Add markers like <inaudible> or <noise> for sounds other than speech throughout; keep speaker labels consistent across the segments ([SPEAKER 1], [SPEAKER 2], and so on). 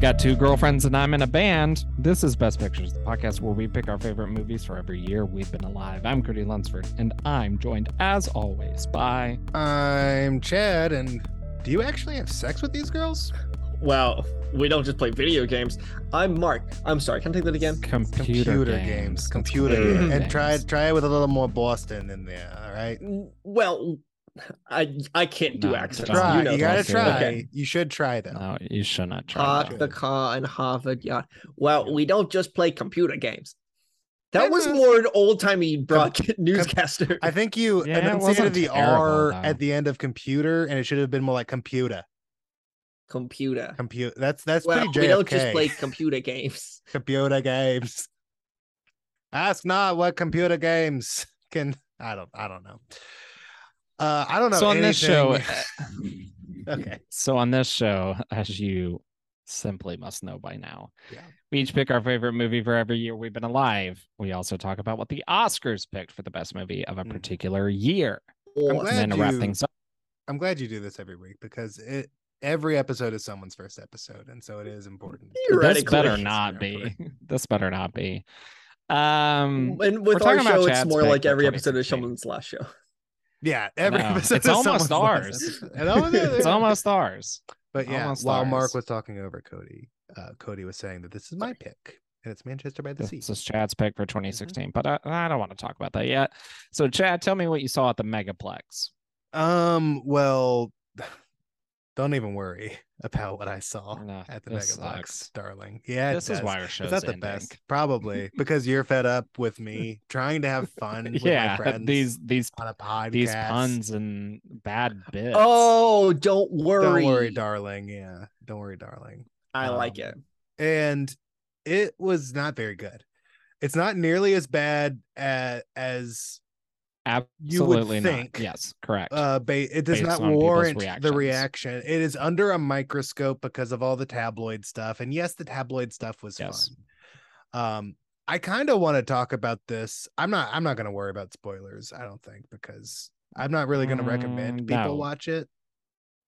[SPEAKER 1] got two girlfriends and I'm in a band. This is Best Pictures, the podcast where we pick our favorite movies for every year we've been alive. I'm Cody Lunsford, and I'm joined, as always, by
[SPEAKER 2] I'm Chad, and do you actually have sex with these girls?
[SPEAKER 3] Well, we don't just play video games. I'm Mark. I'm sorry. Can I take that again?
[SPEAKER 1] computer, games.
[SPEAKER 2] Computer
[SPEAKER 3] Computer
[SPEAKER 2] games. And
[SPEAKER 1] games.
[SPEAKER 2] try try it with a little more Boston in there, all right?
[SPEAKER 3] Well, I I can't do
[SPEAKER 1] No,
[SPEAKER 3] accents.
[SPEAKER 1] don't-
[SPEAKER 2] Try.
[SPEAKER 3] You
[SPEAKER 2] You,
[SPEAKER 3] know
[SPEAKER 2] gotta
[SPEAKER 1] don't do it.
[SPEAKER 2] try.
[SPEAKER 3] Okay.
[SPEAKER 2] You should try though.
[SPEAKER 1] No, you should not try.
[SPEAKER 2] Uh,
[SPEAKER 3] Park
[SPEAKER 1] that.
[SPEAKER 3] the car in Harvard Yard. Well, we don't just play computer games. That
[SPEAKER 2] That
[SPEAKER 3] was
[SPEAKER 2] was-
[SPEAKER 3] more an old timey <laughs> broadcast newscaster.
[SPEAKER 2] I think you
[SPEAKER 1] Yeah, it wasn't
[SPEAKER 2] enunciated the
[SPEAKER 1] terrible,
[SPEAKER 2] R
[SPEAKER 1] though.
[SPEAKER 2] at the end of computer, and it should have been more like computer.
[SPEAKER 3] Computer.
[SPEAKER 2] Compute. That's that's
[SPEAKER 3] Well,
[SPEAKER 2] pretty JFK.
[SPEAKER 3] we don't just play computer games.
[SPEAKER 2] computer games. Ask not what computer games can. I don't. I don't know. Uh, I don't know.
[SPEAKER 1] So on this show,
[SPEAKER 2] anything. <laughs> okay.
[SPEAKER 1] So on this show, as you simply must know by now,
[SPEAKER 2] Yeah.
[SPEAKER 1] we each pick our favorite movie for every year we've been alive. We also talk about what the Oscars picked for the best movie of a
[SPEAKER 2] Mhm.
[SPEAKER 1] particular year.
[SPEAKER 2] I'm
[SPEAKER 3] Or-
[SPEAKER 2] glad-
[SPEAKER 1] And then to wrap
[SPEAKER 2] you-
[SPEAKER 1] things up.
[SPEAKER 2] I'm glad you do this every week because it every episode is someone's first episode, and so it is important.
[SPEAKER 1] This
[SPEAKER 3] Theoretically.
[SPEAKER 1] better not be. <laughs> This better not be.
[SPEAKER 3] Hmm.
[SPEAKER 1] Um
[SPEAKER 3] And
[SPEAKER 1] We're
[SPEAKER 3] with
[SPEAKER 1] talking
[SPEAKER 3] our
[SPEAKER 1] about
[SPEAKER 3] show, it's
[SPEAKER 1] Chad's
[SPEAKER 3] more
[SPEAKER 1] pick
[SPEAKER 3] like
[SPEAKER 1] for
[SPEAKER 3] every episode of
[SPEAKER 1] 2016.
[SPEAKER 3] someone's last show.
[SPEAKER 2] Yeah, every
[SPEAKER 1] No,
[SPEAKER 2] episode.
[SPEAKER 1] it's
[SPEAKER 2] is
[SPEAKER 1] almost
[SPEAKER 2] someone's first
[SPEAKER 1] ours.
[SPEAKER 2] episode. It almost is.
[SPEAKER 1] it's almost ours.
[SPEAKER 2] But yeah,
[SPEAKER 1] almost
[SPEAKER 2] while
[SPEAKER 1] ours.
[SPEAKER 2] Mark was talking over Cody, uh, Cody was saying that this is my pick, and it's Manchester by the Sea.
[SPEAKER 1] This is Chad's pick
[SPEAKER 2] Mm-hmm.
[SPEAKER 1] for 2016, but I, I don't want to talk about that yet. So, Chad, tell me what you saw at the Megaplex.
[SPEAKER 2] Um, well, <sighs> don't even worry about what I saw
[SPEAKER 1] No,
[SPEAKER 2] at the
[SPEAKER 1] this
[SPEAKER 2] Megaplex,
[SPEAKER 1] sucks.
[SPEAKER 2] darling. Yeah, it
[SPEAKER 1] this is
[SPEAKER 2] does.
[SPEAKER 1] why our show's
[SPEAKER 2] It's not the
[SPEAKER 1] ending. <laughs>
[SPEAKER 2] best, probably because you're fed up with me trying to have fun with my
[SPEAKER 1] Yeah, <laughs>
[SPEAKER 2] friends
[SPEAKER 1] these these
[SPEAKER 2] on a podcast.
[SPEAKER 1] these puns and bad bits.
[SPEAKER 3] Oh, don't worry.
[SPEAKER 2] Don't worry, darling. Yeah, don't worry, darling.
[SPEAKER 3] I like
[SPEAKER 2] Um,
[SPEAKER 3] it.
[SPEAKER 2] and it was not very good. It's not nearly as bad as, as you would
[SPEAKER 1] absolutely
[SPEAKER 2] think,
[SPEAKER 1] not. Yes, correct.
[SPEAKER 2] uh ba- it does
[SPEAKER 1] Based
[SPEAKER 2] not
[SPEAKER 1] on people's
[SPEAKER 2] warrant the
[SPEAKER 1] reactions.
[SPEAKER 2] reaction. It is under a microscope because of all the tabloid stuff. And yes, the tabloid stuff was
[SPEAKER 1] Yes.
[SPEAKER 2] fun. Um I kind of want to talk about this. I'm not I'm not going to worry about spoilers, I don't think, because I'm not really going to recommend
[SPEAKER 1] Mm,
[SPEAKER 2] people
[SPEAKER 1] no.
[SPEAKER 2] watch it.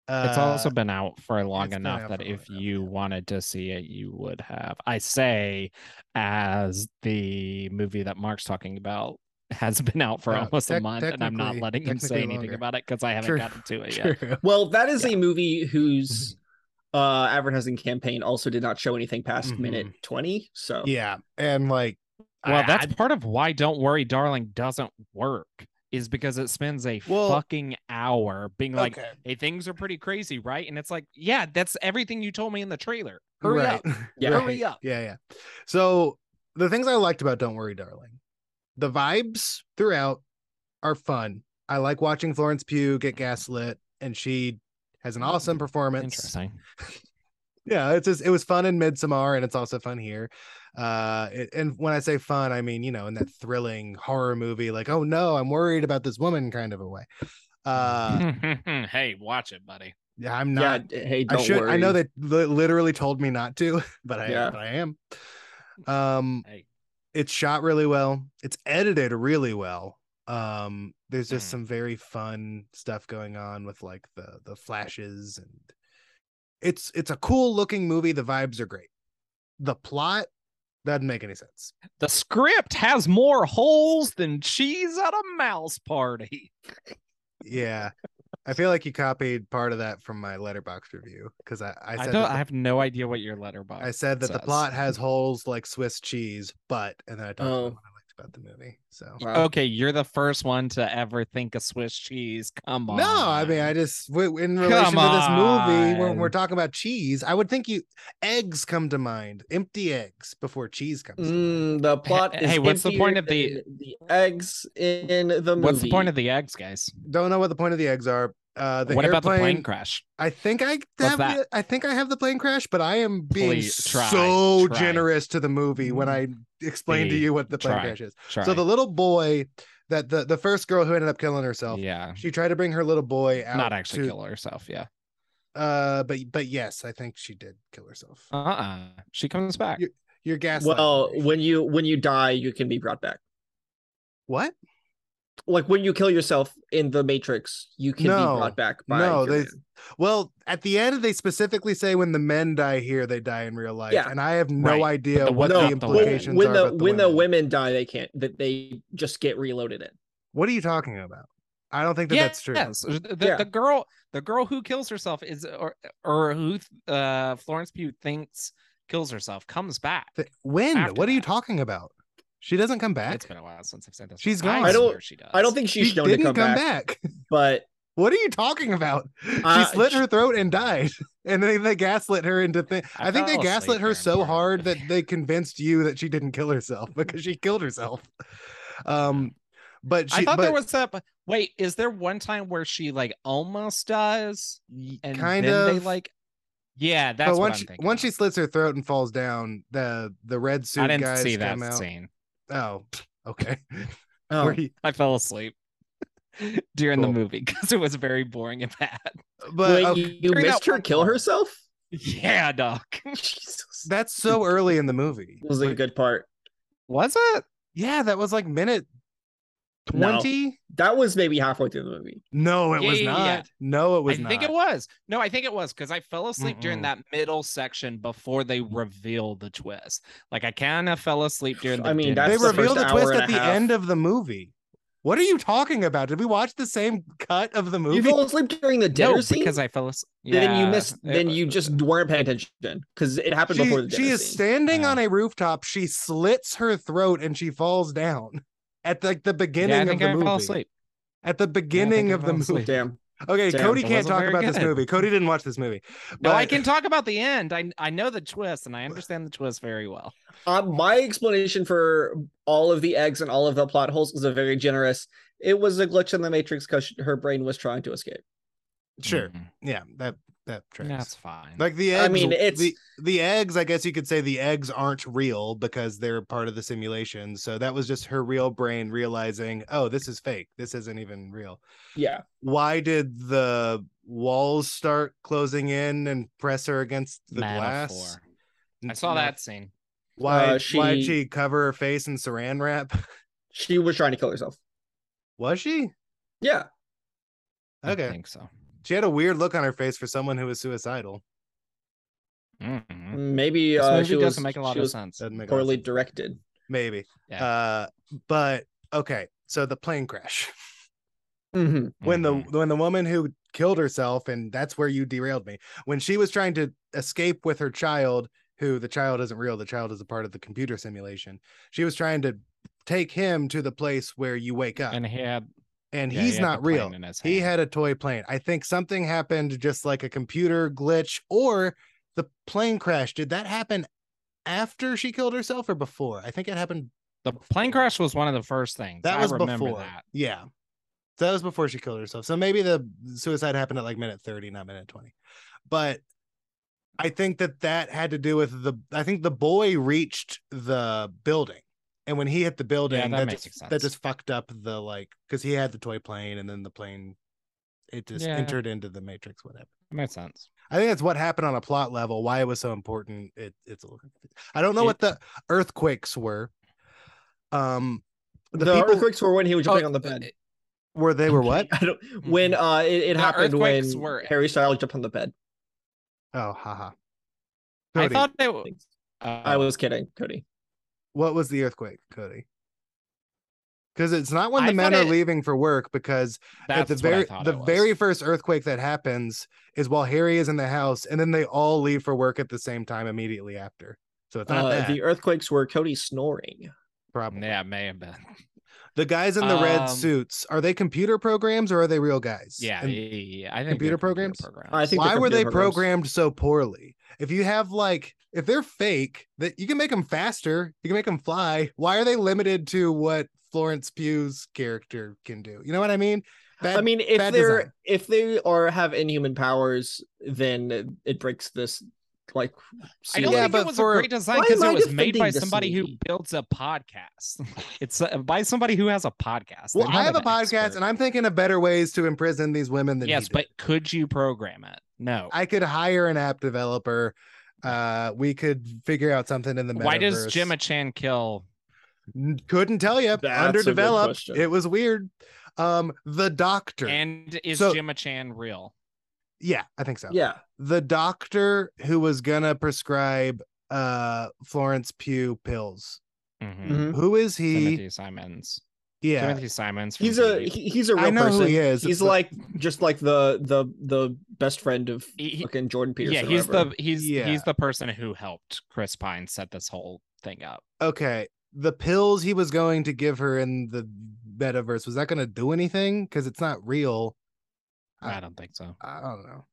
[SPEAKER 2] Uh,
[SPEAKER 1] it's also been out for long
[SPEAKER 2] it's been
[SPEAKER 1] enough
[SPEAKER 2] out
[SPEAKER 1] that
[SPEAKER 2] for
[SPEAKER 1] if
[SPEAKER 2] long enough,
[SPEAKER 1] you
[SPEAKER 2] yeah.
[SPEAKER 1] wanted to see it, you would have. I say, as the movie that Mark's talking about has <laughs> been out for
[SPEAKER 2] Oh,
[SPEAKER 1] almost a
[SPEAKER 2] tec-
[SPEAKER 1] month, and I'm not
[SPEAKER 2] technically-
[SPEAKER 1] letting him say
[SPEAKER 2] technically
[SPEAKER 1] anything
[SPEAKER 2] longer.
[SPEAKER 1] about it because I haven't
[SPEAKER 2] True,
[SPEAKER 1] gotten to it yet.
[SPEAKER 2] True.
[SPEAKER 3] Well, that is a movie whose uh advertising campaign also did not show anything past
[SPEAKER 2] Mhm.
[SPEAKER 3] minute 20. So
[SPEAKER 2] Yeah, and like
[SPEAKER 1] Well,
[SPEAKER 2] I-
[SPEAKER 1] that's
[SPEAKER 2] I-
[SPEAKER 1] part of why Don't Worry, Darling doesn't work is because it spends a
[SPEAKER 2] Well-
[SPEAKER 1] fucking hour being like,
[SPEAKER 2] okay,
[SPEAKER 1] hey, things are pretty crazy, right? And it's like, yeah, that's everything you told me in the trailer. Hurry
[SPEAKER 2] <laughs> right.
[SPEAKER 1] up.
[SPEAKER 3] Yeah.
[SPEAKER 1] Hurry up.
[SPEAKER 2] Yeah, yeah. So the things I liked about Don't Worry, Darling, the vibes throughout are fun. I like watching Florence Pugh get gaslit, and she has an awesome performance.
[SPEAKER 1] Mm, Interesting.
[SPEAKER 2] Yeah, it's just it was fun in Midsommar, and it's also fun here. Uh, it, and when I say fun, I mean you know in that thrilling horror movie, like oh no, I'm worried about this woman kind of a way.
[SPEAKER 1] <laughs>
[SPEAKER 2] Uh,
[SPEAKER 1] hey, watch it, buddy.
[SPEAKER 2] yeah, I'm
[SPEAKER 3] yeah,
[SPEAKER 2] not.
[SPEAKER 3] d- hey,
[SPEAKER 2] I
[SPEAKER 3] don't
[SPEAKER 2] should.
[SPEAKER 3] worry.
[SPEAKER 2] I know they li- literally told me not to, <laughs> but I
[SPEAKER 3] Yeah.
[SPEAKER 2] but I am. Um,
[SPEAKER 1] Hey.
[SPEAKER 2] it's shot really well it's edited really well um there's just
[SPEAKER 1] Mm.
[SPEAKER 2] some very fun stuff going on with like the the flashes and it's it's a cool looking movie the vibes are great the plot doesn't make any sense
[SPEAKER 1] The script has more holes than cheese at a mouse party.
[SPEAKER 2] yeah i feel like you copied part of that from my letterbox review because i i
[SPEAKER 1] I,
[SPEAKER 2] said
[SPEAKER 1] don't.
[SPEAKER 2] that
[SPEAKER 1] I
[SPEAKER 2] the-
[SPEAKER 1] have no idea what your letterbox.
[SPEAKER 2] I said that the
[SPEAKER 1] says.
[SPEAKER 2] plot has holes like Swiss cheese, but and then I talked
[SPEAKER 3] Oh.
[SPEAKER 2] about what I liked about the movie. So
[SPEAKER 3] Wow.
[SPEAKER 1] Okay, you're the first one to ever think of Swiss cheese. Come on.
[SPEAKER 2] No, I mean, I just w- in
[SPEAKER 1] Come
[SPEAKER 2] relation to this movie, when we're
[SPEAKER 1] on.
[SPEAKER 2] talking about cheese, I would think you eggs come to mind, empty eggs before cheese comes. to mind.
[SPEAKER 3] Mm, the plot
[SPEAKER 1] Hey,
[SPEAKER 3] is
[SPEAKER 1] hey, what's the point of the-
[SPEAKER 3] emptier than the eggs in the movie?
[SPEAKER 1] What's the point of the eggs, guys?
[SPEAKER 2] Don't know what the point of the eggs are. Uh, the
[SPEAKER 1] what
[SPEAKER 2] airplane,
[SPEAKER 1] about the plane crash?
[SPEAKER 2] I think I
[SPEAKER 1] What's
[SPEAKER 2] have.
[SPEAKER 1] that?
[SPEAKER 2] The, I think I have the plane crash, but I am being
[SPEAKER 1] Please, try,
[SPEAKER 2] so
[SPEAKER 1] try. Mm.
[SPEAKER 2] generous to the movie when I explain to
[SPEAKER 1] Please,
[SPEAKER 2] you what the plane
[SPEAKER 1] try.
[SPEAKER 2] crash is.
[SPEAKER 1] Try.
[SPEAKER 2] So the little boy that the the first girl who ended up killing herself,
[SPEAKER 1] yeah,
[SPEAKER 2] she tried to bring her little boy out.
[SPEAKER 1] not actually
[SPEAKER 2] to-
[SPEAKER 1] kill herself. Yeah.
[SPEAKER 2] Uh, but but yes, I think she did kill herself.
[SPEAKER 1] Uh. uh She comes back.
[SPEAKER 2] You- Your gas.
[SPEAKER 3] well, when you when you die, you can be brought back.
[SPEAKER 2] what?
[SPEAKER 3] like when you kill yourself in the Matrix, you can
[SPEAKER 2] No.
[SPEAKER 3] be brought back by
[SPEAKER 2] No,
[SPEAKER 3] no,
[SPEAKER 2] they- Well, at the end, they specifically say when the men die here, they die in real life,
[SPEAKER 3] Yeah.
[SPEAKER 2] and I have no
[SPEAKER 1] Right.
[SPEAKER 2] idea
[SPEAKER 1] the women-
[SPEAKER 2] what the
[SPEAKER 1] No, when-
[SPEAKER 2] implications
[SPEAKER 3] when
[SPEAKER 2] are.
[SPEAKER 3] the,
[SPEAKER 2] about
[SPEAKER 3] when the women die, they can't that they just get reloaded in.
[SPEAKER 2] what are you talking about? I don't think that that's true.
[SPEAKER 1] Yes, the,
[SPEAKER 3] Yeah.
[SPEAKER 1] the girl, the girl who kills herself is, or or who uh, Florence Pugh thinks kills herself comes back.
[SPEAKER 2] Th- when?
[SPEAKER 1] After
[SPEAKER 2] what are you
[SPEAKER 1] that.
[SPEAKER 2] talking about? She doesn't come back.
[SPEAKER 1] It's been a while since I've said that.
[SPEAKER 2] She's
[SPEAKER 1] I
[SPEAKER 2] gone. I
[SPEAKER 3] don't-
[SPEAKER 1] swear she does.
[SPEAKER 3] I don't think she's
[SPEAKER 2] she
[SPEAKER 3] shown to
[SPEAKER 2] didn't
[SPEAKER 3] come, back,
[SPEAKER 2] back.
[SPEAKER 3] but
[SPEAKER 2] What are you talking about?
[SPEAKER 3] Uh,
[SPEAKER 2] she slit
[SPEAKER 3] she-
[SPEAKER 2] her throat and died, <laughs> and then they gaslit her into thing.
[SPEAKER 1] I
[SPEAKER 2] I, think they
[SPEAKER 1] fell asleep
[SPEAKER 2] gaslit her
[SPEAKER 1] during
[SPEAKER 2] so
[SPEAKER 1] part of the <laughs>
[SPEAKER 2] hard that they convinced you that she didn't kill herself <laughs> because she killed herself. Um, but she,
[SPEAKER 1] I thought
[SPEAKER 2] but
[SPEAKER 1] there was a wait. Is there one time where she like almost dies, and
[SPEAKER 2] kind
[SPEAKER 1] then they
[SPEAKER 2] of.
[SPEAKER 1] like? Yeah, that's
[SPEAKER 2] but
[SPEAKER 1] what
[SPEAKER 2] once
[SPEAKER 1] I'm
[SPEAKER 2] she,
[SPEAKER 1] thinking.
[SPEAKER 2] once she
[SPEAKER 1] of.
[SPEAKER 2] slits her throat and falls down, the the red suit
[SPEAKER 1] I didn't
[SPEAKER 2] guys
[SPEAKER 1] see that
[SPEAKER 2] come out.
[SPEAKER 1] scene.
[SPEAKER 2] Oh, <laughs> okay.
[SPEAKER 3] oh,
[SPEAKER 2] Were you-
[SPEAKER 1] I fell asleep <laughs> during
[SPEAKER 2] Cool.
[SPEAKER 1] the movie because it was very boring and bad.
[SPEAKER 2] but
[SPEAKER 3] wait,
[SPEAKER 2] okay,
[SPEAKER 3] you
[SPEAKER 1] Figuring
[SPEAKER 3] missed
[SPEAKER 1] out
[SPEAKER 3] her
[SPEAKER 1] one
[SPEAKER 3] kill
[SPEAKER 1] part.
[SPEAKER 3] herself.
[SPEAKER 1] <laughs>
[SPEAKER 2] <laughs>
[SPEAKER 1] Yeah, doc.
[SPEAKER 3] Jesus, that
[SPEAKER 2] that's so early in the movie.
[SPEAKER 3] was a good part.
[SPEAKER 1] Was it?
[SPEAKER 2] Yeah, that was like minute
[SPEAKER 3] No.
[SPEAKER 2] twenty.
[SPEAKER 3] That was maybe halfway through the movie.
[SPEAKER 2] No, it
[SPEAKER 1] Yeah,
[SPEAKER 2] was
[SPEAKER 1] yeah,
[SPEAKER 2] not.
[SPEAKER 1] yeah.
[SPEAKER 2] No, it was
[SPEAKER 1] I
[SPEAKER 2] not.
[SPEAKER 1] think it was. No, I think it was because I fell asleep during
[SPEAKER 2] Mm-mm.
[SPEAKER 1] that middle section before they reveal the twist. Like I kind of fell asleep during. The
[SPEAKER 3] I mean,
[SPEAKER 1] dinner
[SPEAKER 3] that's
[SPEAKER 2] they
[SPEAKER 3] the
[SPEAKER 1] scene.
[SPEAKER 3] first
[SPEAKER 2] revealed the twist
[SPEAKER 3] hour and
[SPEAKER 2] at
[SPEAKER 3] a
[SPEAKER 2] the
[SPEAKER 3] half.
[SPEAKER 2] end of the movie. What are you talking about? Did we watch the same cut of the
[SPEAKER 3] You
[SPEAKER 2] movie?
[SPEAKER 3] fell asleep during the dinner
[SPEAKER 1] no,
[SPEAKER 3] scene.
[SPEAKER 1] because I fell Uh, asleep.
[SPEAKER 3] then you missed. Then you just weren't paying attention because it happened
[SPEAKER 2] She,
[SPEAKER 3] before the dinner
[SPEAKER 2] she is
[SPEAKER 3] scene. Uh-huh.
[SPEAKER 2] standing
[SPEAKER 1] Yeah.
[SPEAKER 2] on a rooftop. She slits her throat and she falls down at like the beginning
[SPEAKER 1] Yeah, I
[SPEAKER 2] of
[SPEAKER 1] think
[SPEAKER 2] the
[SPEAKER 1] I
[SPEAKER 2] movie.
[SPEAKER 1] fell asleep.
[SPEAKER 2] At the beginning
[SPEAKER 1] I
[SPEAKER 2] of the
[SPEAKER 1] fell
[SPEAKER 2] movie.
[SPEAKER 1] asleep.
[SPEAKER 3] Damn.
[SPEAKER 2] Okay,
[SPEAKER 3] Damn,
[SPEAKER 2] Cody
[SPEAKER 1] it
[SPEAKER 2] can't
[SPEAKER 1] wasn't
[SPEAKER 2] talk
[SPEAKER 1] very
[SPEAKER 2] about this
[SPEAKER 1] good.
[SPEAKER 2] movie. Cody didn't watch
[SPEAKER 1] <laughs>
[SPEAKER 2] this movie.
[SPEAKER 1] No, I
[SPEAKER 2] but-
[SPEAKER 1] can talk about the end. I I know the twist and I understand the twist very well.
[SPEAKER 3] Uh, my explanation for all of the eggs and all of the plot holes was a very generous. It was a glitch in the matrix because her brain was trying to escape.
[SPEAKER 2] Sure.
[SPEAKER 3] Mm-hmm.
[SPEAKER 1] Mhm.
[SPEAKER 2] Yeah, that that tracks.
[SPEAKER 1] that's fine.
[SPEAKER 2] Like the
[SPEAKER 3] I
[SPEAKER 2] eggs.
[SPEAKER 3] mean, it's-
[SPEAKER 2] the, the eggs. I guess you could say the eggs aren't real because they're part of the simulation. So that was just her real brain realizing, oh, this is fake. This isn't even real.
[SPEAKER 3] Yeah,
[SPEAKER 2] Why did the walls start closing in and press her against the glass?
[SPEAKER 1] Metaphor. I saw that scene.
[SPEAKER 2] Why?
[SPEAKER 3] Uh,
[SPEAKER 2] Why'd
[SPEAKER 3] she-
[SPEAKER 2] she cover her face in Saran wrap? <laughs>
[SPEAKER 3] she was trying to kill herself.
[SPEAKER 2] Was she?
[SPEAKER 3] Yeah,
[SPEAKER 1] I
[SPEAKER 2] Okay.
[SPEAKER 1] think so.
[SPEAKER 2] She had a weird look on her face for someone who was suicidal.
[SPEAKER 1] Mhm.
[SPEAKER 3] maybe
[SPEAKER 1] This
[SPEAKER 3] uh,
[SPEAKER 1] movie
[SPEAKER 3] she
[SPEAKER 1] doesn't
[SPEAKER 3] was,
[SPEAKER 1] make a lot
[SPEAKER 3] she
[SPEAKER 1] of
[SPEAKER 3] was
[SPEAKER 1] sense.
[SPEAKER 2] Doesn't make a lot of
[SPEAKER 3] poorly
[SPEAKER 2] sense.
[SPEAKER 3] directed.
[SPEAKER 2] Maybe.
[SPEAKER 1] Yeah.
[SPEAKER 2] Uh, but okay. So the plane crash.
[SPEAKER 3] hmm
[SPEAKER 2] when the
[SPEAKER 1] Mhm.
[SPEAKER 2] when the woman who killed herself and that's where you derailed me when she was trying to escape with her child who the child isn't real the child is a part of the computer simulation she was trying to take him to the place where you wake up and,
[SPEAKER 1] and he had yeah, he
[SPEAKER 2] he's
[SPEAKER 1] had the
[SPEAKER 2] not
[SPEAKER 1] plane
[SPEAKER 2] real
[SPEAKER 1] in his
[SPEAKER 2] he
[SPEAKER 1] hand.
[SPEAKER 2] had a toy plane i think something happened just like a computer glitch or the plane crash did that happen after she killed herself or before i think it happened
[SPEAKER 1] The plane
[SPEAKER 2] before.
[SPEAKER 1] crash was one of the first things.
[SPEAKER 2] that
[SPEAKER 1] I
[SPEAKER 2] was
[SPEAKER 1] remember
[SPEAKER 2] before
[SPEAKER 1] that.
[SPEAKER 2] yeah so that was before she killed herself so maybe the suicide happened at like minute 30 not minute 20 but i think that that had to do with the i think the boy reached the building and when he hit the building
[SPEAKER 1] that
[SPEAKER 2] that,
[SPEAKER 1] makes
[SPEAKER 2] just,
[SPEAKER 1] sense.
[SPEAKER 2] that just fucked up the like because he had the toy plane and then the plane it just
[SPEAKER 1] Yeah.
[SPEAKER 2] entered into the matrix whatever
[SPEAKER 1] It makes sense.
[SPEAKER 2] I think that's what happened on a plot level. Why it was so important. It, it's a little. confusing. I don't know
[SPEAKER 1] It-
[SPEAKER 2] what the earthquakes were. Um,
[SPEAKER 3] The,
[SPEAKER 2] the, people
[SPEAKER 3] earthquakes were when he was jumping
[SPEAKER 1] Oh,
[SPEAKER 3] on the bed.
[SPEAKER 2] were they were what?
[SPEAKER 3] <laughs> I don't. When uh, it, it
[SPEAKER 1] Mm-hmm. The
[SPEAKER 3] happened
[SPEAKER 1] earthquakes
[SPEAKER 3] when
[SPEAKER 1] were-
[SPEAKER 3] Harry Styles jumped on the bed.
[SPEAKER 2] Oh, haha.
[SPEAKER 1] I
[SPEAKER 2] Cody,
[SPEAKER 1] thought uh, it was.
[SPEAKER 3] I
[SPEAKER 1] oh.
[SPEAKER 3] was kidding, Cody.
[SPEAKER 2] what was the earthquake, Cody? Because it's not when
[SPEAKER 1] I
[SPEAKER 2] the men
[SPEAKER 1] thought
[SPEAKER 2] are
[SPEAKER 1] it-
[SPEAKER 2] leaving for work. Because
[SPEAKER 1] that's
[SPEAKER 2] at the
[SPEAKER 1] what I
[SPEAKER 2] very
[SPEAKER 1] thought it
[SPEAKER 2] the
[SPEAKER 1] was.
[SPEAKER 2] very first earthquake that happens is while Harry is in the house, and then they all leave for work at the same time immediately after. So it's not
[SPEAKER 3] Uh,
[SPEAKER 2] that
[SPEAKER 3] the earthquakes were Cody snoring.
[SPEAKER 2] problem.
[SPEAKER 1] Yeah, it may have been.
[SPEAKER 2] The guys in the red
[SPEAKER 1] Um,
[SPEAKER 2] suits are they computer programs or are they real guys?
[SPEAKER 1] Yeah,
[SPEAKER 2] And
[SPEAKER 1] yeah, yeah, yeah. I think
[SPEAKER 2] computer
[SPEAKER 1] they're
[SPEAKER 2] programs?
[SPEAKER 1] programs.
[SPEAKER 3] I think
[SPEAKER 2] why
[SPEAKER 3] they're
[SPEAKER 2] were they
[SPEAKER 3] computer programs.
[SPEAKER 2] programmed so poorly? If you have like, if they're fake, that you can make them faster, you can make them fly. Why are they limited to what Florence Pugh's character can do? You know what I mean? Bad-
[SPEAKER 3] I mean, if
[SPEAKER 2] bad
[SPEAKER 3] they're
[SPEAKER 2] design.
[SPEAKER 3] if they are have inhuman powers, then it breaks this like.
[SPEAKER 1] I don't
[SPEAKER 2] Yeah,
[SPEAKER 1] think
[SPEAKER 2] but
[SPEAKER 1] it was
[SPEAKER 2] for-
[SPEAKER 1] a great design
[SPEAKER 3] why
[SPEAKER 1] because
[SPEAKER 3] am
[SPEAKER 1] it
[SPEAKER 3] I
[SPEAKER 1] was made by
[SPEAKER 3] defending this
[SPEAKER 1] somebody who
[SPEAKER 3] movie?
[SPEAKER 1] builds a podcast. <laughs> It's uh, by somebody who has a podcast.
[SPEAKER 2] well,
[SPEAKER 1] They're not
[SPEAKER 2] I have a
[SPEAKER 1] an
[SPEAKER 2] podcast,
[SPEAKER 1] expert.
[SPEAKER 2] and I'm thinking of better ways to imprison these women than he
[SPEAKER 1] yes,
[SPEAKER 2] did.
[SPEAKER 1] but could you program it? No.
[SPEAKER 2] I could hire an app developer. Uh, we could figure out something in the metaverse.
[SPEAKER 1] Why does Gemma Chan kill
[SPEAKER 2] N- Couldn't tell you.
[SPEAKER 3] That's a good
[SPEAKER 2] Underdeveloped.
[SPEAKER 3] question.
[SPEAKER 2] It was weird. Um, the Doctor.
[SPEAKER 1] And is
[SPEAKER 2] So-
[SPEAKER 1] Jimma Chan real?
[SPEAKER 2] yeah, I think so.
[SPEAKER 3] Yeah.
[SPEAKER 2] The doctor who was gonna prescribe uh Florence Pugh pills.
[SPEAKER 1] Mhm.
[SPEAKER 3] Mhm.
[SPEAKER 2] Who is he?
[SPEAKER 1] Timothy Simons.
[SPEAKER 2] Yeah.
[SPEAKER 1] Timothy Simons. from
[SPEAKER 3] He's a
[SPEAKER 1] Veep.
[SPEAKER 3] he, he's a real
[SPEAKER 2] I know
[SPEAKER 3] person.
[SPEAKER 2] who he is.
[SPEAKER 3] He's
[SPEAKER 2] but-
[SPEAKER 3] like just like the the the best friend of
[SPEAKER 1] He- he-
[SPEAKER 3] fucking Jordan Peterson.
[SPEAKER 1] yeah,
[SPEAKER 3] or
[SPEAKER 1] he's
[SPEAKER 3] whatever.
[SPEAKER 1] the he's
[SPEAKER 2] Yeah.
[SPEAKER 1] he's the person who helped Chris Pine set this whole thing up.
[SPEAKER 2] okay, the pills he was going to give her in the metaverse, was that gonna do anything? Because it's not real. I-
[SPEAKER 1] I don't think so.
[SPEAKER 2] I don't know.
[SPEAKER 1] I don't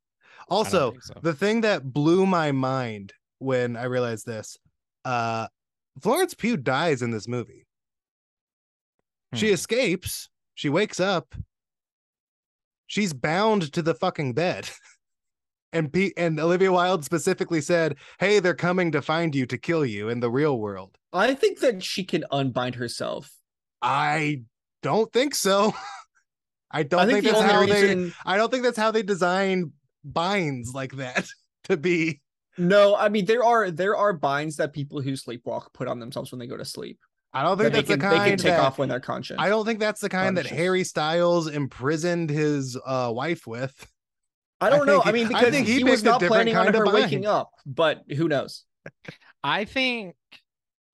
[SPEAKER 2] Also,
[SPEAKER 1] think so.
[SPEAKER 2] the thing that blew my mind when I realized this, uh Florence Pugh dies in this movie. She
[SPEAKER 1] Hmm.
[SPEAKER 2] escapes, she wakes up, she's bound to the fucking bed. <laughs> And Pete and Olivia Wilde specifically said, Hey, they're coming to find you to kill you in the real world.
[SPEAKER 3] I think that she can unbind herself.
[SPEAKER 2] I don't think so. <laughs> I don't
[SPEAKER 3] I
[SPEAKER 2] think,
[SPEAKER 3] think, the
[SPEAKER 2] that's how
[SPEAKER 3] only
[SPEAKER 2] they
[SPEAKER 3] reason.
[SPEAKER 2] I don't think that's how they design binds like that <laughs> to be.
[SPEAKER 3] No, I mean there are there are binds that people who sleepwalk put on themselves when they go to sleep.
[SPEAKER 2] I don't
[SPEAKER 3] That
[SPEAKER 2] think
[SPEAKER 3] they
[SPEAKER 2] that's
[SPEAKER 3] can,
[SPEAKER 2] the
[SPEAKER 3] they can
[SPEAKER 2] kind
[SPEAKER 3] take
[SPEAKER 2] that-
[SPEAKER 3] off when they're conscious.
[SPEAKER 2] I don't think that's the kind that
[SPEAKER 3] Conscious.
[SPEAKER 2] Harry Styles imprisoned his uh, wife with.
[SPEAKER 3] I don't
[SPEAKER 2] I
[SPEAKER 3] know.
[SPEAKER 2] think
[SPEAKER 3] I
[SPEAKER 2] he-
[SPEAKER 3] mean,
[SPEAKER 2] I
[SPEAKER 3] because
[SPEAKER 2] think he
[SPEAKER 3] he, was
[SPEAKER 2] picked a
[SPEAKER 3] not
[SPEAKER 2] different
[SPEAKER 3] planning on
[SPEAKER 2] kind of
[SPEAKER 3] her
[SPEAKER 2] bind.
[SPEAKER 3] waking up, but who knows?
[SPEAKER 1] I think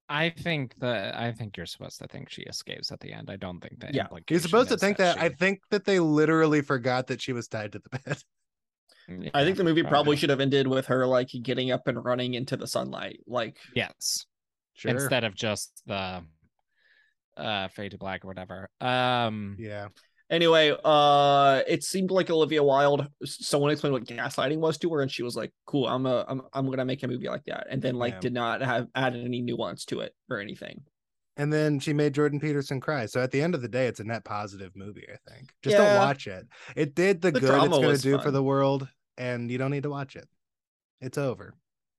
[SPEAKER 1] I think that I think you're supposed to think she escapes at the end. I don't think that
[SPEAKER 3] Yeah.
[SPEAKER 2] You're supposed to think that. I think that they literally forgot that she was tied to the bed. <laughs>
[SPEAKER 1] think
[SPEAKER 3] I think the movie probably should have ended with her like getting up and running into the sunlight. Like,
[SPEAKER 1] Yes. Instead of just the uh fade to black or whatever. Um
[SPEAKER 2] Yeah.
[SPEAKER 3] anyway, uh, it seemed like Olivia Wilde. Someone explained what gaslighting was to her, and she was like, "Cool, I'm a, I'm, I'm gonna make a movie like that," and then like
[SPEAKER 2] Yeah.
[SPEAKER 3] did not have added any nuance to it or anything.
[SPEAKER 2] And then she made Jordan Peterson cry. So at the end of the day, it's a net positive movie, I think. Just
[SPEAKER 3] Yeah.
[SPEAKER 2] don't watch it. It did the,
[SPEAKER 3] The
[SPEAKER 2] good
[SPEAKER 3] drama
[SPEAKER 2] it's going
[SPEAKER 3] was
[SPEAKER 2] to do for
[SPEAKER 3] fun.
[SPEAKER 2] the world, and you don't need to watch it. It's over.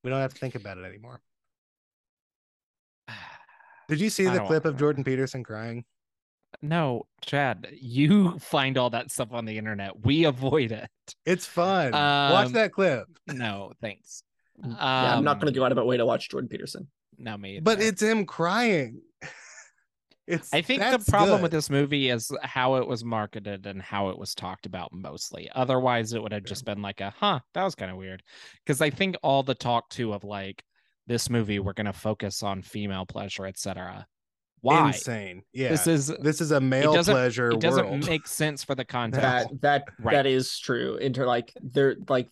[SPEAKER 2] We don't have to think about it anymore. Did you see
[SPEAKER 1] I
[SPEAKER 2] the
[SPEAKER 1] don't
[SPEAKER 2] clip
[SPEAKER 1] wanna-
[SPEAKER 2] of Jordan Peterson crying?
[SPEAKER 1] <sighs> no, Chad, you <laughs> find all that stuff on the internet. We avoid it.
[SPEAKER 2] It's fun. watch
[SPEAKER 1] Um,
[SPEAKER 2] that clip.
[SPEAKER 1] No, thanks. Um,
[SPEAKER 3] yeah, I'm not gonna go out of my way to watch Jordan Peterson.
[SPEAKER 1] No, me.
[SPEAKER 2] But
[SPEAKER 1] either.
[SPEAKER 2] it's him crying. <laughs> It's
[SPEAKER 1] I think the
[SPEAKER 2] that's
[SPEAKER 1] problem
[SPEAKER 2] good.
[SPEAKER 1] with this movie is how it was marketed and how it was talked about mostly. Otherwise, it would have just been like a, huh, that was kind of weird. Because I think all the talk too of like this movie, we're going to focus on female pleasure, etc. Why?
[SPEAKER 2] insane. Yeah.
[SPEAKER 1] This is
[SPEAKER 2] this is a male
[SPEAKER 1] doesn't-
[SPEAKER 2] pleasure
[SPEAKER 1] it doesn't
[SPEAKER 2] world.
[SPEAKER 1] make sense for the context.
[SPEAKER 2] <laughs>
[SPEAKER 3] That that
[SPEAKER 1] Right.
[SPEAKER 3] that is true. Into like there like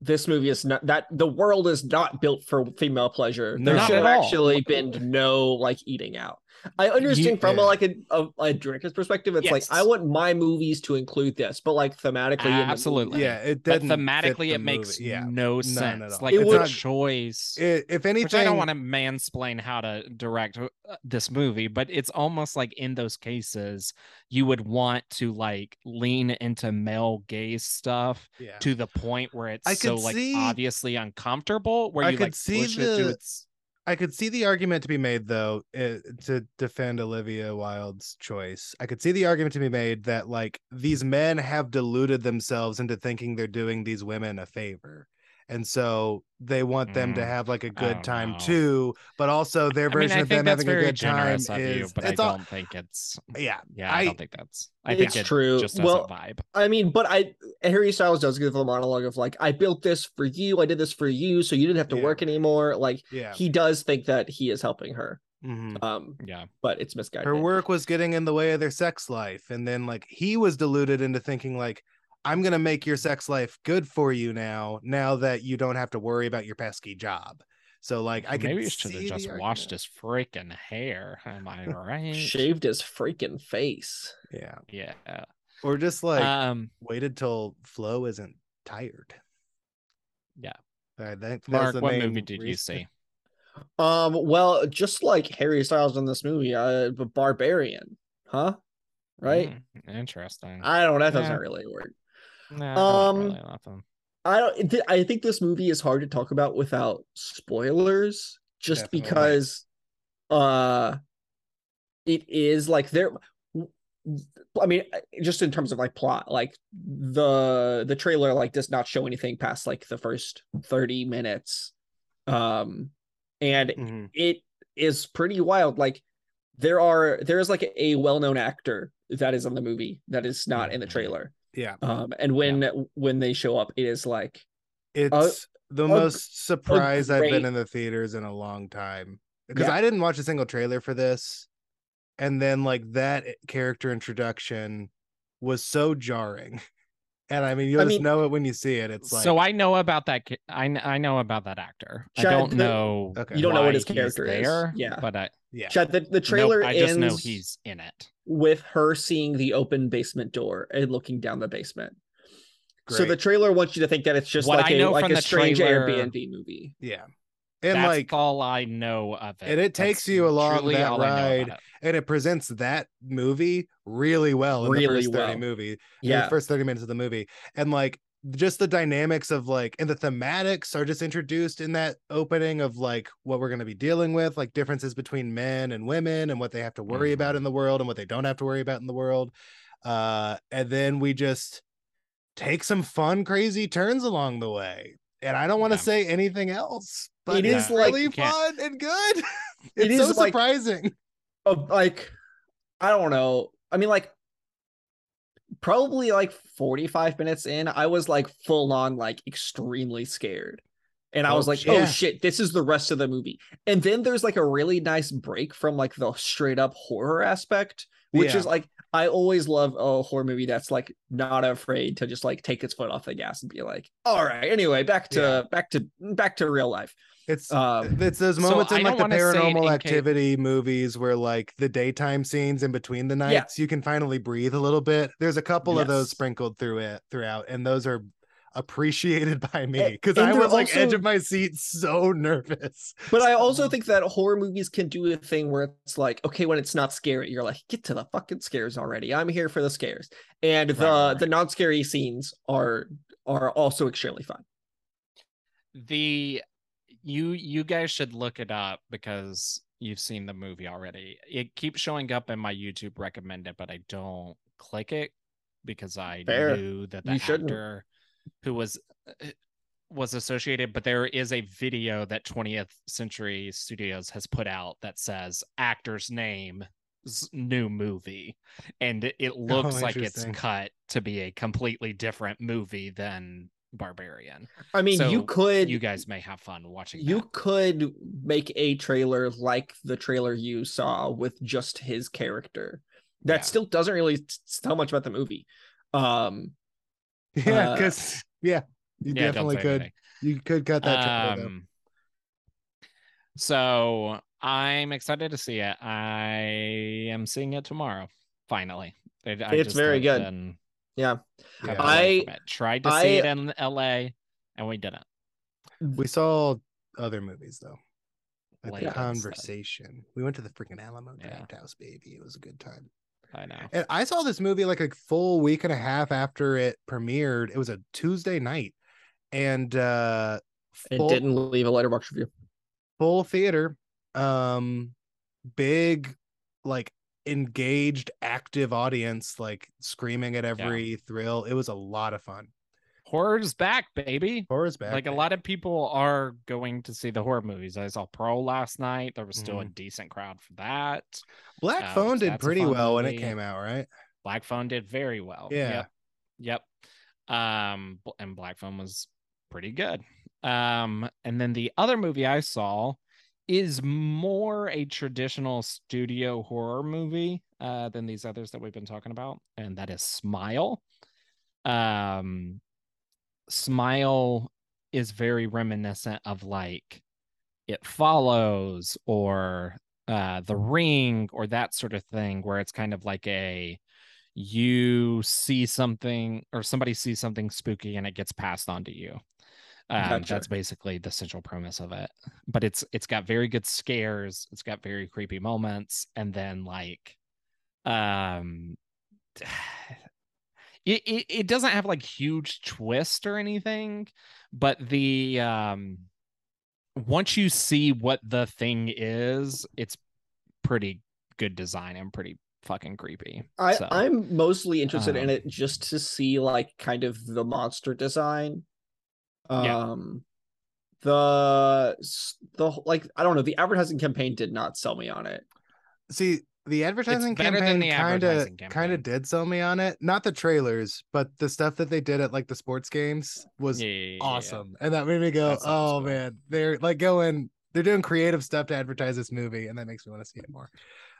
[SPEAKER 3] this movie is not that the world is not built for female pleasure.
[SPEAKER 2] No.
[SPEAKER 3] there
[SPEAKER 2] Not
[SPEAKER 3] should
[SPEAKER 1] at
[SPEAKER 3] have
[SPEAKER 1] all.
[SPEAKER 3] actually been no like eating out. I understand from
[SPEAKER 2] yeah.
[SPEAKER 3] a, like a, a, a director's perspective, it's
[SPEAKER 1] Yes.
[SPEAKER 3] like I want my movies to include this, but like thematically, in the movie-
[SPEAKER 1] Absolutely.
[SPEAKER 2] yeah, it
[SPEAKER 1] but
[SPEAKER 2] doesn't fit
[SPEAKER 1] thematically,
[SPEAKER 2] the
[SPEAKER 1] it makes
[SPEAKER 2] movie. yeah.
[SPEAKER 1] no
[SPEAKER 2] at
[SPEAKER 1] sense.
[SPEAKER 2] all.
[SPEAKER 1] Like
[SPEAKER 3] It
[SPEAKER 1] it's
[SPEAKER 3] would-
[SPEAKER 1] a choice.
[SPEAKER 2] I- if anything,
[SPEAKER 1] which I don't want to mansplain how to direct uh, this movie, but it's almost like in those cases, you would want to like lean into male gaze stuff
[SPEAKER 2] Yeah.
[SPEAKER 1] to the point where it's
[SPEAKER 2] I
[SPEAKER 1] so
[SPEAKER 2] could
[SPEAKER 1] like
[SPEAKER 2] see-
[SPEAKER 1] obviously uncomfortable, where
[SPEAKER 2] I
[SPEAKER 1] you
[SPEAKER 2] could
[SPEAKER 1] like
[SPEAKER 2] see
[SPEAKER 1] push it to
[SPEAKER 2] the-
[SPEAKER 1] its.
[SPEAKER 2] I could see the argument to be made though eh, to defend Olivia Wilde's choice. I could see the argument to be made that like these men have deluded themselves into thinking they're doing these women a favor. And so they want them to
[SPEAKER 1] Mm,
[SPEAKER 2] have like a
[SPEAKER 1] don't
[SPEAKER 2] good time
[SPEAKER 1] know.
[SPEAKER 2] too, but also their
[SPEAKER 1] I mean,
[SPEAKER 2] version
[SPEAKER 1] I
[SPEAKER 2] of them
[SPEAKER 1] think that's
[SPEAKER 2] having a
[SPEAKER 1] very
[SPEAKER 2] good time
[SPEAKER 1] generous of you,
[SPEAKER 2] is
[SPEAKER 1] but I
[SPEAKER 2] it's
[SPEAKER 1] don't
[SPEAKER 2] all
[SPEAKER 1] think it's.
[SPEAKER 2] yeah.
[SPEAKER 1] Yeah, I,
[SPEAKER 2] I-
[SPEAKER 1] don't think that's. I think
[SPEAKER 3] It's
[SPEAKER 1] it
[SPEAKER 3] true.
[SPEAKER 1] Just as
[SPEAKER 3] Well,
[SPEAKER 1] a vibe.
[SPEAKER 3] I mean, but I Harry Styles does give the monologue of like, I built this for you, I did this for you, so you didn't have to
[SPEAKER 2] Yeah.
[SPEAKER 3] work anymore. Like
[SPEAKER 2] Yeah.
[SPEAKER 3] he does think that he is helping her,
[SPEAKER 2] Mhm.
[SPEAKER 3] um,
[SPEAKER 1] Yeah.
[SPEAKER 3] but it's misguided.
[SPEAKER 2] her work was getting in the way of their sex life and then like he was deluded into thinking like i'm going to make your sex life good for you now now that you don't have to worry about your pesky job so like i can
[SPEAKER 1] Maybe you should have
[SPEAKER 2] see the
[SPEAKER 1] just washed
[SPEAKER 2] argument.
[SPEAKER 1] his freaking hair. Am I right?
[SPEAKER 3] shaved his freaking face.
[SPEAKER 2] yeah
[SPEAKER 1] Yeah.
[SPEAKER 2] or just like
[SPEAKER 1] um.
[SPEAKER 2] waited till flo isn't tired
[SPEAKER 1] Yeah.
[SPEAKER 2] i think that's
[SPEAKER 1] Mark,
[SPEAKER 2] the
[SPEAKER 1] what
[SPEAKER 2] main
[SPEAKER 1] movie did you
[SPEAKER 2] reason.
[SPEAKER 1] see?
[SPEAKER 3] Um, well, just like Harry Styles in this movie, uh, but Barbarian, huh? Right?
[SPEAKER 1] Mm, interesting.
[SPEAKER 3] I don't know. That
[SPEAKER 1] Yeah.
[SPEAKER 3] doesn't really work.
[SPEAKER 1] Nah, I don't
[SPEAKER 3] um,
[SPEAKER 1] really love them.
[SPEAKER 3] I don't. Th- I think this movie is hard to talk about without spoilers, just
[SPEAKER 2] Definitely.
[SPEAKER 3] because, uh, it is like there. I mean, uh, just in terms of like plot, like the the trailer like does not show anything past like the first thirty minutes, um, and
[SPEAKER 2] Mhm.
[SPEAKER 3] it is pretty wild. Like there are there is like a well-known actor that is in the movie that is not
[SPEAKER 1] Mm-hmm.
[SPEAKER 3] in the trailer.
[SPEAKER 2] Yeah.
[SPEAKER 3] Um, and when when they show up, it is like
[SPEAKER 2] It's the
[SPEAKER 3] Uh, a-
[SPEAKER 2] most surprised I've
[SPEAKER 3] great-
[SPEAKER 2] been in the theaters in a long time because
[SPEAKER 3] Yeah.
[SPEAKER 2] I didn't watch a single trailer for this. And then, like, that character introduction was so jarring. <laughs> And I mean, you'll
[SPEAKER 3] I
[SPEAKER 2] just
[SPEAKER 3] mean-
[SPEAKER 2] know it when you see it. It's like,
[SPEAKER 1] so I know about that. ki- I kn- I know about that actor. I
[SPEAKER 3] Chad,
[SPEAKER 1] don't
[SPEAKER 3] the-
[SPEAKER 1] know.
[SPEAKER 2] Okay.
[SPEAKER 3] you don't know what
[SPEAKER 1] why
[SPEAKER 3] his
[SPEAKER 1] he's
[SPEAKER 3] character is.
[SPEAKER 1] there,
[SPEAKER 3] Yeah.
[SPEAKER 1] but I
[SPEAKER 2] yeah,
[SPEAKER 3] Chad, the, the trailer
[SPEAKER 1] trailer. I just know
[SPEAKER 3] ends-
[SPEAKER 1] he's in it.
[SPEAKER 3] with her seeing the open basement door and looking down the basement. So the
[SPEAKER 2] Great.
[SPEAKER 3] trailer wants you to think that it's just
[SPEAKER 1] What
[SPEAKER 3] like
[SPEAKER 1] I
[SPEAKER 3] a
[SPEAKER 1] know
[SPEAKER 3] like
[SPEAKER 1] from
[SPEAKER 3] a
[SPEAKER 1] the
[SPEAKER 3] strange
[SPEAKER 1] trailer-
[SPEAKER 3] Airbnb movie.
[SPEAKER 2] yeah. And
[SPEAKER 1] That's
[SPEAKER 2] like,
[SPEAKER 1] all I know of it.
[SPEAKER 2] and it takes
[SPEAKER 1] That's
[SPEAKER 2] you along
[SPEAKER 1] truly
[SPEAKER 2] that
[SPEAKER 1] all I know
[SPEAKER 2] ride.
[SPEAKER 1] about it.
[SPEAKER 2] and it presents that movie really well in the
[SPEAKER 3] Really
[SPEAKER 2] first 30
[SPEAKER 3] well.
[SPEAKER 2] movie in the
[SPEAKER 3] Yeah,
[SPEAKER 2] first 30 minutes of the movie and like just the dynamics of like and the thematics are just introduced in that opening of like what we're going to be dealing with like differences between men and women and what they have to worry about in the world and what they don't have to worry about in the world uh and then we just take some fun crazy turns along the way and i don't want to
[SPEAKER 1] Yeah.
[SPEAKER 2] say anything else but
[SPEAKER 3] It
[SPEAKER 2] it's
[SPEAKER 1] is like-
[SPEAKER 2] really
[SPEAKER 1] You can't-
[SPEAKER 2] fun and good <laughs> it's
[SPEAKER 3] It
[SPEAKER 2] so
[SPEAKER 3] is like-
[SPEAKER 2] surprising
[SPEAKER 3] Of, like I don't know. I mean, like probably like forty five minutes in, I was like full on like extremely scared, and I
[SPEAKER 2] Oh,
[SPEAKER 3] was like,
[SPEAKER 2] yeah.
[SPEAKER 3] oh shit, this is the rest of the movie. And then there's like a really nice break from like the straight up horror aspect, which
[SPEAKER 2] Yeah.
[SPEAKER 3] is like I always love a horror movie that's like not afraid to just like take its foot off the gas and be like, all right, anyway, back to
[SPEAKER 2] Yeah.
[SPEAKER 3] back to back to real life.
[SPEAKER 2] it's
[SPEAKER 3] Um,
[SPEAKER 2] it's those
[SPEAKER 1] So
[SPEAKER 2] moments
[SPEAKER 1] I
[SPEAKER 2] in
[SPEAKER 1] don't
[SPEAKER 2] like the
[SPEAKER 1] wanna say it in
[SPEAKER 2] paranormal
[SPEAKER 1] case-
[SPEAKER 2] activity movies where like the daytime scenes in between the nights you can finally breathe a little bit there's a couple of those
[SPEAKER 3] Yes.
[SPEAKER 2] sprinkled through it throughout and those are appreciated <laughs> by me because
[SPEAKER 3] and
[SPEAKER 2] i
[SPEAKER 3] they're
[SPEAKER 2] was like edge
[SPEAKER 3] also-
[SPEAKER 2] of my seat so nervous <laughs>
[SPEAKER 3] But I also think that horror movies can do a thing where it's like, okay, when it's not scary, you're like, get to the fucking scares already. I'm here for the scares. And the
[SPEAKER 1] Right, right.
[SPEAKER 3] the non-scary scenes are are also extremely fun.
[SPEAKER 1] the you you guys should look it up because you've seen the movie already it keeps showing up in my youtube recommended but i don't click it because i
[SPEAKER 3] Fair.
[SPEAKER 1] knew that the
[SPEAKER 3] You shouldn't.
[SPEAKER 1] actor who was uh, was associated but there is a video that 20th century studios has put out that says actor's name s- new movie and it- it looks like it's
[SPEAKER 2] interesting.
[SPEAKER 1] cut to be a completely different movie than barbarian
[SPEAKER 3] I mean, you
[SPEAKER 1] So,
[SPEAKER 3] could
[SPEAKER 1] you guys may have fun watching
[SPEAKER 3] you
[SPEAKER 1] that.
[SPEAKER 3] could make a trailer like the trailer you saw with just his character. That
[SPEAKER 1] Yeah.
[SPEAKER 3] still doesn't really t- tell much about the movie. Um
[SPEAKER 2] yeah
[SPEAKER 3] Uh,
[SPEAKER 2] because yeah you
[SPEAKER 1] Yeah, don't
[SPEAKER 2] definitely
[SPEAKER 1] say
[SPEAKER 2] could
[SPEAKER 1] anything.
[SPEAKER 2] you could cut that trailer, though.
[SPEAKER 1] Um, so I'm excited to see it. I am seeing it tomorrow. Finally, I- I
[SPEAKER 3] It's
[SPEAKER 1] just
[SPEAKER 3] very
[SPEAKER 1] had
[SPEAKER 3] good.
[SPEAKER 1] been-
[SPEAKER 2] Yeah.
[SPEAKER 1] had been away
[SPEAKER 3] I-
[SPEAKER 1] from it. tried to see
[SPEAKER 3] I-
[SPEAKER 1] it in L.A. and we didn't.
[SPEAKER 2] we saw other movies though like
[SPEAKER 1] Later
[SPEAKER 2] the
[SPEAKER 1] and stuff.
[SPEAKER 2] conversation we went to the freaking alamo
[SPEAKER 1] Yeah.
[SPEAKER 2] draft house baby it was a good time
[SPEAKER 1] I know.
[SPEAKER 2] And I saw this movie like a full week and a half after it premiered. It was a Tuesday night, and uh,
[SPEAKER 3] it
[SPEAKER 2] full,
[SPEAKER 3] didn't leave a letterbox review.
[SPEAKER 2] full theater, um, big, like engaged, active audience, like screaming at every thrill. It was a lot of fun.
[SPEAKER 1] Horror's back, baby.
[SPEAKER 2] Horror's back.
[SPEAKER 1] like a
[SPEAKER 2] baby.
[SPEAKER 1] lot of people are going to see the horror movies. I saw Pro last night. There was still a
[SPEAKER 2] Mhm.
[SPEAKER 1] decent crowd for that.
[SPEAKER 2] Black
[SPEAKER 1] out,
[SPEAKER 2] Phone
[SPEAKER 1] so
[SPEAKER 2] did
[SPEAKER 1] that's a
[SPEAKER 2] pretty
[SPEAKER 1] fun
[SPEAKER 2] well when it
[SPEAKER 1] movie.
[SPEAKER 2] came out, right?
[SPEAKER 1] Black Phone did very well.
[SPEAKER 2] Yeah.
[SPEAKER 1] Yep. yep. Um, bl- and Black Phone was pretty good. Um, and then the other movie I saw is more a traditional studio horror movie uh, than these others that we've been talking about, and that is Smile. Um, Smile is very reminiscent of like It Follows or uh, The Ring or that sort of thing, where it's kind of like a you see something or somebody sees something spooky and it gets passed on to you. Um,
[SPEAKER 3] Gotcha.
[SPEAKER 1] That's basically the central premise of it. But it's it's got very good scares. It's got very creepy moments, and then like, um, <sighs> it it, it doesn't have like huge twist or anything, but the um, once you see what the thing is, it's pretty good design and pretty fucking creepy.
[SPEAKER 3] I,
[SPEAKER 1] So-
[SPEAKER 3] I'm mostly interested in
[SPEAKER 1] um,
[SPEAKER 3] it just to see like kind of the monster design.
[SPEAKER 1] Yeah.
[SPEAKER 3] Um the s- the wh- like I don't know, the advertising campaign did not sell me on it.
[SPEAKER 2] see the advertising
[SPEAKER 1] better than
[SPEAKER 2] campaign
[SPEAKER 1] the
[SPEAKER 2] kind of
[SPEAKER 1] advertising
[SPEAKER 2] kind
[SPEAKER 1] campaign.
[SPEAKER 2] of did sell me on it. Not the trailers, but the stuff that they did at like the sports games was
[SPEAKER 1] Yeah, yeah, yeah, yeah.
[SPEAKER 2] awesome, and that made me go,
[SPEAKER 1] That sounds
[SPEAKER 2] "Oh
[SPEAKER 1] cool.
[SPEAKER 2] man, they're like going, they're doing creative stuff to advertise this movie," and that makes me want to see it more.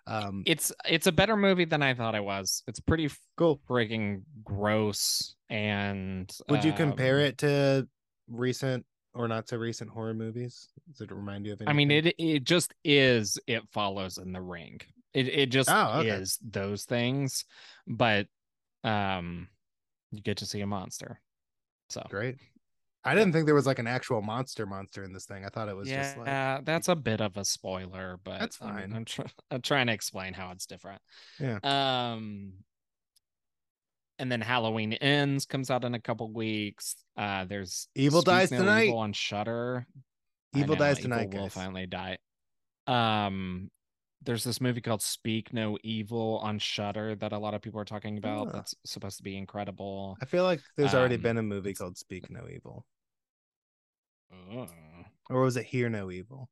[SPEAKER 2] Um,
[SPEAKER 1] It's it's a better movie than I thought it was. It's pretty
[SPEAKER 2] cool.
[SPEAKER 1] frigging gross and
[SPEAKER 2] Would you compare
[SPEAKER 1] um,
[SPEAKER 2] it to recent or not so recent horror movies? Does it remind you of anything?
[SPEAKER 1] I mean it it just is it follows in the ring. It it just
[SPEAKER 2] Oh, okay.
[SPEAKER 1] is those things, but um you get to see a monster. So
[SPEAKER 2] great. I didn't think there was like an actual monster monster in this thing. I thought it was
[SPEAKER 1] yeah,
[SPEAKER 2] just like
[SPEAKER 1] that's a bit of a spoiler, but
[SPEAKER 2] That's
[SPEAKER 1] I mean,
[SPEAKER 2] fine.
[SPEAKER 1] I'm, try- <laughs> I'm trying to explain how it's different.
[SPEAKER 2] Yeah.
[SPEAKER 1] Um, and then Halloween ends comes out in a couple weeks. Uh, there's
[SPEAKER 2] Evil
[SPEAKER 1] Speak
[SPEAKER 2] Dies
[SPEAKER 1] No
[SPEAKER 2] Tonight.
[SPEAKER 1] Evil on Shutter.
[SPEAKER 2] Evil Dies Tonight,
[SPEAKER 1] Will
[SPEAKER 2] guys.
[SPEAKER 1] finally die. Um, there's this movie called Speak No Evil on Shutter that a lot of people are talking about.
[SPEAKER 2] Ah.
[SPEAKER 1] That's supposed to be incredible.
[SPEAKER 2] I feel like there's already
[SPEAKER 1] Um,
[SPEAKER 2] been a movie
[SPEAKER 1] it's-
[SPEAKER 2] called Speak No Evil,
[SPEAKER 1] Oh.
[SPEAKER 2] or was it Hear No Evil?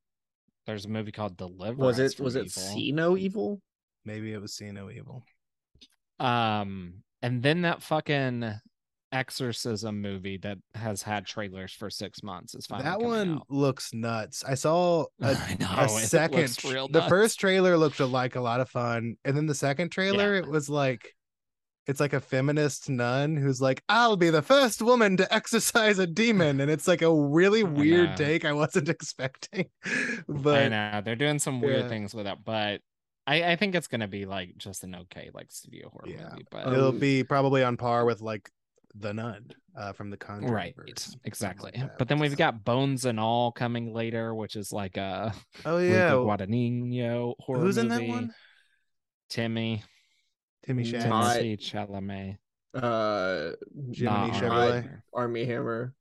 [SPEAKER 1] There's a movie called Deliverance.
[SPEAKER 3] Was it
[SPEAKER 1] from
[SPEAKER 3] was it
[SPEAKER 1] Evil.
[SPEAKER 3] see no evil?
[SPEAKER 2] Maybe it was See No Evil.
[SPEAKER 1] Um, and then that fucking exorcism movie that has had trailers for six months is finally
[SPEAKER 2] that
[SPEAKER 1] coming
[SPEAKER 2] one
[SPEAKER 1] out.
[SPEAKER 2] looks nuts. I saw a,
[SPEAKER 1] <laughs> I
[SPEAKER 2] a
[SPEAKER 1] know, Oh, it
[SPEAKER 2] second.
[SPEAKER 1] looks
[SPEAKER 2] tr-
[SPEAKER 1] real
[SPEAKER 2] the
[SPEAKER 1] nuts.
[SPEAKER 2] first trailer looked like a lot of fun, and then the second trailer, it was like. It's like a feminist nun who's like, I'll be the first woman to exorcise a demon. And it's like a really
[SPEAKER 1] <laughs> I
[SPEAKER 2] weird
[SPEAKER 1] know.
[SPEAKER 2] take I wasn't <laughs> expecting.
[SPEAKER 1] I
[SPEAKER 2] But
[SPEAKER 1] know they're doing some weird
[SPEAKER 2] yeah.
[SPEAKER 1] things with it, but I, I think it's gonna be like just an okay like studio horror
[SPEAKER 2] Yeah.
[SPEAKER 1] movie, but
[SPEAKER 3] Um,
[SPEAKER 2] it'll be probably on par with like The Nun uh, from the Conjuring.
[SPEAKER 1] right,
[SPEAKER 2] verse, something like
[SPEAKER 1] exactly.
[SPEAKER 2] that,
[SPEAKER 1] but then
[SPEAKER 2] which
[SPEAKER 1] we've
[SPEAKER 2] is-
[SPEAKER 1] got Bones and All coming later, which is like a <laughs>
[SPEAKER 2] Oh,
[SPEAKER 1] Luca
[SPEAKER 2] yeah.
[SPEAKER 1] Guadagnino horror
[SPEAKER 2] Who's in
[SPEAKER 1] movie.
[SPEAKER 2] that one?
[SPEAKER 1] Timmy,
[SPEAKER 2] Timmy
[SPEAKER 3] Mm,
[SPEAKER 2] Shanks.
[SPEAKER 3] Todd-
[SPEAKER 1] Timothy Chalamet,
[SPEAKER 3] Uh
[SPEAKER 2] Jiminy
[SPEAKER 1] Nah,
[SPEAKER 2] Chevrolet.
[SPEAKER 1] Armie.
[SPEAKER 3] Army Hammer.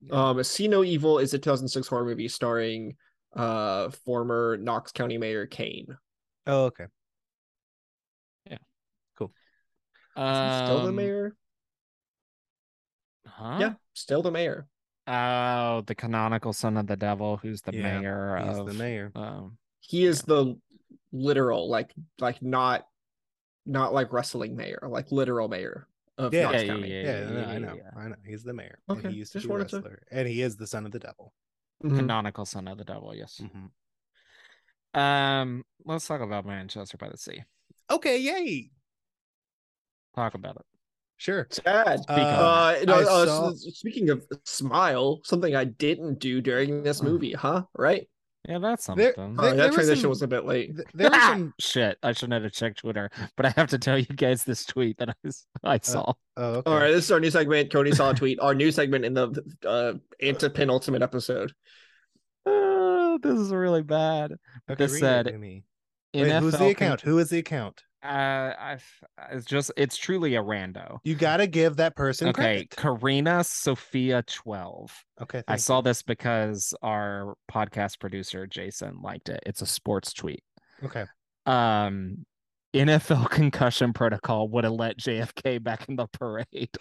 [SPEAKER 1] Yeah.
[SPEAKER 3] Um See No Evil is a 2006 horror movie starring uh former Knox County Mayor Kane.
[SPEAKER 2] Oh, okay.
[SPEAKER 3] Is he still the
[SPEAKER 1] Um,
[SPEAKER 3] mayor?
[SPEAKER 1] Huh?
[SPEAKER 3] Yeah, still the mayor.
[SPEAKER 1] Oh, the canonical son of the devil, who's the
[SPEAKER 2] Yeah,
[SPEAKER 1] mayor
[SPEAKER 2] He's
[SPEAKER 1] of
[SPEAKER 2] the mayor.
[SPEAKER 1] um,
[SPEAKER 3] He is the literal, like like not not like wrestling mayor, like literal mayor of
[SPEAKER 2] Yeah.
[SPEAKER 3] Knox
[SPEAKER 1] Yeah, yeah,
[SPEAKER 3] County.
[SPEAKER 2] Yeah,
[SPEAKER 1] yeah,
[SPEAKER 2] no,
[SPEAKER 1] yeah,
[SPEAKER 2] I know.
[SPEAKER 1] yeah.
[SPEAKER 2] I know. He's the mayor.
[SPEAKER 3] Okay,
[SPEAKER 2] And he used to
[SPEAKER 3] just
[SPEAKER 2] be a
[SPEAKER 3] wanted to-
[SPEAKER 2] wrestler. And he is the son of the devil. Hmm.
[SPEAKER 3] Mhm.
[SPEAKER 1] canonical son of the devil. Yes.
[SPEAKER 2] Mm.
[SPEAKER 1] Um, let's talk about Manchester by the Sea.
[SPEAKER 2] Okay, yay.
[SPEAKER 1] Talk about it.
[SPEAKER 2] Sure.
[SPEAKER 3] Sad.
[SPEAKER 1] Speak
[SPEAKER 2] Uh,
[SPEAKER 3] Uh, no,
[SPEAKER 2] I
[SPEAKER 3] uh,
[SPEAKER 2] saw-
[SPEAKER 3] s- speaking of smile, something I didn't do during this
[SPEAKER 1] Mm.
[SPEAKER 3] movie, huh? Right?
[SPEAKER 1] Yeah, that's something.
[SPEAKER 2] There- there-
[SPEAKER 3] Sorry,
[SPEAKER 2] there
[SPEAKER 3] that
[SPEAKER 2] was
[SPEAKER 3] transition
[SPEAKER 2] some-
[SPEAKER 3] was a bit late.
[SPEAKER 2] Th- there were
[SPEAKER 1] <laughs>
[SPEAKER 2] some.
[SPEAKER 1] Shit, I shouldn't have checked Twitter, but I have to tell you guys this tweet that I, s- I saw.
[SPEAKER 2] Oh, okay.
[SPEAKER 3] All right, this is our new segment. Cody saw a tweet. Our new segment in the uh, antepenultimate episode.
[SPEAKER 1] Oh, this is really bad.
[SPEAKER 2] Okay,
[SPEAKER 1] this said,
[SPEAKER 2] read it to me. Wait, who's the
[SPEAKER 1] NFL
[SPEAKER 2] account? Who is the account?
[SPEAKER 1] con- uh, I've, it's just it's truly a rando.
[SPEAKER 2] You got to give that person
[SPEAKER 1] Okay,
[SPEAKER 2] credit.
[SPEAKER 1] Karina Sophia twelve.
[SPEAKER 2] Okay.
[SPEAKER 1] I
[SPEAKER 2] thank
[SPEAKER 1] saw this because our podcast producer Jason liked it. It's a sports tweet.
[SPEAKER 2] you. Okay.
[SPEAKER 1] Um NFL <laughs> concussion protocol would have let JFK back in the parade.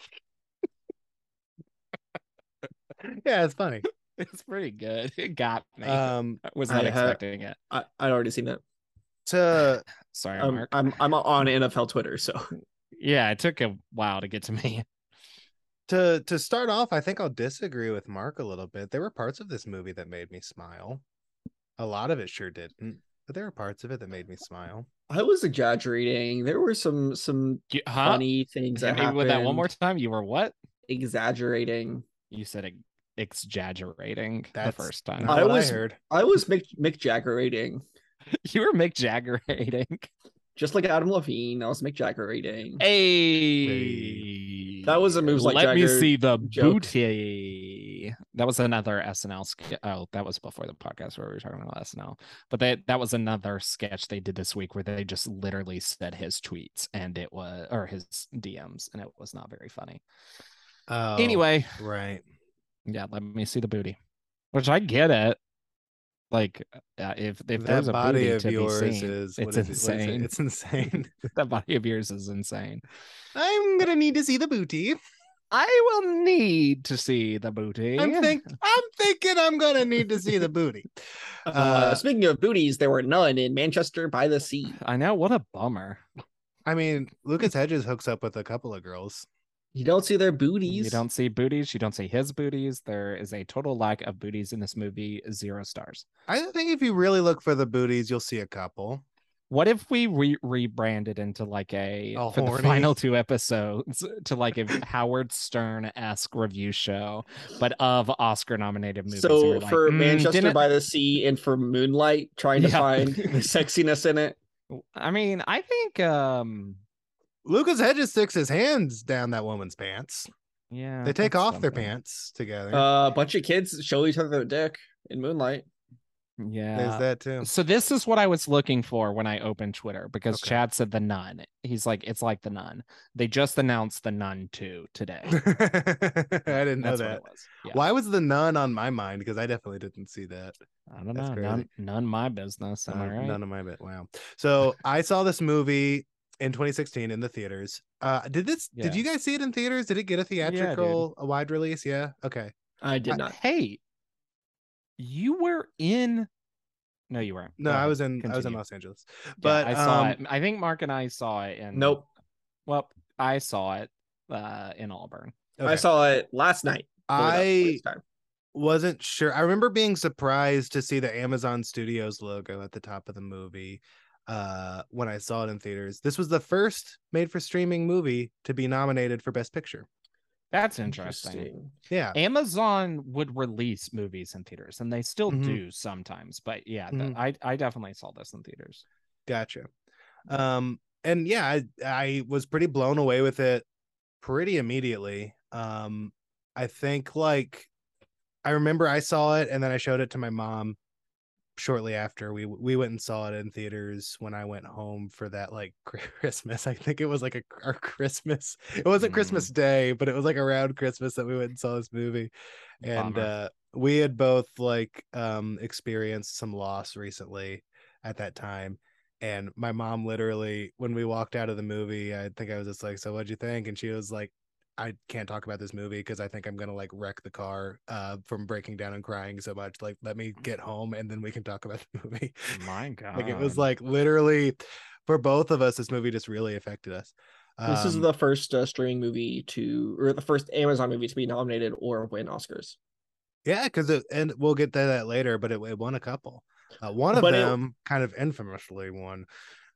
[SPEAKER 1] <laughs>
[SPEAKER 2] Yeah, it's
[SPEAKER 1] <laughs>
[SPEAKER 2] funny.
[SPEAKER 1] It's pretty good. <laughs> It got me.
[SPEAKER 2] Um,
[SPEAKER 1] I was
[SPEAKER 3] Uh, I
[SPEAKER 1] not
[SPEAKER 3] ha-
[SPEAKER 1] expecting it.
[SPEAKER 3] I I'd already seen that.
[SPEAKER 2] to
[SPEAKER 1] Sorry,
[SPEAKER 3] Um,
[SPEAKER 1] Mark.
[SPEAKER 3] I'm I'm on NFL Twitter, so <laughs>
[SPEAKER 1] Yeah, it took a while to get to me. <laughs>
[SPEAKER 2] to to start off, I think I'll disagree with Mark a little bit. There were parts of this movie that made me smile. A lot of it sure didn't, but there were parts of it that made me smile.
[SPEAKER 3] I was exaggerating. There were some some
[SPEAKER 1] You, huh?
[SPEAKER 3] funny things that
[SPEAKER 1] Hit me with that one more
[SPEAKER 3] happened.
[SPEAKER 1] time. You were what?
[SPEAKER 3] Exaggerating.
[SPEAKER 1] You said ex- exaggerating
[SPEAKER 2] That's
[SPEAKER 1] the first time.
[SPEAKER 2] Not
[SPEAKER 3] I
[SPEAKER 2] what
[SPEAKER 3] was-
[SPEAKER 2] I heard.
[SPEAKER 3] I was Mick Mick Jaggerating,
[SPEAKER 1] <laughs> you were <laughs> Mick Jaggerating.
[SPEAKER 3] just like Adam Levine. I was Mick Jaggerating.
[SPEAKER 1] Hey,
[SPEAKER 3] That was a moves like
[SPEAKER 1] Let me
[SPEAKER 3] Jagger
[SPEAKER 1] see the
[SPEAKER 3] joke.
[SPEAKER 1] booty. That was another SNL. Sk- oh, that was before the podcast where we were talking about SNL. But that that was another sketch they did this week where they just literally said his tweets and it was or his DMs and it was not very funny.
[SPEAKER 2] Oh,
[SPEAKER 1] Anyway,
[SPEAKER 2] right.
[SPEAKER 1] yeah, let me see the booty, which I get it. Like uh, if if
[SPEAKER 2] that
[SPEAKER 1] there's a
[SPEAKER 2] body
[SPEAKER 1] booty
[SPEAKER 2] of
[SPEAKER 1] to
[SPEAKER 2] yours
[SPEAKER 1] be seen,
[SPEAKER 2] is
[SPEAKER 1] it's
[SPEAKER 2] what is it- what is it?
[SPEAKER 1] insane. <laughs>
[SPEAKER 2] It's insane.
[SPEAKER 1] that body of yours is insane.
[SPEAKER 2] I'm gonna need to see the booty.
[SPEAKER 1] I will need to see the booty.
[SPEAKER 2] I'm think I'm thinking I'm gonna need to see the booty.
[SPEAKER 3] Uh,
[SPEAKER 2] Uh,
[SPEAKER 3] speaking of booties, there were none in Manchester by the Sea.
[SPEAKER 1] I know what a bummer.
[SPEAKER 2] I mean, Lucas Hedges hooks up with a couple of girls.
[SPEAKER 3] You don't see their booties.
[SPEAKER 1] You don't see booties. You don't see his booties. There is a total lack of booties in this movie. Zero stars.
[SPEAKER 2] I think if you really look for the booties, you'll see a couple.
[SPEAKER 1] What if we re- rebranded into like a
[SPEAKER 2] A
[SPEAKER 1] for the
[SPEAKER 2] horny-
[SPEAKER 1] final two episodes to like a Howard Stern esque review show, but of Oscar nominated movies? and
[SPEAKER 3] So
[SPEAKER 1] we're like,
[SPEAKER 3] for
[SPEAKER 1] "Mm,
[SPEAKER 3] Manchester
[SPEAKER 1] didn't-
[SPEAKER 3] by the Sea and for Moonlight, trying to
[SPEAKER 1] Yeah.
[SPEAKER 3] find the sexiness in it.
[SPEAKER 1] I mean, I think um,
[SPEAKER 2] Lucas Hedges sticks his hands down that woman's pants.
[SPEAKER 1] yeah,
[SPEAKER 2] They take
[SPEAKER 1] that's
[SPEAKER 2] off their
[SPEAKER 1] something.
[SPEAKER 2] pants together.
[SPEAKER 3] Uh, a bunch of kids show each other their dick in Moonlight.
[SPEAKER 1] Yeah,
[SPEAKER 2] There's that too. <laughs>
[SPEAKER 1] So this is what I was looking for when I opened Twitter because
[SPEAKER 2] Okay.
[SPEAKER 1] Chad said the nun. He's like, it's like the nun. They just announced the nun two
[SPEAKER 2] <laughs>
[SPEAKER 1] today.
[SPEAKER 2] I didn't know
[SPEAKER 1] That's what
[SPEAKER 2] that.
[SPEAKER 1] it was. Yeah.
[SPEAKER 2] Why was the nun on my mind? Because I definitely didn't see that.
[SPEAKER 1] I don't
[SPEAKER 2] That's
[SPEAKER 1] know.
[SPEAKER 2] crazy.
[SPEAKER 1] None, none my business. Am I
[SPEAKER 2] None-
[SPEAKER 1] right?
[SPEAKER 2] None of my bit. Wow. So I saw this movie in 2016 in the theaters. Uh, did this? Did
[SPEAKER 1] Yeah.
[SPEAKER 2] you guys see it in theaters? Did it get a
[SPEAKER 1] dude.
[SPEAKER 2] theatrical, a wide release? Yeah. Okay.
[SPEAKER 3] I did
[SPEAKER 1] Uh,
[SPEAKER 3] not.
[SPEAKER 1] Hey, you were in. No, you weren't.
[SPEAKER 2] No,
[SPEAKER 1] Go
[SPEAKER 2] I
[SPEAKER 1] ahead.
[SPEAKER 2] was in. I was in
[SPEAKER 1] Continue.
[SPEAKER 2] Los Angeles.
[SPEAKER 1] Yeah,
[SPEAKER 2] But
[SPEAKER 1] I saw
[SPEAKER 2] um,
[SPEAKER 1] it. I think Mark and I saw it in.
[SPEAKER 3] Nope.
[SPEAKER 1] Well, I saw it uh, in Auburn.
[SPEAKER 2] okay.
[SPEAKER 3] I saw it last night. for the
[SPEAKER 2] I
[SPEAKER 3] first time.
[SPEAKER 2] wasn't sure. I remember being surprised to see the Amazon Studios logo at the top of the movie uh when I saw it in theaters. This was the first made for streaming movie to be nominated for best picture.
[SPEAKER 1] That's interesting.
[SPEAKER 2] Yeah.
[SPEAKER 1] Amazon would release movies in theaters, and they still
[SPEAKER 3] Mm-hmm.
[SPEAKER 2] Mhm.
[SPEAKER 1] do sometimes. But yeah, the-
[SPEAKER 2] Mhm.
[SPEAKER 1] I I definitely saw this in theaters.
[SPEAKER 2] Gotcha. Um, and yeah, I, I was pretty blown away with it pretty immediately. Um, I think like I remember I saw it and then I showed it to my mom shortly after we we went and saw it in theaters when I went home for that like <laughs> Christmas. I think it was like a our Christmas. It wasn't
[SPEAKER 1] Mm.
[SPEAKER 2] Christmas Day, but it was like around Christmas that we went and saw this movie. And
[SPEAKER 1] Bummer.
[SPEAKER 2] uh we had both like um experienced some loss recently at that time. And my mom literally, when we walked out of the movie, I think I was just like, "So what'd you think?" And she was like, "I can't talk about this movie because I think I'm gonna like wreck the car uh, from breaking down and crying so much. Like, let me
[SPEAKER 3] Mm.
[SPEAKER 2] get home and then we can talk about the movie."
[SPEAKER 1] My
[SPEAKER 3] Oh
[SPEAKER 1] God,
[SPEAKER 2] <laughs> like it was like literally for both of us, this movie just really affected us.
[SPEAKER 3] This is
[SPEAKER 2] Um,
[SPEAKER 3] the first uh, streaming movie to, or the first Amazon movie to be nominated or win Oscars.
[SPEAKER 2] yeah, because it and we'll get to that later, but it, it won a couple. Uh, one of
[SPEAKER 3] But it-
[SPEAKER 2] them kind of infamously won.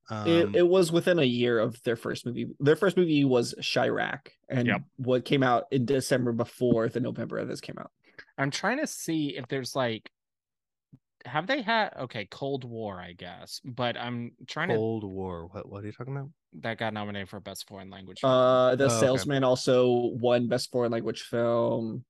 [SPEAKER 2] Um,
[SPEAKER 3] it, it was within a year of their first movie. Their first movie was Chirac, and
[SPEAKER 1] Yep.
[SPEAKER 3] what came out in December before the November of this came out.
[SPEAKER 1] I'm trying to see if there's like, have they had okay Cold War, I guess, but I'm trying
[SPEAKER 2] Cold War. What what are you talking about?
[SPEAKER 1] to that got nominated for best foreign language. Film.
[SPEAKER 3] Uh, the
[SPEAKER 2] Oh, okay.
[SPEAKER 3] Salesman also won Best Foreign Language Film.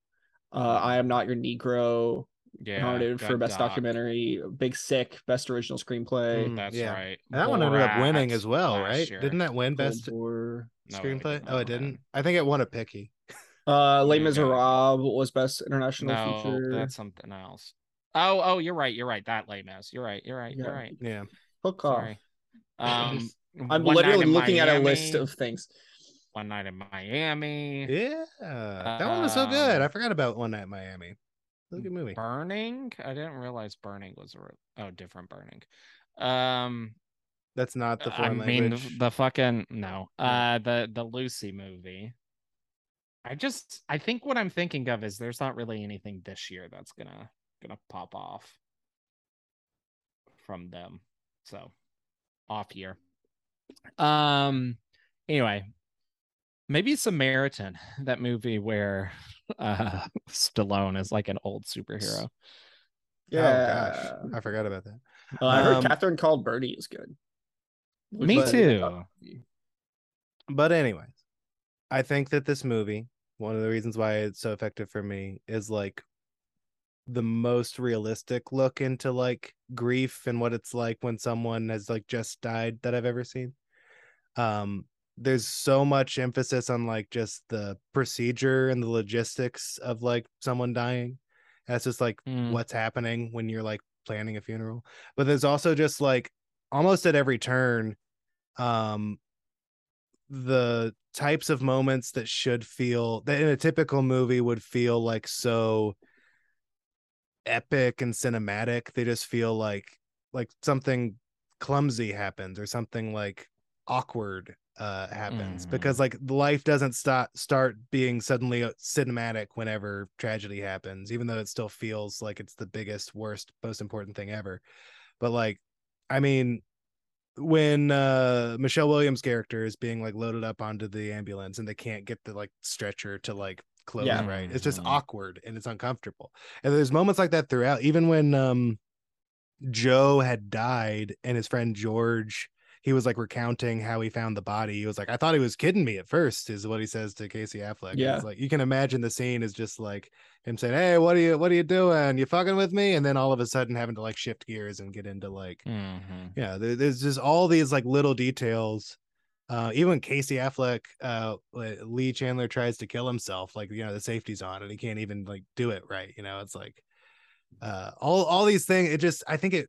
[SPEAKER 3] Uh, I am not your Negro
[SPEAKER 1] yeah,
[SPEAKER 3] nominated for
[SPEAKER 1] Good
[SPEAKER 3] Best
[SPEAKER 1] Doc.
[SPEAKER 3] Documentary. Big Sick, Best Original Screenplay.
[SPEAKER 2] Mm,
[SPEAKER 1] That's
[SPEAKER 2] yeah.
[SPEAKER 1] right.
[SPEAKER 2] That one ended up winning
[SPEAKER 1] Borat
[SPEAKER 2] as well,
[SPEAKER 1] last
[SPEAKER 2] right?
[SPEAKER 1] year.
[SPEAKER 2] Didn't that win
[SPEAKER 3] Cold
[SPEAKER 2] best
[SPEAKER 3] War.
[SPEAKER 1] No, it
[SPEAKER 2] screenplay?
[SPEAKER 1] did
[SPEAKER 2] Oh, it
[SPEAKER 1] not win.
[SPEAKER 2] didn't. I think it won a picky.
[SPEAKER 3] Uh, Les
[SPEAKER 1] Yeah.
[SPEAKER 3] Miserables was Best International
[SPEAKER 1] No,
[SPEAKER 3] Feature.
[SPEAKER 1] that's something else. Oh, oh, you're right. You're right. That lame ass. You're right. You're right. You're
[SPEAKER 3] Yeah.
[SPEAKER 1] right.
[SPEAKER 2] Yeah.
[SPEAKER 3] Hook off.
[SPEAKER 1] Sorry. Um,
[SPEAKER 3] <laughs> I'm
[SPEAKER 1] One Night
[SPEAKER 3] literally
[SPEAKER 1] in
[SPEAKER 3] looking at a list
[SPEAKER 1] Miami.
[SPEAKER 3] of things.
[SPEAKER 1] One Night in Miami,
[SPEAKER 2] Yeah. that one was so good. I
[SPEAKER 1] Um,
[SPEAKER 2] forgot about One Night in Miami. It's a good movie.
[SPEAKER 1] Burning. I didn't realize Burning was a re- oh different Burning. Um,
[SPEAKER 2] That's not the
[SPEAKER 1] I
[SPEAKER 2] foreign
[SPEAKER 1] mean the,
[SPEAKER 2] language.
[SPEAKER 1] the fucking no.
[SPEAKER 2] Yeah.
[SPEAKER 1] Uh, the the Lucy movie. I just I think what I'm thinking of is there's not really anything this year that's gonna gonna pop off from them. So off year. Um. Anyway, maybe Samaritan, that movie where <laughs> uh Stallone is like an old superhero.
[SPEAKER 3] Yeah.
[SPEAKER 2] Oh gosh, I forgot about that.
[SPEAKER 3] Uh, I
[SPEAKER 2] Um,
[SPEAKER 3] heard Catherine called Birdie is good.
[SPEAKER 1] Me
[SPEAKER 3] But-
[SPEAKER 1] too.
[SPEAKER 2] But anyways, I think that this movie, one of the reasons why it's so effective for me, is like the most realistic look into like grief and what it's like when someone has like just died that I've ever seen. Um, there's so much emphasis on like just the procedure and the logistics of like someone dying. That's just like
[SPEAKER 1] Mm.
[SPEAKER 2] what's happening when you're like planning a funeral but there's also just like almost at every turn um the types of moments that should feel that in a typical movie would feel like so epic and cinematic they just feel like like something clumsy happens or something like awkward uh happens
[SPEAKER 1] Mm.
[SPEAKER 2] because like life doesn't stop start being suddenly uh, cinematic whenever tragedy happens even though it still feels like it's the biggest worst most important thing ever but like i mean when uh Michelle Williams character is being like loaded up onto the ambulance and they can't get the like stretcher to like close
[SPEAKER 3] Yeah. Mm-hmm.
[SPEAKER 2] right it's just
[SPEAKER 1] Mhm.
[SPEAKER 2] awkward and it's uncomfortable and there's moments like that throughout even when um Joe had died and his friend George he was like recounting how he found the body he was like I thought he was kidding me at first is what he says to Casey Affleck And
[SPEAKER 3] Yeah.
[SPEAKER 2] it's like you can imagine the scene is just like him saying hey what are you what are you doing you fucking with me and then all of a sudden having to like shift gears and get into like
[SPEAKER 1] Mhm.
[SPEAKER 2] yeah there, there's just all these like little details uh even casey affleck uh li- lee chandler tries to kill himself like you know the safety's on and he can't even like do it right you know it's like uh all all these things it just i think it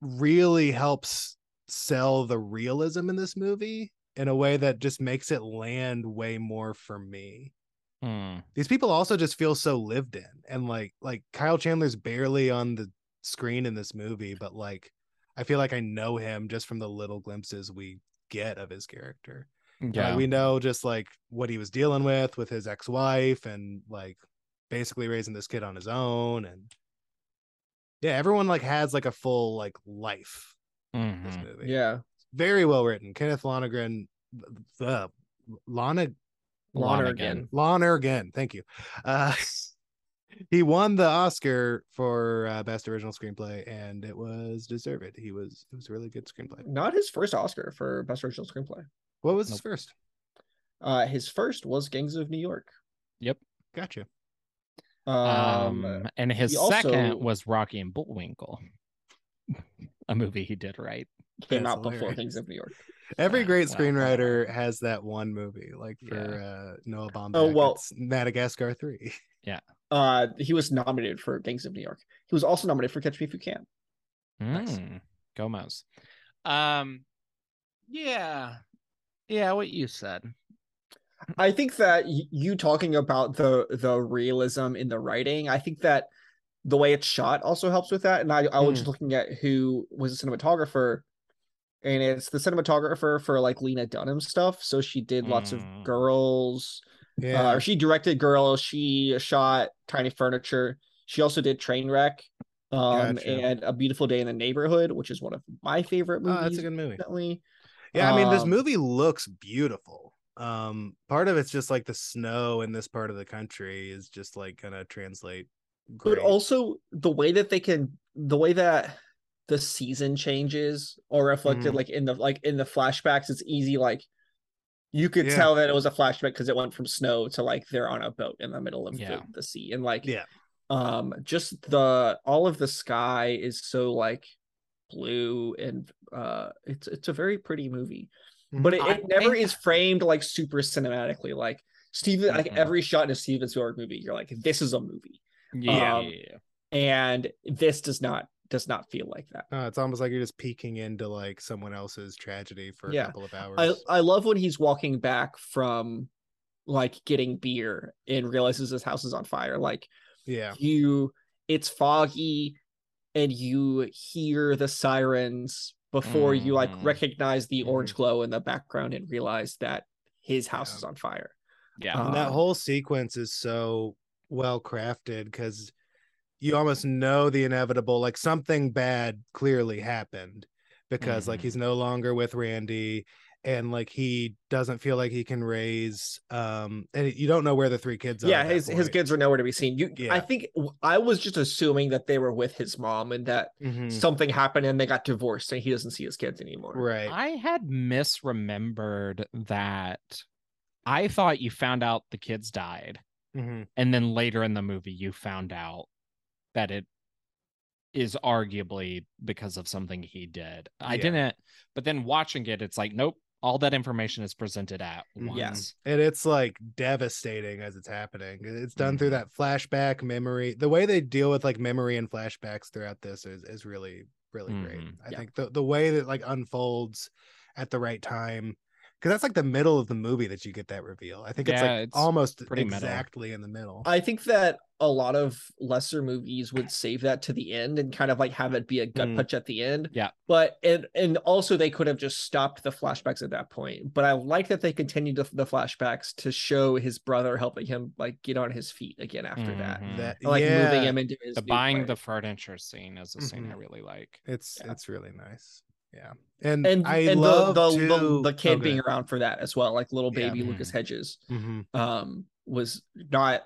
[SPEAKER 2] really helps sell the realism in this movie in a way that just makes it land way more for me
[SPEAKER 1] Mm.
[SPEAKER 2] these people also just feel so lived in and like like kyle chandler's barely on the screen in this movie but like i feel like i know him just from the little glimpses we get of his character yeah.
[SPEAKER 1] Yeah.
[SPEAKER 2] we know just like what he was dealing with with his ex-wife and like basically raising this kid on his own and yeah everyone like has like a full like life in this
[SPEAKER 1] Mhm.
[SPEAKER 2] movie
[SPEAKER 3] Yeah.
[SPEAKER 2] very well written kenneth lonergan the Lana
[SPEAKER 1] Lonergan.
[SPEAKER 3] Lonergan.
[SPEAKER 2] Lonergan, thank you. Uh, <laughs> he won the Oscar for uh, best original screenplay, and it was deserved. He was it was a really good screenplay.
[SPEAKER 3] Not his first Oscar for Best Original Screenplay.
[SPEAKER 2] What was his
[SPEAKER 1] Nope.
[SPEAKER 2] first?
[SPEAKER 3] Uh, his first was Gangs of New York.
[SPEAKER 2] Gotcha.
[SPEAKER 3] Um,
[SPEAKER 1] Um, and his
[SPEAKER 3] he also-
[SPEAKER 1] second was Rocky and Bullwinkle, <laughs> a movie he did right.
[SPEAKER 3] came
[SPEAKER 2] that's
[SPEAKER 3] out before
[SPEAKER 2] hilarious.
[SPEAKER 3] Gangs of New York.
[SPEAKER 2] Every
[SPEAKER 3] Uh,
[SPEAKER 1] Wow,
[SPEAKER 2] great
[SPEAKER 1] wow, wow, wow.
[SPEAKER 2] screenwriter has that one movie, like for uh, Noah Baumbach.
[SPEAKER 3] Oh, well-
[SPEAKER 2] it's Madagascar Three. <laughs>
[SPEAKER 3] Uh, he was nominated for Gangs of New York. He was also nominated for Catch Me If You Can.
[SPEAKER 2] Nice.
[SPEAKER 1] Mm, Go Mouse. Um, yeah, yeah. What you said.
[SPEAKER 3] I think that y- you talking about the the realism in the writing, I think that the way it's shot also helps with that. And I, I was
[SPEAKER 2] Mm.
[SPEAKER 3] just looking at who was a cinematographer, and it's the cinematographer for like Lena Dunham stuff. So she did lots
[SPEAKER 1] Mm.
[SPEAKER 3] of girls.
[SPEAKER 2] Yeah,
[SPEAKER 3] <laughs> Uh, or she directed Girls. She shot Tiny Furniture. She also did Trainwreck, um,
[SPEAKER 2] Gotcha.
[SPEAKER 3] and A Beautiful Day in the Neighborhood, which is one of my favorite movies.
[SPEAKER 2] oh, that's a good movie.
[SPEAKER 3] Definitely.
[SPEAKER 2] Yeah, I mean, this
[SPEAKER 3] Um,
[SPEAKER 2] movie looks beautiful. Um, part of it's just like the snow in this part of the country is just like gonna translate. Great.
[SPEAKER 3] but also the way that they can the way that the season changes are reflected
[SPEAKER 1] Mm-hmm.
[SPEAKER 2] Mhm.
[SPEAKER 3] like in the like in the flashbacks it's easy like you could
[SPEAKER 2] Yeah.
[SPEAKER 3] tell that it was a flashback because it went from snow to like they're on a boat in the middle of
[SPEAKER 1] Yeah.
[SPEAKER 3] the, the sea and like
[SPEAKER 2] Yeah.
[SPEAKER 3] um just the all of the sky is so like blue and uh it's it's a very pretty movie but it,
[SPEAKER 1] Mm-hmm. I
[SPEAKER 3] it never
[SPEAKER 1] think-
[SPEAKER 3] is framed like super cinematically like steven like
[SPEAKER 1] Mhm.
[SPEAKER 3] every shot in a steven spielberg movie you're like this is a movie
[SPEAKER 1] Yeah.
[SPEAKER 3] Um, and this does not does not feel like that
[SPEAKER 2] Uh, it's almost like you're just peeking into like someone else's tragedy for a
[SPEAKER 3] Yeah.
[SPEAKER 2] couple of hours.
[SPEAKER 3] i i love when he's walking back from like getting beer and realizes his house is on fire like
[SPEAKER 2] yeah.
[SPEAKER 3] you it's foggy and you hear the sirens before you like
[SPEAKER 1] Mhm.
[SPEAKER 3] recognize the
[SPEAKER 2] Mhm.
[SPEAKER 3] orange glow in the background and realize that his house
[SPEAKER 2] Yeah.
[SPEAKER 3] is on fire
[SPEAKER 1] yeah.
[SPEAKER 3] uh,
[SPEAKER 2] And that
[SPEAKER 3] Um,
[SPEAKER 2] whole sequence is so well crafted because you almost know the inevitable, like something bad clearly happened because
[SPEAKER 1] Mhm.
[SPEAKER 2] like
[SPEAKER 3] Mm-hmm.
[SPEAKER 2] he's no longer with Randy and like he doesn't feel like he can raise um and you don't know where the three kids are.
[SPEAKER 3] yeah
[SPEAKER 2] at that
[SPEAKER 3] his his
[SPEAKER 2] point.
[SPEAKER 3] kids are nowhere to be seen you
[SPEAKER 2] Yeah.
[SPEAKER 3] i think i was just assuming that they were with his mom and that
[SPEAKER 2] Mhm.
[SPEAKER 3] something happened and they got divorced and he doesn't see his kids anymore
[SPEAKER 2] Right.
[SPEAKER 1] I had misremembered that. I thought you found out the kids died,
[SPEAKER 2] Mhm.
[SPEAKER 1] and then later in the movie you found out that it is arguably because of something he did. I
[SPEAKER 2] Yeah.
[SPEAKER 1] didn't, but then watching it, it's like, nope, all that information is presented at
[SPEAKER 2] Mhm.
[SPEAKER 1] once.
[SPEAKER 3] Yeah.
[SPEAKER 2] and it's like devastating as it's happening it's done through
[SPEAKER 1] Mhm.
[SPEAKER 2] that
[SPEAKER 3] Mm-hmm.
[SPEAKER 2] flashback memory the way they deal with like memory and flashbacks throughout this is is really really great
[SPEAKER 1] Mhm.
[SPEAKER 2] i
[SPEAKER 3] Mm-hmm, Yeah.
[SPEAKER 2] think the, the way that like unfolds at the right time because that's like the middle of the movie that you get that reveal. I think it's
[SPEAKER 1] Yeah,
[SPEAKER 2] like
[SPEAKER 1] it's
[SPEAKER 2] almost
[SPEAKER 1] pretty middle.
[SPEAKER 2] exactly in the middle.
[SPEAKER 3] I think that a lot of lesser movies would save that to the end and kind of like have it be a gut
[SPEAKER 1] Mm.
[SPEAKER 3] punch at the end.
[SPEAKER 1] Yeah.
[SPEAKER 3] But and and also they could have just stopped the flashbacks at that point. But I like that they continued the, the flashbacks to show his brother helping him like get on his feet again after that.
[SPEAKER 1] Mhm.
[SPEAKER 2] that
[SPEAKER 3] Mm-hmm, Like
[SPEAKER 2] yeah,
[SPEAKER 3] moving him into his
[SPEAKER 1] the
[SPEAKER 3] new
[SPEAKER 1] buying
[SPEAKER 3] place.
[SPEAKER 1] the furniture scene is a scene I
[SPEAKER 2] Mhm.
[SPEAKER 1] really like.
[SPEAKER 2] it's
[SPEAKER 3] yeah.
[SPEAKER 2] it's really nice. Yeah, and,
[SPEAKER 3] and,
[SPEAKER 2] I
[SPEAKER 3] and
[SPEAKER 2] love
[SPEAKER 3] the, the,
[SPEAKER 2] too,
[SPEAKER 3] the the kid
[SPEAKER 2] oh, go
[SPEAKER 3] being
[SPEAKER 2] ahead.
[SPEAKER 3] around for that as well, like little
[SPEAKER 2] Yeah.
[SPEAKER 3] baby
[SPEAKER 1] Mm.
[SPEAKER 3] Lucas Hedges,
[SPEAKER 2] Mhm.
[SPEAKER 3] um, was not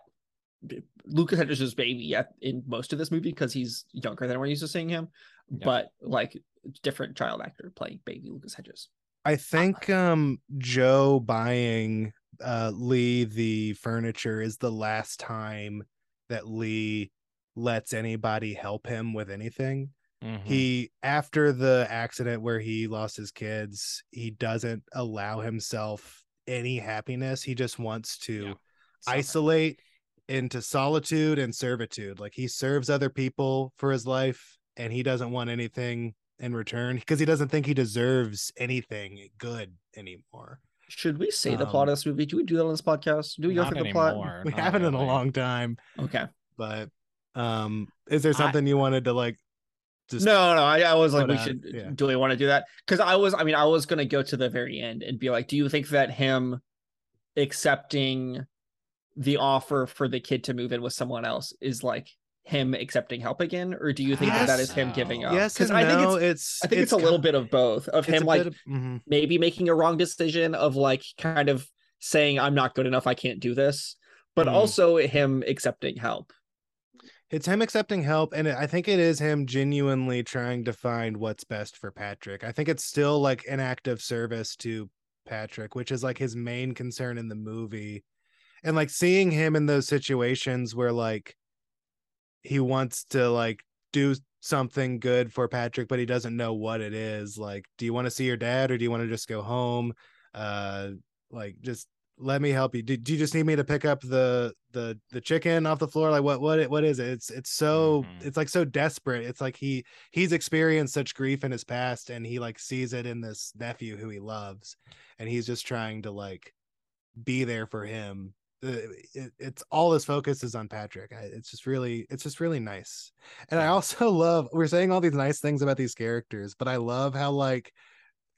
[SPEAKER 3] Lucas Hedges' baby yet in most of this movie because he's younger than we're used to seeing him,
[SPEAKER 1] Yeah.
[SPEAKER 3] but like different child actor playing baby Lucas Hedges.
[SPEAKER 2] I think um Joe buying uh Lee the furniture is the last time that Lee lets anybody help him with anything.
[SPEAKER 1] Mhm.
[SPEAKER 2] he after the accident where he lost his kids he doesn't allow himself any happiness he just wants to
[SPEAKER 1] Yeah. Suffer.
[SPEAKER 2] isolate into solitude and servitude like he serves other people for his life and he doesn't want anything in return because he doesn't think he deserves anything good anymore <laughs>
[SPEAKER 3] Should we say the plot
[SPEAKER 2] Um,
[SPEAKER 3] of this movie? Do we do that on this podcast? Do we go
[SPEAKER 1] Not
[SPEAKER 3] through the plot?
[SPEAKER 1] anymore,
[SPEAKER 2] we
[SPEAKER 1] not
[SPEAKER 2] haven't in a
[SPEAKER 1] really.
[SPEAKER 2] long time
[SPEAKER 3] Okay.
[SPEAKER 2] but um is there
[SPEAKER 1] I-
[SPEAKER 2] something you wanted to like just
[SPEAKER 3] No, no, I, I was like,
[SPEAKER 2] But,
[SPEAKER 3] we
[SPEAKER 2] uh,
[SPEAKER 3] should.
[SPEAKER 2] yeah.
[SPEAKER 3] Do we want to do that? Because I was, I mean, I was gonna go to the very end and be like, do you think that him accepting the offer for the kid to move in with someone else is like him accepting help again, or do you think that that
[SPEAKER 2] Yes.
[SPEAKER 3] is him giving up?
[SPEAKER 2] yes
[SPEAKER 3] because
[SPEAKER 2] and
[SPEAKER 3] I think
[SPEAKER 2] no,
[SPEAKER 3] it's,
[SPEAKER 2] it's
[SPEAKER 3] I think it's, a
[SPEAKER 2] ki-
[SPEAKER 3] little bit of both of
[SPEAKER 2] it's
[SPEAKER 3] him
[SPEAKER 2] a
[SPEAKER 3] like
[SPEAKER 2] bit of- mhm.
[SPEAKER 3] maybe making a wrong decision of like kind of saying I'm not good enough, I can't do this, but
[SPEAKER 2] Mhm.
[SPEAKER 3] also him accepting help.
[SPEAKER 2] It's him accepting help, and I think it is him genuinely trying to find what's best for Patrick. I think it's still like an act of service to Patrick, which is like his main concern in the movie. And like seeing him in those situations where like he wants to like do something good for Patrick, but he doesn't know what it is. Like, do you want to see your dad or do you want to just go home? Uh like just let me help you. Do, do you just need me to pick up the the the chicken off the floor? Like what what what is it? It's it's so
[SPEAKER 1] Mhm.
[SPEAKER 2] it's like so desperate. It's like he he's experienced such grief in his past and he like sees it in this nephew who he loves and he's just trying to like be there for him. Uh, it- it's all his focus is on Patrick. I- It's just really it's just really nice. And I
[SPEAKER 1] Yeah.
[SPEAKER 2] also <laughs> love we're saying all these nice things about these characters, but I love how like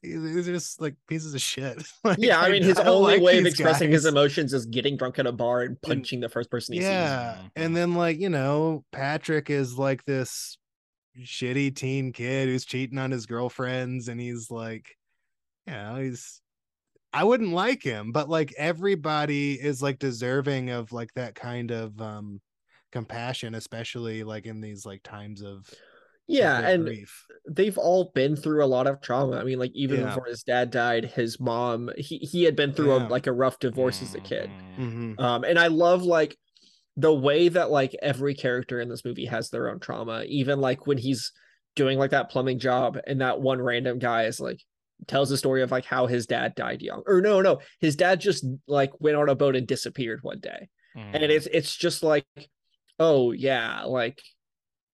[SPEAKER 2] these are just like pieces of shit. <laughs> Like,
[SPEAKER 3] yeah, I mean his
[SPEAKER 2] don't
[SPEAKER 3] only
[SPEAKER 2] like
[SPEAKER 3] way of
[SPEAKER 2] these
[SPEAKER 3] expressing his
[SPEAKER 2] guys. Mm,
[SPEAKER 3] emotions is getting drunk at a bar and punching the first person he sees.
[SPEAKER 2] Yeah.
[SPEAKER 1] Mhm.
[SPEAKER 2] And then like, you know, Patrick is like this shitty teen kid who's cheating on his girlfriends and he's like, you know, he's I wouldn't like him, but like everybody is like deserving of like that kind of um compassion, especially like in these like times of of
[SPEAKER 3] Yeah,
[SPEAKER 2] great
[SPEAKER 3] and
[SPEAKER 2] grief.
[SPEAKER 3] they've all been through a lot of trauma. I mean, like even
[SPEAKER 2] Yeah.
[SPEAKER 3] before his dad died, his mom he he had been through
[SPEAKER 2] Yeah.
[SPEAKER 3] a, like a rough divorce as a kid.
[SPEAKER 1] Mhm.
[SPEAKER 2] Mhm.
[SPEAKER 3] Um, and I love like the way that like every character in this movie has their own trauma. Even like when he's doing like that plumbing job, and that one random guy is like tells the story of like how his dad died young, or no, no, his dad just like went on a boat and disappeared one day and
[SPEAKER 1] Mhm.
[SPEAKER 3] it's it's just like oh yeah like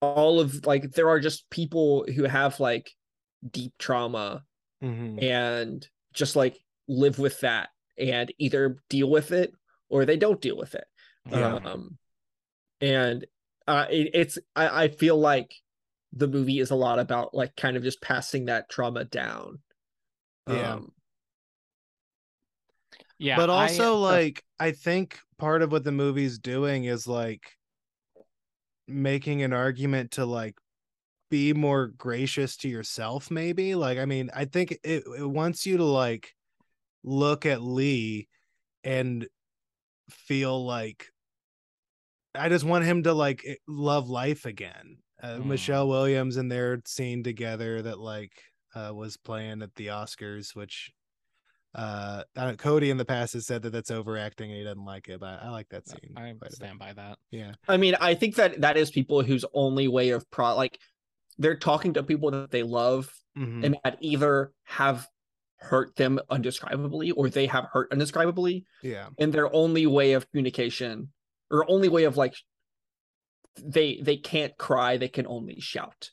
[SPEAKER 3] all of like there are just people who have like deep trauma
[SPEAKER 2] Mhm.
[SPEAKER 3] and just like live with that and either deal with it or they don't deal with it
[SPEAKER 1] Yeah.
[SPEAKER 3] um and uh it, it's I, I feel like the movie is a lot about like kind of just passing that trauma down
[SPEAKER 2] Yeah.
[SPEAKER 3] um,
[SPEAKER 1] yeah,
[SPEAKER 2] but
[SPEAKER 1] I-
[SPEAKER 2] also like i think part of what the movie's doing is like making an argument to like be more gracious to yourself maybe like i mean i think it, it wants you to like look at lee and feel like i just want him to like love life again uh,
[SPEAKER 1] Mm.
[SPEAKER 2] michelle williams and their scene together that like uh, was playing at the oscars which uh, uh cody in the past has said that that's overacting and he doesn't like it but i like that scene
[SPEAKER 1] I
[SPEAKER 2] quite a bit.
[SPEAKER 1] stand by that.
[SPEAKER 2] yeah
[SPEAKER 3] I mean, I think that that is people whose only way of pro like they're talking to people that they love
[SPEAKER 2] Mhm.
[SPEAKER 3] and that either have hurt them undescribably or they have hurt undescribably,
[SPEAKER 2] yeah
[SPEAKER 3] and their only way of communication or only way of like they they can't cry, they can only shout.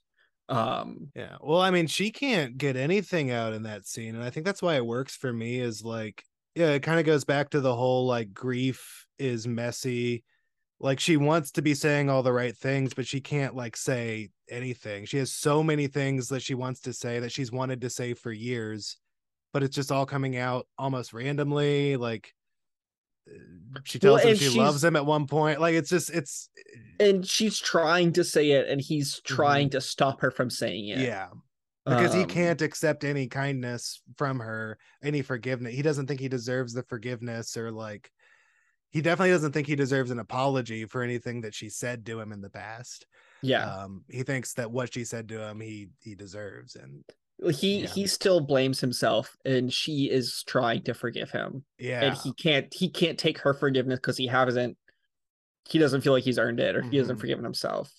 [SPEAKER 3] Um,
[SPEAKER 2] Yeah. Well, I mean, she can't get anything out in that scene. And I think that's why it works for me is like, yeah, it kind of goes back to the whole like grief is messy. Like she wants to be saying all the right things, but she can't like say anything. She has so many things that she wants to say that she's wanted to say for years, but it's just all coming out almost randomly. Like uh, she
[SPEAKER 3] Well,
[SPEAKER 2] tells him
[SPEAKER 3] and
[SPEAKER 2] she
[SPEAKER 3] she's-
[SPEAKER 2] loves him at one point. Like it's just, it's,
[SPEAKER 3] and she's trying to say it, and he's trying to stop her from saying it.
[SPEAKER 2] Mm-hmm. yeah. because he
[SPEAKER 3] Um,
[SPEAKER 2] can't accept any kindness from her any forgiveness he doesn't think he deserves the forgiveness or like he definitely doesn't think he deserves an apology for anything that she said to him in the past
[SPEAKER 3] Yeah,
[SPEAKER 2] um he thinks that what she said to him he he deserves and
[SPEAKER 3] he
[SPEAKER 1] yeah.
[SPEAKER 3] he still blames himself, and she is trying to forgive him,
[SPEAKER 2] yeah
[SPEAKER 3] and he can't he can't take her forgiveness because he hasn't he doesn't feel like he's earned it, or he hasn't
[SPEAKER 2] Mhm.
[SPEAKER 3] forgiven himself.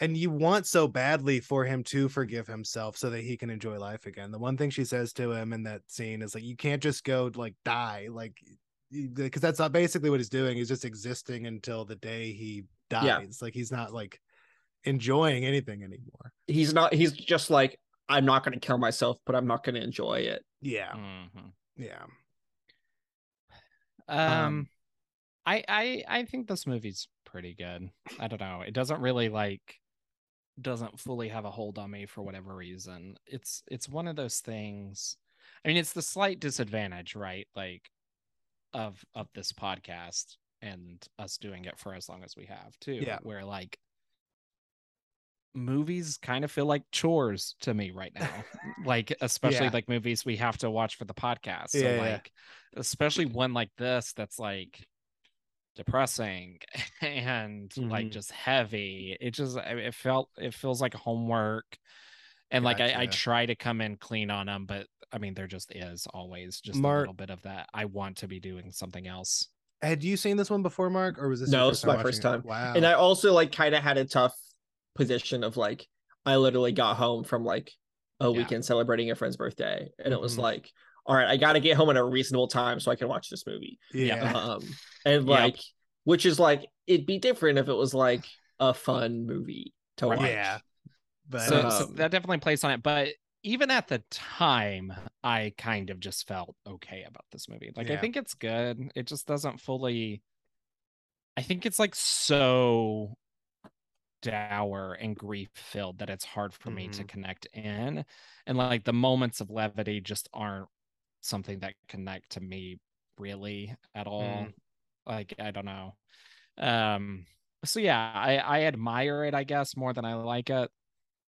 [SPEAKER 2] and you want so badly for him to forgive himself so that he can enjoy life again the one thing she says to him in that scene is like you can't just go like die like because that's not basically what he's doing he's just existing until the day he dies
[SPEAKER 3] Yeah.
[SPEAKER 2] like he's not like enjoying anything anymore
[SPEAKER 3] He's not. He's just like I'm not going to kill myself, but I'm not going to enjoy it. Mm.
[SPEAKER 2] yeah
[SPEAKER 1] Mhm.
[SPEAKER 2] yeah
[SPEAKER 1] Um, I I I think this movie's pretty good. I don't know. It doesn't really like doesn't fully have a hold on me for whatever reason. It's it's one of those things. I mean, it's the slight disadvantage, right? Like of of this podcast and us doing it for as long as we have too.
[SPEAKER 2] Yeah.
[SPEAKER 1] Where like movies kind of feel like chores to me right now. like especially
[SPEAKER 2] Yeah.
[SPEAKER 1] like movies we have to watch for the podcast. So
[SPEAKER 2] Yeah, yeah.
[SPEAKER 1] like especially one like this that's like depressing <laughs> and like
[SPEAKER 2] Mhm.
[SPEAKER 1] just heavy it just I- it felt it feels like homework and like I, I
[SPEAKER 2] Gotcha.
[SPEAKER 1] try to come in clean on them but i mean there just is always just
[SPEAKER 2] Mark-
[SPEAKER 1] a little bit of that i want to be doing something else
[SPEAKER 2] <laughs> had you seen this one before mark or was this
[SPEAKER 3] No,
[SPEAKER 2] your
[SPEAKER 3] this is my
[SPEAKER 2] watching
[SPEAKER 3] first
[SPEAKER 2] it?
[SPEAKER 3] time.
[SPEAKER 2] wow
[SPEAKER 3] and I also like kind of had a tough position of like I literally got home from like a
[SPEAKER 1] Yeah.
[SPEAKER 3] weekend celebrating a friend's birthday, and it was
[SPEAKER 2] Mhm.
[SPEAKER 3] like, all right, I got to get home at a reasonable time so I can watch this
[SPEAKER 2] <laughs>
[SPEAKER 3] movie.
[SPEAKER 1] Yeah.
[SPEAKER 2] yeah
[SPEAKER 3] Um,
[SPEAKER 1] Yep.
[SPEAKER 3] and like, which is like, it'd be different if it was like a fun movie to
[SPEAKER 1] Right.
[SPEAKER 3] watch.
[SPEAKER 2] yeah but
[SPEAKER 1] so,
[SPEAKER 2] uh,
[SPEAKER 1] so
[SPEAKER 3] Um,
[SPEAKER 1] that definitely plays on it but even at the time i kind of just felt okay about this movie like i
[SPEAKER 2] Yeah.
[SPEAKER 1] think it's good it just doesn't fully i think it's like so dour and grief filled that it's hard for me to
[SPEAKER 2] Mm-hmm.
[SPEAKER 1] connect in and like the moments of levity just aren't something that connect to me really at all
[SPEAKER 2] Mm.
[SPEAKER 1] like i don't know um so yeah i i admire it i guess more than i like it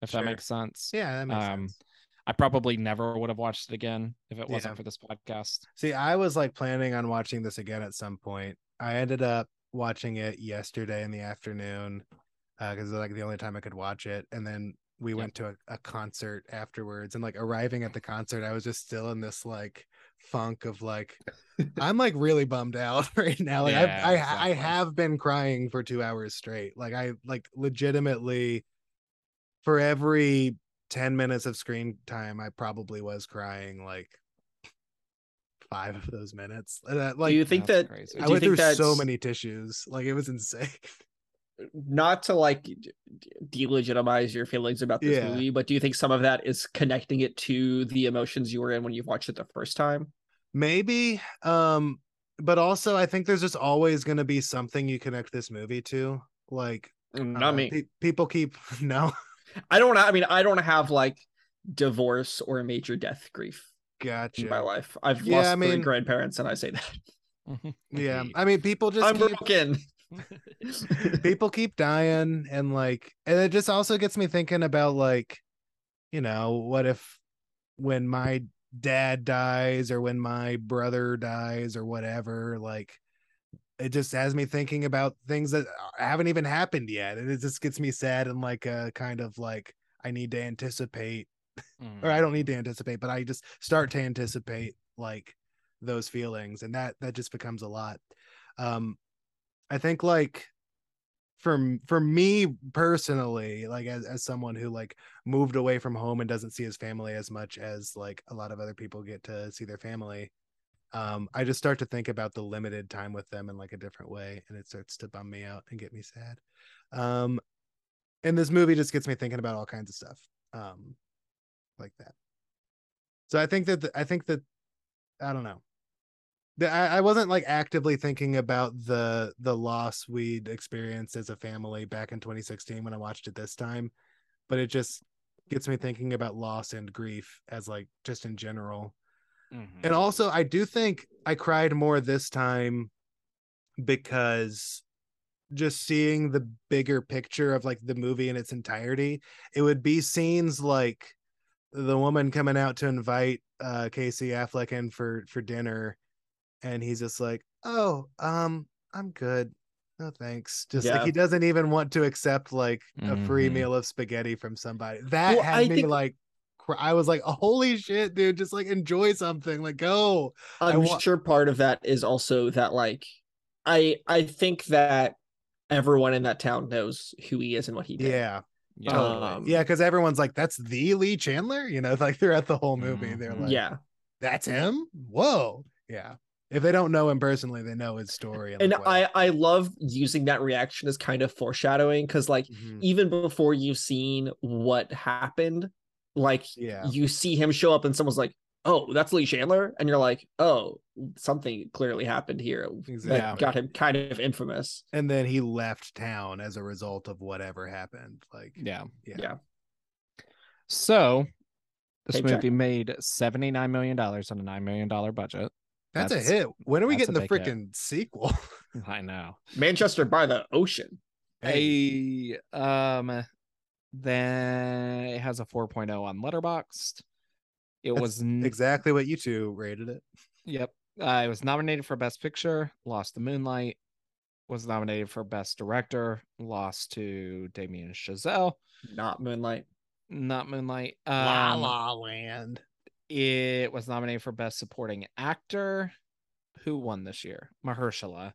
[SPEAKER 1] if
[SPEAKER 2] Sure.
[SPEAKER 1] that makes sense
[SPEAKER 2] yeah that makes
[SPEAKER 1] um,
[SPEAKER 2] sense
[SPEAKER 1] i probably never would have watched it again if it wasn't
[SPEAKER 2] Yeah.
[SPEAKER 1] for this podcast <laughs>
[SPEAKER 2] See, I was like planning on watching this again at some point. I ended up watching it yesterday in the afternoon uh, because it's like the only time I could watch it. And then we
[SPEAKER 1] Yep.
[SPEAKER 2] went to a, a concert afterwards. And like arriving at the concert, I was just still in this like funk of like, I'm like really bummed out <laughs> right now. Like I've-
[SPEAKER 1] Yeah,
[SPEAKER 2] I, I
[SPEAKER 1] exactly.
[SPEAKER 2] have been crying for two hours straight. Like I like legitimately for every 10 minutes of screen time, I probably was crying like five of those minutes. And that, like
[SPEAKER 3] do you think
[SPEAKER 1] That's
[SPEAKER 3] that
[SPEAKER 1] crazy.
[SPEAKER 3] do
[SPEAKER 2] I
[SPEAKER 3] you
[SPEAKER 2] went
[SPEAKER 3] think
[SPEAKER 2] through so
[SPEAKER 3] that's-
[SPEAKER 2] many tissues. Like it was insane. <laughs>
[SPEAKER 3] not to like d- delegitimize your feelings about this
[SPEAKER 2] Yeah.
[SPEAKER 3] movie, but do you think some of that is connecting it to the emotions you were in when you watched it the first time?
[SPEAKER 2] Maybe. Um, but also I think there's just always gonna be something you connect this movie to. Like
[SPEAKER 3] Mm, Not
[SPEAKER 2] uh,
[SPEAKER 3] me.
[SPEAKER 2] pe- people keep <laughs> no
[SPEAKER 3] I don't. I mean, I don't have like divorce or major death grief in my
[SPEAKER 2] gotcha.
[SPEAKER 3] life. I've
[SPEAKER 2] Yeah,
[SPEAKER 3] lost
[SPEAKER 2] I
[SPEAKER 3] three
[SPEAKER 2] mean-
[SPEAKER 3] grandparents, and I say that
[SPEAKER 2] Yeah. I mean people just
[SPEAKER 3] I'm
[SPEAKER 2] keep
[SPEAKER 3] broken.
[SPEAKER 2] <laughs> people keep dying and like and it just also gets me thinking about like you know what if when my dad dies or when my brother dies or whatever like it just has me thinking about things that uh, haven't even happened yet and it just gets me sad and like a kind of like i need to anticipate
[SPEAKER 1] mm-hmm,
[SPEAKER 2] or i don't need to anticipate but i just start to anticipate like those feelings and that that just becomes a lot um i think like for for me personally like as, as someone who like moved away from home and doesn't see his family as much as like a lot of other people get to see their family um i just start to think about the limited time with them in like a different way and it starts to bum me out and get me sad um and this movie just gets me thinking about all kinds of stuff um like that so i think that the, i think that i don't know The- I, I wasn't like actively thinking about the the loss we'd experienced as a family back in 2016 when i watched it this time but it just gets me thinking about loss and grief as like just in general
[SPEAKER 1] Mhm.
[SPEAKER 2] and also, I do think I cried more this time because just seeing the bigger picture of like the movie in its entirety, it would be scenes like the woman coming out to invite uh Casey Affleck in for for dinner and he's just like, "Oh, um I'm good. No thanks." Just like
[SPEAKER 3] Yeah.
[SPEAKER 2] he doesn't even want to accept like a free
[SPEAKER 1] Mhm.
[SPEAKER 2] meal of spaghetti from somebody. That
[SPEAKER 3] Well,
[SPEAKER 2] had
[SPEAKER 3] I
[SPEAKER 2] me
[SPEAKER 3] think-
[SPEAKER 2] like cr- I was like, holy shit, dude, just like enjoy something. Like, go.
[SPEAKER 3] I'm
[SPEAKER 2] wa-
[SPEAKER 3] sure part of that is also that like I I think that everyone in that town knows who he is and what he did.
[SPEAKER 2] Yeah.
[SPEAKER 1] Yeah.
[SPEAKER 2] totally.
[SPEAKER 3] Um,
[SPEAKER 2] yeah. Cause everyone's like, that's the Lee Chandler, you know, <laughs> like throughout the whole movie. They're
[SPEAKER 1] Mhm.
[SPEAKER 2] like,
[SPEAKER 3] Yeah.
[SPEAKER 2] that's him. Whoa. Yeah. If they don't know him personally, they know his story.
[SPEAKER 3] And
[SPEAKER 2] like, what-
[SPEAKER 3] I I love using that reaction as kind of foreshadowing cuz like
[SPEAKER 2] Mhm.
[SPEAKER 3] even before you've seen what happened like
[SPEAKER 2] yeah.
[SPEAKER 3] you see him show up and someone's like, "Oh, that's Lee Chandler," and you're like, "Oh, something clearly happened here that
[SPEAKER 2] Exactly.
[SPEAKER 3] got him kind of infamous."
[SPEAKER 2] And then he left town as a result of whatever happened. Like,
[SPEAKER 1] Yeah.
[SPEAKER 2] Yeah.
[SPEAKER 3] Yeah.
[SPEAKER 1] So this
[SPEAKER 3] Paycheck.
[SPEAKER 1] movie made $79 million on a $9 million budget.
[SPEAKER 2] that's,
[SPEAKER 1] That's-
[SPEAKER 2] a hit. When are we
[SPEAKER 1] that's
[SPEAKER 2] getting
[SPEAKER 1] a
[SPEAKER 2] the
[SPEAKER 1] big hit.
[SPEAKER 2] freaking sequel? <laughs>
[SPEAKER 1] I know.
[SPEAKER 3] Manchester by the ocean.
[SPEAKER 2] Hey,
[SPEAKER 1] A um then it has a 4.0 on Letterboxd. It
[SPEAKER 2] That's
[SPEAKER 1] was n-
[SPEAKER 2] exactly what you two rated it.
[SPEAKER 1] yep. Uh, it was nominated for Best Picture, lost to Moonlight, was nominated for Best Director, lost to Damien Chazelle,
[SPEAKER 3] Not Moonlight.
[SPEAKER 1] not Moonlight. Um,
[SPEAKER 2] la La Land.
[SPEAKER 1] It was nominated for Best Supporting Actor. Who won this year? Mahershala.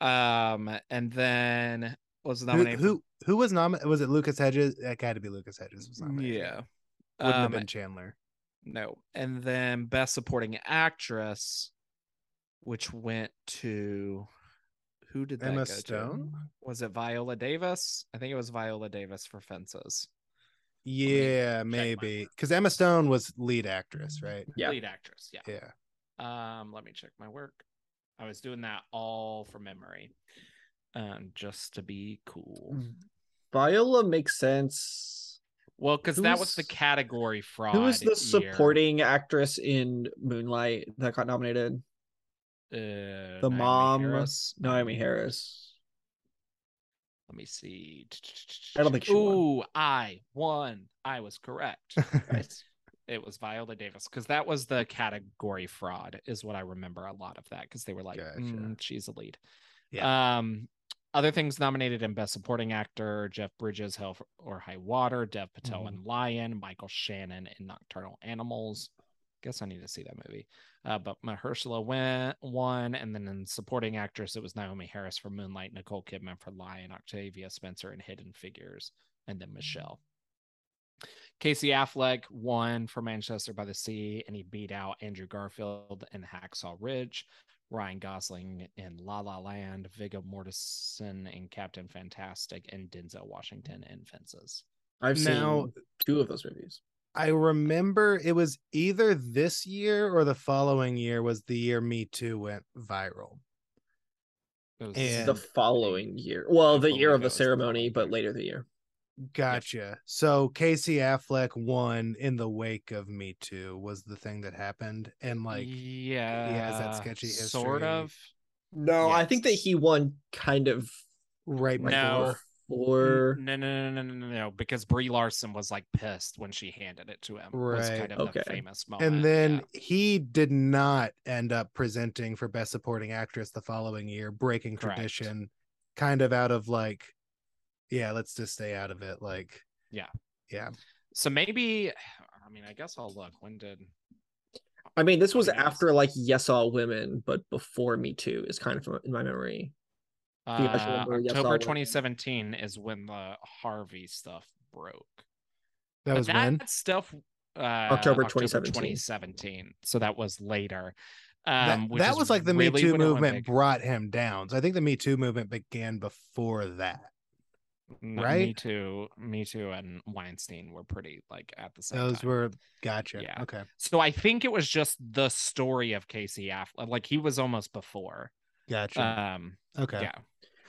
[SPEAKER 1] Um, and then was
[SPEAKER 2] Who,
[SPEAKER 1] nominated. for-
[SPEAKER 2] who who was nominated? Was it Lucas Hedges? That had to be Lucas Hedges. Was nominated.
[SPEAKER 1] yeah.
[SPEAKER 2] wouldn't have
[SPEAKER 1] Um,
[SPEAKER 2] been Chandler.
[SPEAKER 1] No. And then best supporting actress, which went to who did that
[SPEAKER 2] Emma
[SPEAKER 1] go
[SPEAKER 2] Stone?
[SPEAKER 1] to? Was it Viola Davis? I think it was Viola Davis for Fences. my
[SPEAKER 2] Yeah,
[SPEAKER 1] Mm-hmm.
[SPEAKER 2] maybe
[SPEAKER 1] work.
[SPEAKER 2] because Emma Stone was lead actress, right?
[SPEAKER 3] Yeah.
[SPEAKER 1] Lead actress, yeah.
[SPEAKER 2] Yeah,
[SPEAKER 1] Um, let me check my work. I was doing that all from memory. Um, just to be cool.
[SPEAKER 3] Mm. Viola makes sense.
[SPEAKER 1] Well, because that was the
[SPEAKER 3] Who's-
[SPEAKER 1] category fraud.
[SPEAKER 3] Who was the
[SPEAKER 1] year.
[SPEAKER 3] supporting actress in Moonlight that got nominated?
[SPEAKER 1] uh,
[SPEAKER 3] the
[SPEAKER 1] Naomi
[SPEAKER 3] mom?
[SPEAKER 1] Harris?
[SPEAKER 3] Naomi Harris.
[SPEAKER 1] Let me see.
[SPEAKER 3] I don't think she won.
[SPEAKER 1] Ooh, I won. I was
[SPEAKER 3] <laughs>
[SPEAKER 1] correct.
[SPEAKER 3] Nice.
[SPEAKER 1] It was Viola Davis because that was the category fraud, is what I remember a lot of that because they were like,
[SPEAKER 2] Gotcha.
[SPEAKER 1] "Mm, she's a lead. Um, other things nominated in Best Supporting Actor: Jeff Bridges, Hell for- or High Water, Dev Patel
[SPEAKER 2] Mhm.
[SPEAKER 1] and Lion, Michael Shannon in Nocturnal Animals. Guess I need to see that movie. Uh, but Mahershala went one, and then in Supporting Actress, it was Naomi Harris for Moonlight, Nicole Kidman for Lion, Octavia Spencer in Hidden Figures, and then Michelle. Casey Affleck won for Manchester by the Sea, and he beat out Andrew Garfield in Hacksaw Ridge. Ryan Gosling in La La Land, Viggo Mortensen in Captain Fantastic, and Denzel Washington in Fences.
[SPEAKER 3] I've seen
[SPEAKER 2] Now-
[SPEAKER 3] two of those movies.
[SPEAKER 2] I remember it was either this year or the following year was the year Me Too went viral.
[SPEAKER 1] It was-
[SPEAKER 2] And-
[SPEAKER 3] the following year. Well, the
[SPEAKER 1] believe
[SPEAKER 3] year of
[SPEAKER 1] that
[SPEAKER 3] the
[SPEAKER 1] was the
[SPEAKER 3] ceremony,
[SPEAKER 1] following
[SPEAKER 3] but
[SPEAKER 1] year.
[SPEAKER 3] later the year.
[SPEAKER 2] Gotcha. So Casey Affleck won in the wake of Me Too was the thing that happened, and like
[SPEAKER 1] yeah,
[SPEAKER 2] has that sketchy
[SPEAKER 1] Sort
[SPEAKER 2] history.
[SPEAKER 1] of.
[SPEAKER 3] No, I think that
[SPEAKER 1] Yes.
[SPEAKER 3] he won kind of
[SPEAKER 2] right before.
[SPEAKER 1] No.
[SPEAKER 3] or
[SPEAKER 1] no, no, no, no, no, no, no, because Brie Larson was like pissed when she handed it to him. Was
[SPEAKER 2] Right.
[SPEAKER 1] kind of
[SPEAKER 3] Okay.
[SPEAKER 1] the famous moment.
[SPEAKER 2] And then
[SPEAKER 1] yeah.
[SPEAKER 2] he did not end up presenting for Best Supporting Actress the following year, breaking
[SPEAKER 1] Correct.
[SPEAKER 2] tradition, kind of out of like, yeah, let's just stay out of it. Like,
[SPEAKER 1] so maybe, I mean, I guess I'll look. When did?
[SPEAKER 3] I mean, this was
[SPEAKER 1] Yes.
[SPEAKER 3] after like Yes All Women, but before Me Too is kind of in my memory. Yeah, I should
[SPEAKER 1] Uh,
[SPEAKER 3] remember, yes, I'll
[SPEAKER 1] October
[SPEAKER 3] look.
[SPEAKER 1] 2017 is when the Harvey stuff broke.
[SPEAKER 2] that
[SPEAKER 1] But
[SPEAKER 2] was when?
[SPEAKER 1] stuff uh,
[SPEAKER 3] October 2017.
[SPEAKER 1] 2017. So that was later.
[SPEAKER 2] That,
[SPEAKER 1] Um, which
[SPEAKER 2] that
[SPEAKER 1] is
[SPEAKER 2] was like the
[SPEAKER 1] really
[SPEAKER 2] Me Too
[SPEAKER 1] when it went
[SPEAKER 2] movement
[SPEAKER 1] big.
[SPEAKER 2] brought him down. So I think the Me Too movement began before that.
[SPEAKER 1] No,
[SPEAKER 2] Right?
[SPEAKER 1] Me too. Me too. And Weinstein were pretty like at the same.
[SPEAKER 2] Those
[SPEAKER 1] time.
[SPEAKER 2] were gotcha.
[SPEAKER 1] Yeah.
[SPEAKER 2] Okay.
[SPEAKER 1] So I think it was just the story of Casey Affleck. Like he was almost before.
[SPEAKER 2] Gotcha.
[SPEAKER 1] Um.
[SPEAKER 2] okay.
[SPEAKER 1] Yeah.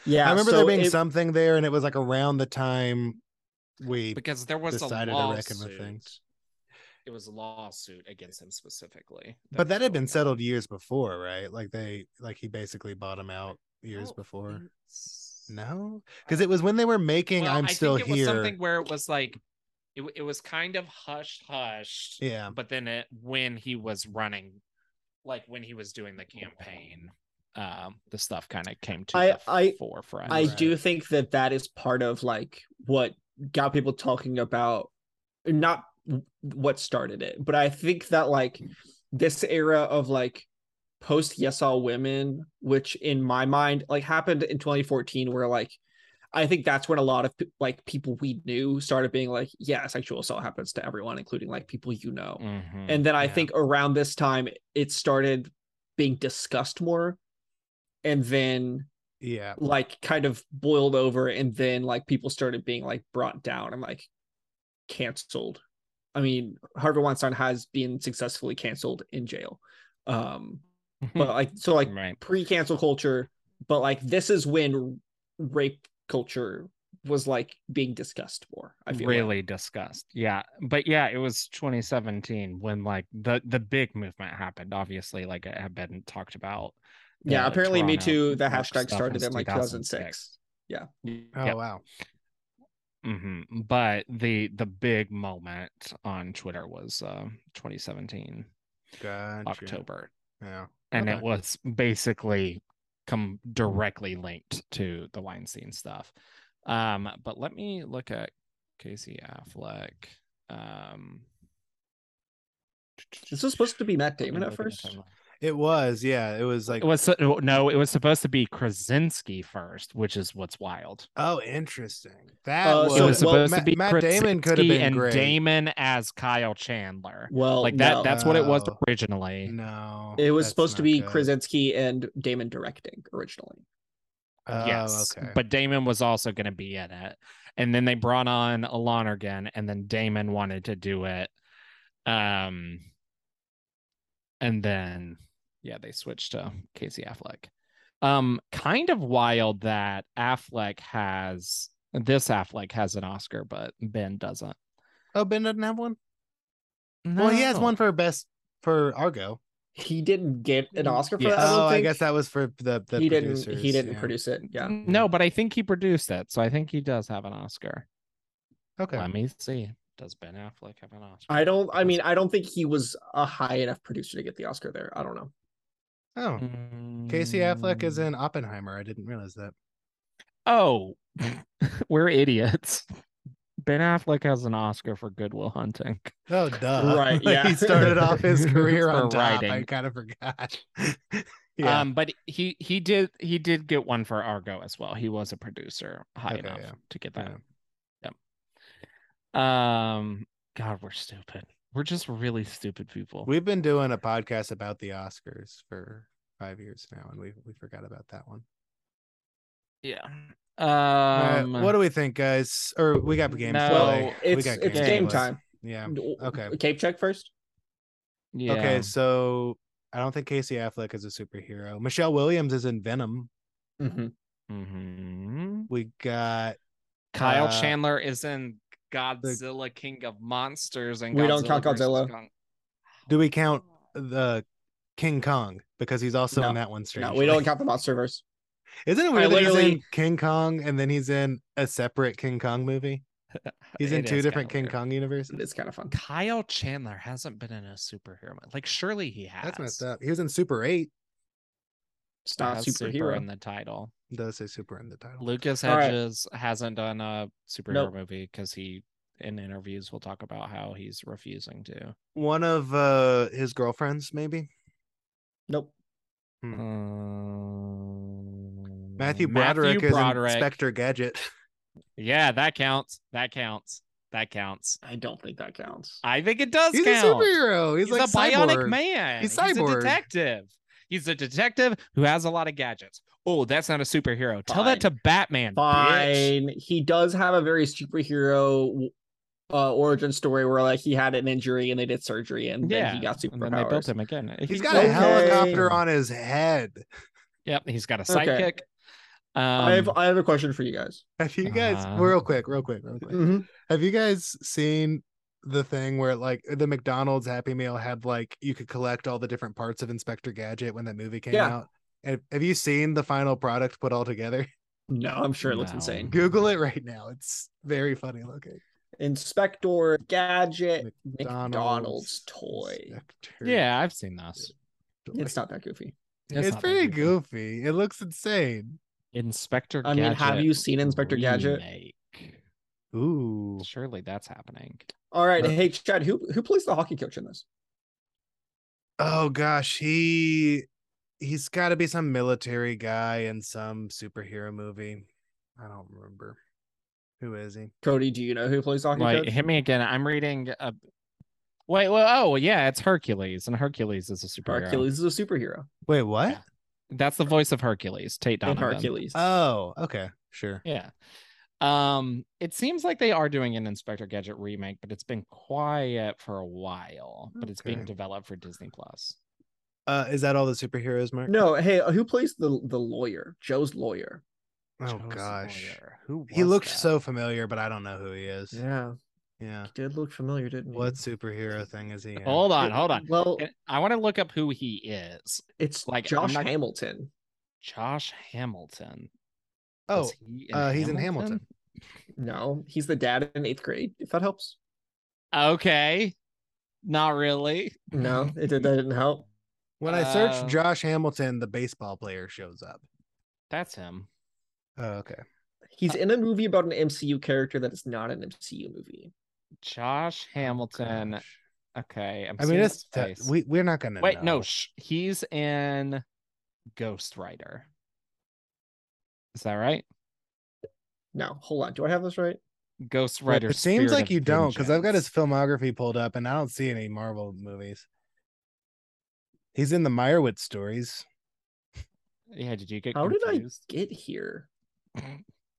[SPEAKER 3] Yeah,
[SPEAKER 2] I remember there
[SPEAKER 3] so
[SPEAKER 2] being
[SPEAKER 3] it-
[SPEAKER 2] something there, and it was like around the time we
[SPEAKER 1] Because there was a
[SPEAKER 2] decided to reckon with
[SPEAKER 1] lawsuit.
[SPEAKER 2] things.
[SPEAKER 1] It was a lawsuit against him specifically.
[SPEAKER 2] But that
[SPEAKER 1] was
[SPEAKER 2] had been
[SPEAKER 1] going
[SPEAKER 2] settled years before, right? Like they like he basically bought him out years
[SPEAKER 1] don't
[SPEAKER 2] before.
[SPEAKER 1] on. S-
[SPEAKER 2] No, because it was when they were making
[SPEAKER 1] mm. Well,
[SPEAKER 2] "I'm
[SPEAKER 1] I
[SPEAKER 2] Still
[SPEAKER 1] think it
[SPEAKER 2] Here."
[SPEAKER 1] Was something where it was like, it w- it was kind of hushed hushed.
[SPEAKER 2] Yeah,
[SPEAKER 1] But then it when he was running, like when he was doing the campaign, um, the stuff kind of came to
[SPEAKER 3] I-
[SPEAKER 1] the
[SPEAKER 3] I-
[SPEAKER 1] forefront.
[SPEAKER 3] I
[SPEAKER 2] Right.
[SPEAKER 3] do think that that is part of like what got people talking about not w- what started it, but I think that like this era of like post yes all women, which in my mind like happened in 2014, where like I think that's when a lot of pe- like people we knew started being like, yeah, sexual assault happens to everyone, including like people you know.
[SPEAKER 1] Mhm. <laughs>
[SPEAKER 3] And then I
[SPEAKER 2] Yeah.
[SPEAKER 3] think around this time it started being discussed more. And then
[SPEAKER 2] yeah.
[SPEAKER 3] like kind of boiled over and then like people started being like brought down and like canceled i mean harvey weinstein has been successfully canceled in jail um but like so like
[SPEAKER 1] Hmm. right.
[SPEAKER 3] pre-cancel culture but like this is when rape culture was like being discussed more i feel like.
[SPEAKER 1] really discussed. Yeah. But yeah, it was 2017 when like the the big movement happened. Obviously, like it had been talked about.
[SPEAKER 3] yeah
[SPEAKER 1] the
[SPEAKER 3] apparently me
[SPEAKER 1] Toronto
[SPEAKER 3] too the
[SPEAKER 1] Rock
[SPEAKER 3] hashtag
[SPEAKER 1] stuff
[SPEAKER 3] started
[SPEAKER 1] was
[SPEAKER 3] in like 2006 Yeah.
[SPEAKER 2] Oh
[SPEAKER 1] Yeah.
[SPEAKER 2] wow.
[SPEAKER 1] Mhm. But the the big moment on Twitter was uh, 2017
[SPEAKER 2] Gotcha.
[SPEAKER 1] October,
[SPEAKER 2] Yeah.
[SPEAKER 1] and
[SPEAKER 2] Okay.
[SPEAKER 1] it was basically come directly linked to the Weinstein stuff. Um, but let me look at Casey Affleck. Um,
[SPEAKER 3] this was supposed to be matt damon
[SPEAKER 1] Let
[SPEAKER 3] at
[SPEAKER 1] me look
[SPEAKER 3] first
[SPEAKER 1] the timeline.
[SPEAKER 2] It was. Yeah. It was like.
[SPEAKER 1] it was su- oh, no, it was supposed to be Krasinski first, which is what's wild.
[SPEAKER 2] oh, interesting. That
[SPEAKER 3] Uh,
[SPEAKER 2] was.
[SPEAKER 1] it was
[SPEAKER 3] well,
[SPEAKER 1] supposed
[SPEAKER 2] Matt,
[SPEAKER 1] to be
[SPEAKER 2] Matt Damon could
[SPEAKER 1] Krasinski
[SPEAKER 2] have been
[SPEAKER 1] and
[SPEAKER 2] great.
[SPEAKER 1] Damon as Kyle Chandler.
[SPEAKER 3] well
[SPEAKER 1] Like that.
[SPEAKER 3] no.
[SPEAKER 1] That's what it was
[SPEAKER 2] No.
[SPEAKER 1] originally.
[SPEAKER 2] No.
[SPEAKER 3] it was
[SPEAKER 2] that's
[SPEAKER 3] supposed to
[SPEAKER 2] not
[SPEAKER 3] be
[SPEAKER 2] good.
[SPEAKER 3] krasinski and damon directing originally
[SPEAKER 2] Oh,
[SPEAKER 1] yes,
[SPEAKER 2] Okay.
[SPEAKER 1] but Damon was also going to be in it, and then they brought on Alon again, and then Damon wanted to do it, um, and then yeah, they switched to Casey Affleck. Um, kind of wild that Affleck has this Affleck has an Oscar, but Ben doesn't.
[SPEAKER 2] oh, Ben doesn't have one. Well, he has
[SPEAKER 1] No.
[SPEAKER 2] one for best for Argo.
[SPEAKER 3] he didn't get an
[SPEAKER 1] Mm.
[SPEAKER 3] Oscar for
[SPEAKER 1] Yeah.
[SPEAKER 3] that. I, don't
[SPEAKER 2] oh, I
[SPEAKER 3] think.
[SPEAKER 2] guess that was for the the
[SPEAKER 3] he didn't.
[SPEAKER 2] producers.
[SPEAKER 3] He didn't
[SPEAKER 2] yeah.
[SPEAKER 3] produce it. Yeah.
[SPEAKER 1] No, but I think he produced it, so I think he does have an Oscar.
[SPEAKER 2] Okay.
[SPEAKER 1] Let me see. Does Ben Affleck have an Oscar?
[SPEAKER 3] I don't. I
[SPEAKER 1] Because-
[SPEAKER 3] mean, I don't think he was a high enough producer to get the Oscar there. I don't know.
[SPEAKER 2] Oh, Casey Affleck is
[SPEAKER 1] Mm.
[SPEAKER 2] in Oppenheimer. I didn't realize that.
[SPEAKER 1] Oh, <laughs> we're idiots. Ben Affleck has an Oscar for Goodwill Hunting.
[SPEAKER 2] Oh, duh.
[SPEAKER 3] Right,
[SPEAKER 2] <laughs> Like,
[SPEAKER 3] yeah.
[SPEAKER 2] he started off
[SPEAKER 3] <laughs>
[SPEAKER 2] his career on
[SPEAKER 1] For
[SPEAKER 2] top. I
[SPEAKER 1] writing.
[SPEAKER 2] kind of forgot. <laughs> yeah.
[SPEAKER 1] Um, but he he did he did get one for Argo as well. He was a producer high
[SPEAKER 2] Okay,
[SPEAKER 1] enough
[SPEAKER 2] yeah.
[SPEAKER 1] to get that.
[SPEAKER 2] yeah.
[SPEAKER 1] Yep. Um, God, we're stupid. We're just really stupid people.
[SPEAKER 2] We've been doing a podcast about the Oscars for five years now, and we we forgot about that one.
[SPEAKER 1] yeah.
[SPEAKER 2] All right,
[SPEAKER 1] Um,
[SPEAKER 2] what do we think, guys? Or we got games.
[SPEAKER 1] No,
[SPEAKER 2] to
[SPEAKER 3] well,
[SPEAKER 2] play. We
[SPEAKER 3] it's
[SPEAKER 2] got
[SPEAKER 3] it's
[SPEAKER 2] games to
[SPEAKER 3] game
[SPEAKER 2] play.
[SPEAKER 3] time.
[SPEAKER 2] Yeah.
[SPEAKER 3] Okay.
[SPEAKER 2] okay.
[SPEAKER 3] Cape check first.
[SPEAKER 1] yeah.
[SPEAKER 2] Okay. So I don't think Casey Affleck is a superhero. Michelle Williams is in Venom.
[SPEAKER 3] Mhm.
[SPEAKER 1] Mhm.
[SPEAKER 2] We got
[SPEAKER 1] Kyle
[SPEAKER 2] Uh,
[SPEAKER 1] Chandler is in Godzilla King of Monsters, and
[SPEAKER 3] We don't count
[SPEAKER 1] versus
[SPEAKER 3] Godzilla.
[SPEAKER 1] Kong.
[SPEAKER 2] Do we count the King Kong because he's also
[SPEAKER 3] No.
[SPEAKER 2] in that one. Strangely.
[SPEAKER 3] No, we don't count the MonsterVerse.
[SPEAKER 2] Isn't it weird
[SPEAKER 3] I
[SPEAKER 2] that he's in
[SPEAKER 3] literally-
[SPEAKER 2] King Kong and then he's in a separate King Kong movie? He's in
[SPEAKER 1] It
[SPEAKER 2] two
[SPEAKER 1] is
[SPEAKER 2] different King
[SPEAKER 1] kinda weird.
[SPEAKER 2] Kong universes.
[SPEAKER 3] It's kind of fun.
[SPEAKER 1] Kyle Chandler hasn't been in a superhero mo- Like surely he has.
[SPEAKER 2] That's messed up. He was in Super Eight.
[SPEAKER 3] It's
[SPEAKER 1] It
[SPEAKER 3] not
[SPEAKER 1] has super
[SPEAKER 3] superhero.
[SPEAKER 1] in the title.
[SPEAKER 2] It does say Super in the title?
[SPEAKER 1] Lucas
[SPEAKER 3] All right.
[SPEAKER 1] Hedges hasn't done a superhero
[SPEAKER 3] Nope.
[SPEAKER 1] movie because he, in interviews, will talk about how he's refusing to.
[SPEAKER 2] One of uh, his girlfriends, maybe.
[SPEAKER 3] nope.
[SPEAKER 2] Hmm.
[SPEAKER 1] Um,
[SPEAKER 2] Matthew Broderick is
[SPEAKER 1] Broderick.
[SPEAKER 2] in Inspector Gadget.
[SPEAKER 1] Yeah, that counts. That counts. That counts.
[SPEAKER 3] I don't think that counts.
[SPEAKER 1] I think it does
[SPEAKER 2] He's
[SPEAKER 1] count.
[SPEAKER 2] a superhero. He's,
[SPEAKER 1] He's,
[SPEAKER 2] like
[SPEAKER 1] a bionic
[SPEAKER 2] cyborg.
[SPEAKER 1] man.
[SPEAKER 2] He's
[SPEAKER 1] He's a
[SPEAKER 2] cyborg.
[SPEAKER 1] detective. He's a detective who has a lot of gadgets. Oh, that's not a superhero. Tell that to Batman. bitch.
[SPEAKER 3] Fine. He does have a very superhero uh, origin story where like he had an injury and they did surgery and then he
[SPEAKER 1] Yeah,
[SPEAKER 3] got
[SPEAKER 1] And then they built
[SPEAKER 3] superpowers.
[SPEAKER 1] him again.
[SPEAKER 2] He's got
[SPEAKER 3] Okay.
[SPEAKER 2] a helicopter on his head.
[SPEAKER 1] Yep, he's got a
[SPEAKER 3] Okay.
[SPEAKER 1] sidekick.
[SPEAKER 3] I have
[SPEAKER 1] Um,
[SPEAKER 3] I have a question for you guys.
[SPEAKER 2] Have you guys
[SPEAKER 1] Uh,
[SPEAKER 2] real quick, real quick, real quick?
[SPEAKER 3] Mhm.
[SPEAKER 2] Have you guys seen the thing where like the McDonald's Happy Meal had like you could collect all the different parts of Inspector Gadget when that movie came
[SPEAKER 3] Yeah.
[SPEAKER 2] out? Have have you seen the final product put all together? <laughs>
[SPEAKER 3] No, I'm sure it looks
[SPEAKER 1] No.
[SPEAKER 3] insane.
[SPEAKER 2] Google it right now. It's very funny looking.
[SPEAKER 3] Inspector Gadget McDonald's,
[SPEAKER 2] McDonald's
[SPEAKER 3] toy.
[SPEAKER 2] Inspector
[SPEAKER 1] yeah, I've seen those.
[SPEAKER 2] toy.
[SPEAKER 3] It's not that goofy.
[SPEAKER 2] It's,
[SPEAKER 1] not that
[SPEAKER 2] pretty
[SPEAKER 1] goofy.
[SPEAKER 2] goofy. It looks insane.
[SPEAKER 1] Inspector.
[SPEAKER 3] I mean, have
[SPEAKER 1] Gadget
[SPEAKER 3] you seen Inspector Gadget?
[SPEAKER 1] remake.
[SPEAKER 2] Ooh.
[SPEAKER 1] Surely that's happening.
[SPEAKER 3] All right,
[SPEAKER 2] Uh,
[SPEAKER 3] hey Chad, who who plays the hockey coach in this?
[SPEAKER 2] Oh gosh, he he's got to be some military guy in some superhero movie. I don't remember. Who is he?
[SPEAKER 3] Cody, do you know who plays the hockey
[SPEAKER 1] Wait,
[SPEAKER 3] coach?
[SPEAKER 1] hit me again. I'm reading. A... Wait, well, oh yeah, it's Hercules, and Hercules is a superhero.
[SPEAKER 3] Hercules is a superhero.
[SPEAKER 2] Wait, what?
[SPEAKER 1] Yeah. That's the voice of Hercules, Tate
[SPEAKER 3] in
[SPEAKER 1] Donovan.
[SPEAKER 3] Hercules.
[SPEAKER 2] Oh, okay, sure.
[SPEAKER 1] Yeah. Um, it seems like they are doing an Inspector Gadget remake, but it's been quiet for a while. But it's being
[SPEAKER 2] Okay.
[SPEAKER 1] developed for Disney Plus.
[SPEAKER 2] Uh, is that all the superheroes, Mark?
[SPEAKER 3] no, hey, who plays the the lawyer? Joe's lawyer.
[SPEAKER 2] Oh
[SPEAKER 1] Joe's
[SPEAKER 2] gosh,
[SPEAKER 1] lawyer. who
[SPEAKER 2] he
[SPEAKER 1] was
[SPEAKER 2] looked
[SPEAKER 1] that?
[SPEAKER 2] so familiar, but I don't know who he is. Yeah.
[SPEAKER 3] Yeah, did look familiar, didn't he?
[SPEAKER 2] What superhero thing is he? In?
[SPEAKER 1] Hold on, hold on.
[SPEAKER 3] Well,
[SPEAKER 1] I want to look up who he is.
[SPEAKER 3] it's
[SPEAKER 1] like,
[SPEAKER 3] like
[SPEAKER 1] I'm
[SPEAKER 3] Josh
[SPEAKER 1] not-
[SPEAKER 3] Hamilton. Hamilton.
[SPEAKER 1] Josh Hamilton.
[SPEAKER 2] Oh,
[SPEAKER 1] Was he
[SPEAKER 2] uh, he's in Hamilton.
[SPEAKER 3] No, he's the dad in eighth grade. If that helps.
[SPEAKER 1] Okay, not really. <laughs>
[SPEAKER 3] No, it did, that didn't help.
[SPEAKER 2] when I search
[SPEAKER 1] uh,
[SPEAKER 2] Josh Hamilton, the baseball player shows up.
[SPEAKER 1] That's him.
[SPEAKER 2] Oh, okay.
[SPEAKER 3] He's in a movie about an MCU character that is not an MCU movie.
[SPEAKER 1] Josh Hamilton.
[SPEAKER 2] Gosh.
[SPEAKER 1] Okay, I'm
[SPEAKER 2] Oh, I mean,
[SPEAKER 1] seeing
[SPEAKER 2] it's
[SPEAKER 1] his
[SPEAKER 2] t-
[SPEAKER 1] face.
[SPEAKER 2] we we're not gonna
[SPEAKER 1] Wait,
[SPEAKER 2] know.
[SPEAKER 1] no, sh- he's in Ghost Rider. Is that right?
[SPEAKER 3] No, hold on. Do I have this right?
[SPEAKER 1] Ghost
[SPEAKER 2] Well,
[SPEAKER 1] Rider.
[SPEAKER 2] It seems
[SPEAKER 1] Spirit
[SPEAKER 2] like
[SPEAKER 1] of
[SPEAKER 2] you don't, because I've got his
[SPEAKER 1] Vengeance.
[SPEAKER 2] filmography pulled up, and I don't see any Marvel movies. He's in the Meyerowitz stories.
[SPEAKER 1] Yeah, did you get
[SPEAKER 3] How did I-
[SPEAKER 1] confused?
[SPEAKER 3] Get here.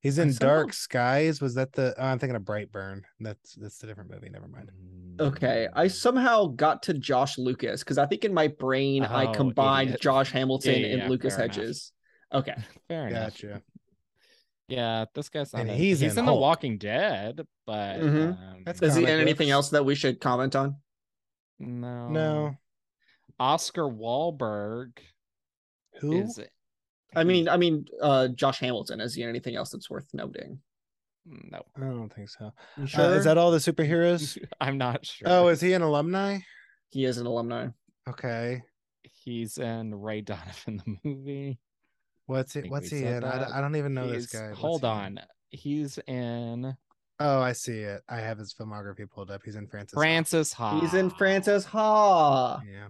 [SPEAKER 2] He's
[SPEAKER 3] I
[SPEAKER 2] in
[SPEAKER 3] somehow-
[SPEAKER 2] Dark Skies. Was that the? Oh, I'm thinking of Brightburn. That's that's a different movie. Never mind.
[SPEAKER 3] Okay,
[SPEAKER 2] Mm-hmm.
[SPEAKER 3] I somehow got to Josh Lucas because I think in my brain
[SPEAKER 1] Oh,
[SPEAKER 3] I combined
[SPEAKER 1] idiot.
[SPEAKER 3] Josh Hamilton
[SPEAKER 1] Yeah, yeah, yeah,
[SPEAKER 3] and Lucas
[SPEAKER 1] fair enough.
[SPEAKER 3] Hedges. Okay,
[SPEAKER 1] <laughs> Fair enough.
[SPEAKER 2] Gotcha.
[SPEAKER 1] Yeah, this guy's not.
[SPEAKER 2] And
[SPEAKER 1] in-
[SPEAKER 2] he's
[SPEAKER 1] he's,
[SPEAKER 2] in
[SPEAKER 1] in, The
[SPEAKER 2] Hulk.
[SPEAKER 1] Walking Dead, but
[SPEAKER 3] Mhm.
[SPEAKER 1] um,
[SPEAKER 2] That's
[SPEAKER 3] is he
[SPEAKER 2] Comic
[SPEAKER 3] in anything
[SPEAKER 2] books.
[SPEAKER 3] else that we should comment on?
[SPEAKER 1] no,
[SPEAKER 2] No,
[SPEAKER 1] Oscar Wahlberg
[SPEAKER 2] who?
[SPEAKER 1] is. Hmm.
[SPEAKER 3] I mean, I mean, uh, Josh Hamilton. Is he in anything else that's worth noting?
[SPEAKER 1] no,
[SPEAKER 2] I don't think so.
[SPEAKER 3] You
[SPEAKER 2] Uh, is that all the superheroes?
[SPEAKER 1] I'm not <laughs> sure.
[SPEAKER 2] Oh, is he an alumni?
[SPEAKER 3] he is an alumni?
[SPEAKER 2] Okay.
[SPEAKER 1] he's in Ray Donovan the movie.
[SPEAKER 2] What's
[SPEAKER 1] think
[SPEAKER 2] it?
[SPEAKER 1] we
[SPEAKER 2] What's he
[SPEAKER 1] said
[SPEAKER 2] in? I, d-
[SPEAKER 1] that.
[SPEAKER 2] I don't even know this
[SPEAKER 1] He's-
[SPEAKER 2] guy. What's
[SPEAKER 1] Hold
[SPEAKER 2] he in?
[SPEAKER 1] on, he's in
[SPEAKER 2] Oh, I see it. I have his filmography pulled up. He's in Francis. Ha.
[SPEAKER 1] Francis Ha.
[SPEAKER 3] He's
[SPEAKER 2] Ah.
[SPEAKER 3] in Francis Ha.
[SPEAKER 2] Yeah.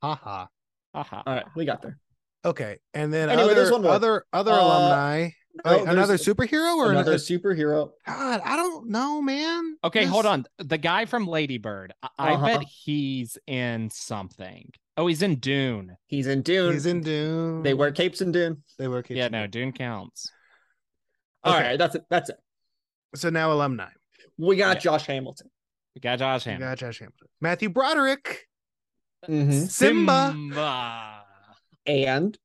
[SPEAKER 2] Haha.
[SPEAKER 1] Ha-ha.
[SPEAKER 3] All right, we got there.
[SPEAKER 2] Okay, and then
[SPEAKER 3] Anyway,
[SPEAKER 2] other
[SPEAKER 3] there's one more.
[SPEAKER 2] other other
[SPEAKER 3] Uh,
[SPEAKER 2] alumni.
[SPEAKER 3] No,
[SPEAKER 2] Wait, another
[SPEAKER 3] Oh, there's
[SPEAKER 2] superhero or
[SPEAKER 3] another
[SPEAKER 2] another?
[SPEAKER 3] superhero.
[SPEAKER 2] God, I don't know, man.
[SPEAKER 1] Okay, hold
[SPEAKER 2] This-
[SPEAKER 1] on. The guy from Ladybird. I, I
[SPEAKER 3] Uh-huh.
[SPEAKER 1] bet he's in something. Oh, he's in Dune.
[SPEAKER 3] He's in Dune.
[SPEAKER 2] He's in Dune.
[SPEAKER 3] They wear capes in Dune.
[SPEAKER 2] They were.
[SPEAKER 1] Yeah, no, Dune counts.
[SPEAKER 3] All right,
[SPEAKER 2] Okay.
[SPEAKER 3] that's it. That's it.
[SPEAKER 2] So now alumni.
[SPEAKER 3] We got
[SPEAKER 1] Yeah.
[SPEAKER 3] Josh Hamilton.
[SPEAKER 1] We got Josh
[SPEAKER 2] You
[SPEAKER 1] Hammond.
[SPEAKER 2] got Josh Hamilton. Matthew Broderick.
[SPEAKER 3] Mhm.
[SPEAKER 2] Simba.
[SPEAKER 1] Simba.
[SPEAKER 3] And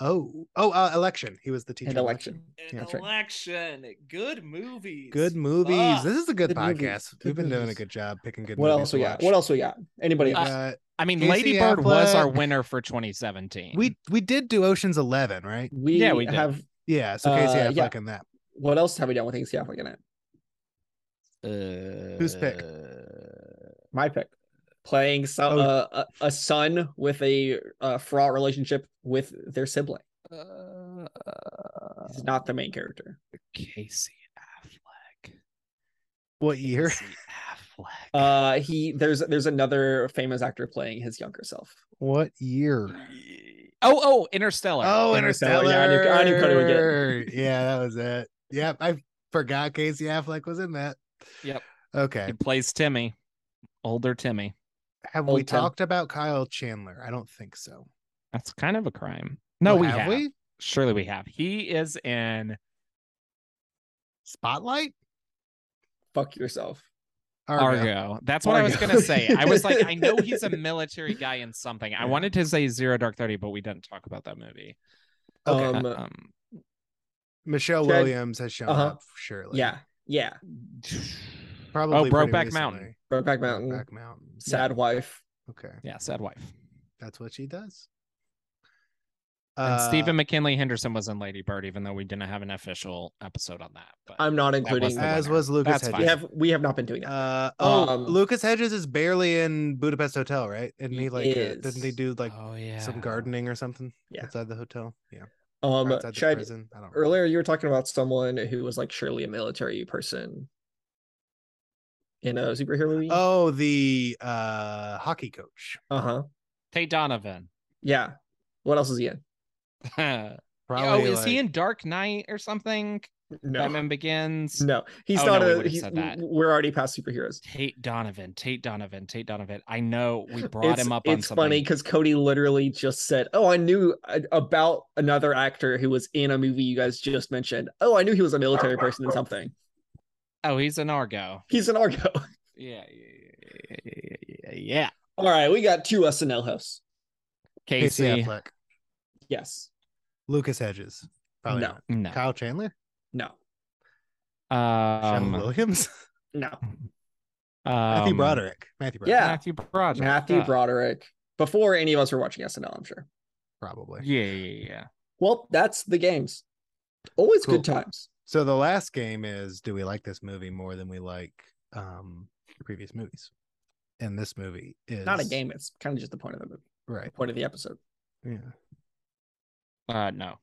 [SPEAKER 2] Oh, oh, uh, election. He was the teacher.
[SPEAKER 3] an
[SPEAKER 2] in
[SPEAKER 3] election.
[SPEAKER 1] An
[SPEAKER 3] That's right.
[SPEAKER 1] election. Good movies.
[SPEAKER 2] Good movies.
[SPEAKER 1] Fuck.
[SPEAKER 2] This is a good,
[SPEAKER 3] Good movies.
[SPEAKER 2] podcast.
[SPEAKER 3] Good
[SPEAKER 2] We've been doing a
[SPEAKER 3] movies.
[SPEAKER 2] good job picking good
[SPEAKER 3] What
[SPEAKER 2] movies.
[SPEAKER 3] else
[SPEAKER 2] to
[SPEAKER 3] we got?
[SPEAKER 2] watch. Uh,
[SPEAKER 3] What else we got? Anybody
[SPEAKER 2] We
[SPEAKER 3] else?
[SPEAKER 2] got-
[SPEAKER 1] I mean,
[SPEAKER 2] Casey
[SPEAKER 1] Ladybird was our
[SPEAKER 2] Affleck.
[SPEAKER 1] winner for 2017.
[SPEAKER 2] we we did do Ocean's Eleven, right?
[SPEAKER 3] we,
[SPEAKER 1] yeah, we did.
[SPEAKER 3] have.
[SPEAKER 2] Yeah. So Casey
[SPEAKER 3] Uh, yeah.
[SPEAKER 2] Affleck in that.
[SPEAKER 3] What else have we done with Casey Affleck in it?
[SPEAKER 1] uh,
[SPEAKER 2] Who's pick?
[SPEAKER 3] My pick. Playing so,
[SPEAKER 2] Oh.
[SPEAKER 3] uh, a, a son with a uh, fraught relationship with their sibling.
[SPEAKER 1] Uh,
[SPEAKER 2] Uh.
[SPEAKER 3] He's not the main character.
[SPEAKER 1] Casey Affleck.
[SPEAKER 2] What year? <laughs>
[SPEAKER 1] Casey Affleck.
[SPEAKER 3] Uh, he there's there's another famous actor playing his younger self.
[SPEAKER 2] What year?
[SPEAKER 1] Ye- Oh, oh, Interstellar.
[SPEAKER 2] Oh,
[SPEAKER 3] Interstellar.
[SPEAKER 2] Interstellar.
[SPEAKER 3] Yeah, I knew- I knew Cody would get it.
[SPEAKER 2] yeah, that was it. Yep, I forgot Casey Affleck was in that.
[SPEAKER 1] Yep.
[SPEAKER 2] Okay.
[SPEAKER 1] he plays Timmy, older Timmy.
[SPEAKER 2] Have we
[SPEAKER 3] Old Tim.
[SPEAKER 2] talked about Kyle Chandler? I don't think so.
[SPEAKER 1] That's kind of a crime. No,
[SPEAKER 2] Oh,
[SPEAKER 1] we have. Surely we have. He is in.
[SPEAKER 2] Spotlight?
[SPEAKER 3] Fuck yourself.
[SPEAKER 1] Argo. That's what I was
[SPEAKER 3] Argo.
[SPEAKER 1] gonna say. I was like, I know he's
[SPEAKER 2] <laughs>
[SPEAKER 1] a military guy in something. I wanted to say Zero Dark Thirty, but we didn't talk about that movie.
[SPEAKER 2] Okay.
[SPEAKER 1] Uh,
[SPEAKER 3] Um,
[SPEAKER 1] um, <sighs>
[SPEAKER 2] Michelle
[SPEAKER 3] Chad-
[SPEAKER 2] Williams has shown
[SPEAKER 3] Uh-huh.
[SPEAKER 2] up, surely.
[SPEAKER 3] Yeah, yeah.
[SPEAKER 2] Probably.
[SPEAKER 1] Oh,
[SPEAKER 2] pretty
[SPEAKER 1] Brokeback
[SPEAKER 2] recently.
[SPEAKER 1] Mountain.
[SPEAKER 3] Brokeback Mountain,
[SPEAKER 2] Brokeback Mountain.
[SPEAKER 3] Sad Wife.
[SPEAKER 2] Okay.
[SPEAKER 1] yeah, sad wife.
[SPEAKER 2] That's what she does.
[SPEAKER 1] and
[SPEAKER 2] Uh,
[SPEAKER 1] Stephen McKinley Henderson was in Lady Bird, even though we didn't have an official episode on that. But
[SPEAKER 3] I'm not
[SPEAKER 1] was
[SPEAKER 3] including.
[SPEAKER 1] the
[SPEAKER 2] as
[SPEAKER 1] winner.
[SPEAKER 2] was Lucas
[SPEAKER 1] That's
[SPEAKER 2] Hedges.
[SPEAKER 1] fine.
[SPEAKER 3] We have we have not been doing that.
[SPEAKER 2] Uh, oh,
[SPEAKER 3] Um,
[SPEAKER 2] Lucas Hedges is barely in Budapest Hotel, right? Didn't he like? Uh,
[SPEAKER 3] is.
[SPEAKER 2] didn't he do like
[SPEAKER 1] oh yeah,
[SPEAKER 2] some gardening or something
[SPEAKER 3] Yeah.
[SPEAKER 2] outside the hotel? Yeah, or
[SPEAKER 3] Um,
[SPEAKER 2] Uh, outside the
[SPEAKER 3] Chad,
[SPEAKER 2] prison. I don't. remember.
[SPEAKER 3] earlier you were talking about someone who was like surely a military person in a superhero movie.
[SPEAKER 2] Oh, the uh, hockey coach,
[SPEAKER 3] Uh huh.
[SPEAKER 1] Tay Donovan. <laughs>
[SPEAKER 3] Yeah. What else is he in?
[SPEAKER 1] oh,
[SPEAKER 2] probably.
[SPEAKER 1] is he
[SPEAKER 2] like-
[SPEAKER 1] in Dark Knight or something?
[SPEAKER 3] No.
[SPEAKER 1] Batman Begins.
[SPEAKER 3] No, he's
[SPEAKER 1] Oh,
[SPEAKER 3] not
[SPEAKER 1] no, we
[SPEAKER 3] a.
[SPEAKER 1] would've
[SPEAKER 3] He,
[SPEAKER 1] said that.
[SPEAKER 3] We're already past superheroes.
[SPEAKER 1] Tate Donovan, Tate Donovan, Tate Donovan. I know
[SPEAKER 3] <laughs>
[SPEAKER 1] we brought
[SPEAKER 3] it's,
[SPEAKER 1] him up on
[SPEAKER 3] It's
[SPEAKER 1] something.
[SPEAKER 3] funny because Cody literally just said, "Oh, I knew uh, about another actor who was in a movie you guys just mentioned. Oh, I knew he was a military person in something.
[SPEAKER 1] Oh, he's an Argo.
[SPEAKER 3] He's an Argo." <laughs>
[SPEAKER 1] Yeah, yeah, yeah, yeah, yeah, yeah.
[SPEAKER 3] All right, we got two SNL hosts.
[SPEAKER 2] Casey
[SPEAKER 1] Casey,
[SPEAKER 2] Affleck,
[SPEAKER 3] Yes.
[SPEAKER 2] Lucas Hedges, probably
[SPEAKER 3] No.
[SPEAKER 2] not.
[SPEAKER 1] no.
[SPEAKER 2] Kyle Chandler,
[SPEAKER 3] No.
[SPEAKER 1] Um,
[SPEAKER 2] Michelle Williams, <laughs>
[SPEAKER 3] No.
[SPEAKER 2] Matthew
[SPEAKER 1] um,
[SPEAKER 2] Broderick, Matthew Broderick,
[SPEAKER 3] Yeah.
[SPEAKER 1] Matthew Broderick. Uh,
[SPEAKER 3] Matthew
[SPEAKER 1] yeah.
[SPEAKER 3] Broderick. Before any of us were watching SNL, I'm sure.
[SPEAKER 2] probably.
[SPEAKER 1] Yeah, yeah, yeah.
[SPEAKER 3] Well, that's the games. Always
[SPEAKER 2] Cool.
[SPEAKER 3] good times.
[SPEAKER 2] So the last game is do we like this movie more than we like um the previous movies? And this movie is
[SPEAKER 3] Not a game. It's kind of just the point of the movie,
[SPEAKER 2] Right.
[SPEAKER 3] point of the episode.
[SPEAKER 2] Yeah.
[SPEAKER 1] Uh, no.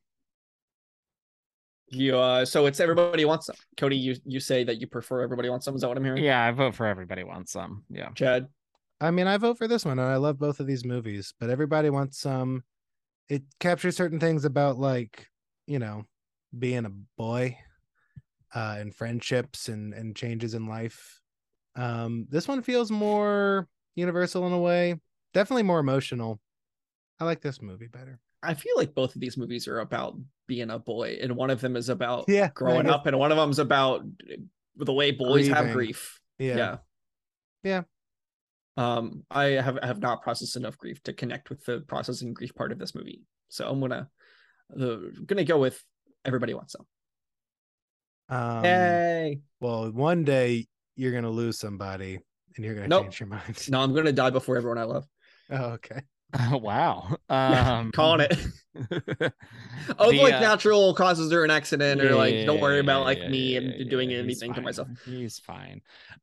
[SPEAKER 3] You uh, so it's everybody wants them. Cody, you you say that you prefer everybody wants them. Is that what I'm hearing?
[SPEAKER 1] Yeah, I vote for everybody wants some. Yeah. <laughs>
[SPEAKER 3] Chad.
[SPEAKER 2] I mean, I vote for this one and I love both of these movies, but everybody wants some it captures certain things about like, you know, being a boy uh and friendships and and changes in life. Um this one feels more universal in a way, definitely more emotional. I like this movie better.
[SPEAKER 3] I feel like both of these movies are about being a boy, and one of them is about
[SPEAKER 2] Yeah,
[SPEAKER 3] growing
[SPEAKER 2] I guess-
[SPEAKER 3] up, and one of them's about the way boys have
[SPEAKER 2] Grieving.
[SPEAKER 3] grief.
[SPEAKER 2] Yeah.
[SPEAKER 3] Yeah.
[SPEAKER 2] Yeah.
[SPEAKER 3] Um, I have I have not processed enough grief to connect with the processing grief part of this movie, so I'm gonna the gonna go with everybody wants them.
[SPEAKER 2] Um
[SPEAKER 3] Yay!
[SPEAKER 2] Well, one day you're gonna lose somebody, and you're gonna
[SPEAKER 3] Nope.
[SPEAKER 2] change your mind.
[SPEAKER 3] No, I'm gonna die before everyone I love. <laughs>
[SPEAKER 2] <laughs> Oh, okay.
[SPEAKER 1] wow. Um,
[SPEAKER 3] Calling
[SPEAKER 1] <laughs>
[SPEAKER 3] it. <laughs> Of
[SPEAKER 1] the,
[SPEAKER 3] like
[SPEAKER 1] uh,
[SPEAKER 3] natural causes or an accident or
[SPEAKER 1] yeah,
[SPEAKER 3] like
[SPEAKER 1] yeah,
[SPEAKER 3] don't worry
[SPEAKER 1] yeah,
[SPEAKER 3] about
[SPEAKER 1] yeah,
[SPEAKER 3] like
[SPEAKER 1] yeah,
[SPEAKER 3] me
[SPEAKER 1] yeah,
[SPEAKER 3] and
[SPEAKER 1] yeah,
[SPEAKER 3] doing
[SPEAKER 1] yeah, he's
[SPEAKER 3] anything to
[SPEAKER 1] fine.
[SPEAKER 3] myself.
[SPEAKER 1] He's fine.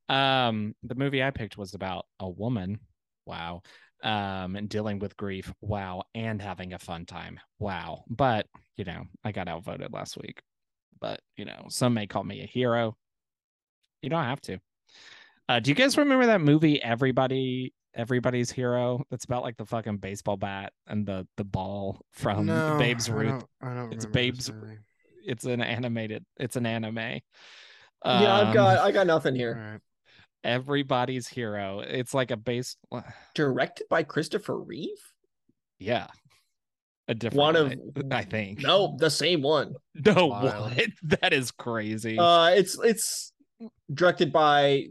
[SPEAKER 1] Um, the movie I picked was about a woman. Wow. Um, and dealing with grief. Wow. And having a fun time. Wow. But you know, I got outvoted last week. But you know, some may call me a hero. You don't have to. Uh, do you guys remember that movie Everybody Everybody's Hero? That's about like the fucking baseball bat and the the ball from Babe's
[SPEAKER 2] I
[SPEAKER 1] Ruth
[SPEAKER 2] don't- I don't
[SPEAKER 1] It's
[SPEAKER 2] remember this
[SPEAKER 1] Babe's-
[SPEAKER 2] movie.
[SPEAKER 1] it's an animated it's an anime
[SPEAKER 3] yeah, I've
[SPEAKER 1] Um,
[SPEAKER 3] got I got nothing here.
[SPEAKER 2] All right.
[SPEAKER 1] everybody's hero it's like a base
[SPEAKER 3] Directed by Christopher Reeve.
[SPEAKER 1] yeah a different
[SPEAKER 3] One of
[SPEAKER 1] i I think
[SPEAKER 3] no, the same one.
[SPEAKER 1] <laughs> no
[SPEAKER 2] Wild.
[SPEAKER 1] what <laughs> that is crazy
[SPEAKER 3] Uh, it's it's directed by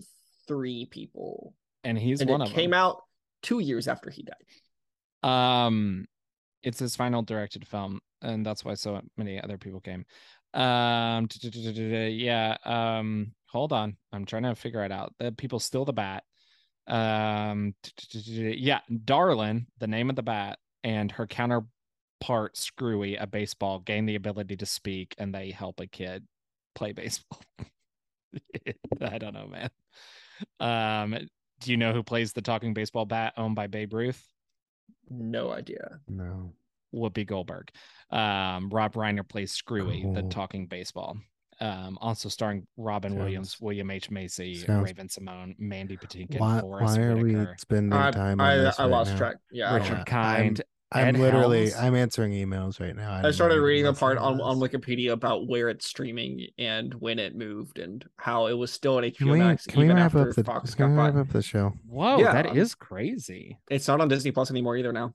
[SPEAKER 3] three people,
[SPEAKER 1] and he's
[SPEAKER 3] and
[SPEAKER 1] one
[SPEAKER 3] it
[SPEAKER 1] of
[SPEAKER 3] came
[SPEAKER 1] them
[SPEAKER 3] out two years after he died.
[SPEAKER 1] um it's his final directed film and that's why so many other people came um yeah um hold on i'm trying to figure it out the people steal the bat um yeah darlin the name of the bat and her counterpart screwy a baseball gain the ability to speak and they help a kid play baseball <laughs> i don't know man um do you know who plays the talking baseball bat owned by babe ruth
[SPEAKER 3] No idea.
[SPEAKER 2] No.
[SPEAKER 1] Whoopi Goldberg. Um, Rob Reiner plays Screwy, the
[SPEAKER 2] Cool.
[SPEAKER 1] talking baseball. Um, also starring Robin Williams,
[SPEAKER 2] Sounds-
[SPEAKER 1] William H. Macy,
[SPEAKER 2] sounds-
[SPEAKER 1] Raven Simone, Mandy Patinkin,
[SPEAKER 2] Why,
[SPEAKER 1] Forrest
[SPEAKER 2] why are we
[SPEAKER 1] Whitaker,
[SPEAKER 2] spending
[SPEAKER 3] I
[SPEAKER 2] time? on
[SPEAKER 3] I,
[SPEAKER 2] this
[SPEAKER 3] I
[SPEAKER 2] right
[SPEAKER 3] lost
[SPEAKER 2] now?
[SPEAKER 3] track. Yeah, I don't
[SPEAKER 2] Richard
[SPEAKER 3] know.
[SPEAKER 1] Richard
[SPEAKER 2] I'm-
[SPEAKER 1] Kind.
[SPEAKER 2] I'm
[SPEAKER 1] Ed
[SPEAKER 2] literally.
[SPEAKER 1] Helms?
[SPEAKER 2] I'm answering emails right now.
[SPEAKER 3] I started reading the part on, on Wikipedia about where it's streaming and when it moved and how it was still on HBO
[SPEAKER 2] Can we,
[SPEAKER 3] Max
[SPEAKER 2] can we
[SPEAKER 3] even
[SPEAKER 2] wrap
[SPEAKER 3] after
[SPEAKER 2] up the?
[SPEAKER 3] Fox
[SPEAKER 2] can
[SPEAKER 3] got
[SPEAKER 2] we wrap
[SPEAKER 3] bought.
[SPEAKER 2] up the show?
[SPEAKER 1] Whoa,
[SPEAKER 3] Yeah.
[SPEAKER 1] that is crazy.
[SPEAKER 3] It's not on Disney Plus anymore either now.